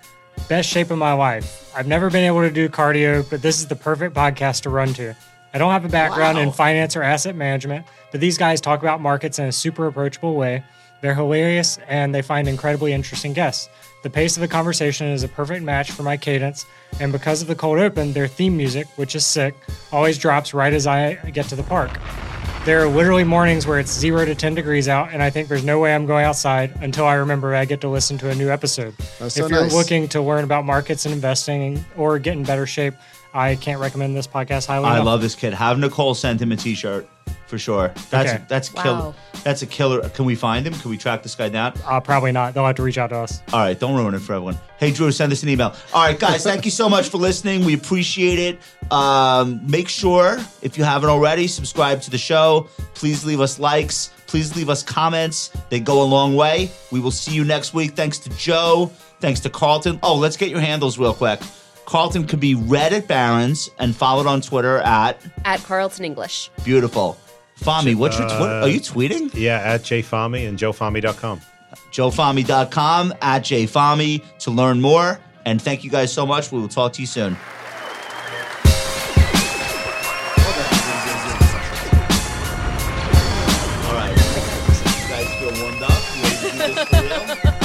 [SPEAKER 6] Best shape of my life. I've never been able to do cardio, but this is the perfect podcast to run to. I don't have a background in finance or asset management, but these guys talk about markets in a super approachable way. They're hilarious and they find incredibly interesting guests. The pace of the conversation is a perfect match for my cadence, and because of the cold open, their theme music, which is sick, always drops right as I get to the park. There are literally mornings where it's zero to 10 degrees out, and I think there's no way I'm going outside until I remember I get to listen to a new episode.
[SPEAKER 4] That's
[SPEAKER 6] if
[SPEAKER 4] so
[SPEAKER 6] you're
[SPEAKER 4] nice.
[SPEAKER 6] looking to learn about markets and investing or get in better shape, I can't recommend this podcast highly.
[SPEAKER 1] I
[SPEAKER 6] enough.
[SPEAKER 1] love this kid. Have Nicole send him a T-shirt for sure. That's
[SPEAKER 6] Okay.
[SPEAKER 1] that's
[SPEAKER 2] Wow.
[SPEAKER 1] killer. That's a killer. Can we find him? Can we track this guy down?
[SPEAKER 6] Uh, probably not. They'll have to reach out to us.
[SPEAKER 1] All right, don't ruin it for everyone. Hey, Drew, send us an email. All right, guys, thank you so much for listening. We appreciate it. Um, make sure, if you haven't already, subscribe to the show. Please leave us likes. Please leave us comments. They go a long way. We will see you next week. Thanks to Joe. Thanks to Carlton. Oh, let's get your handles real quick. Carlton can be read at Barron's and followed on Twitter at
[SPEAKER 2] At Carlton English.
[SPEAKER 1] Beautiful. Fami, what's your Twitter? Are you tweeting?
[SPEAKER 3] Yeah, at jfami and joefami.com.
[SPEAKER 1] JoeFami.com at JFami to learn more. And thank you guys so much. We will talk to you soon. All right. You guys feel warmed up? You ready to do this for real?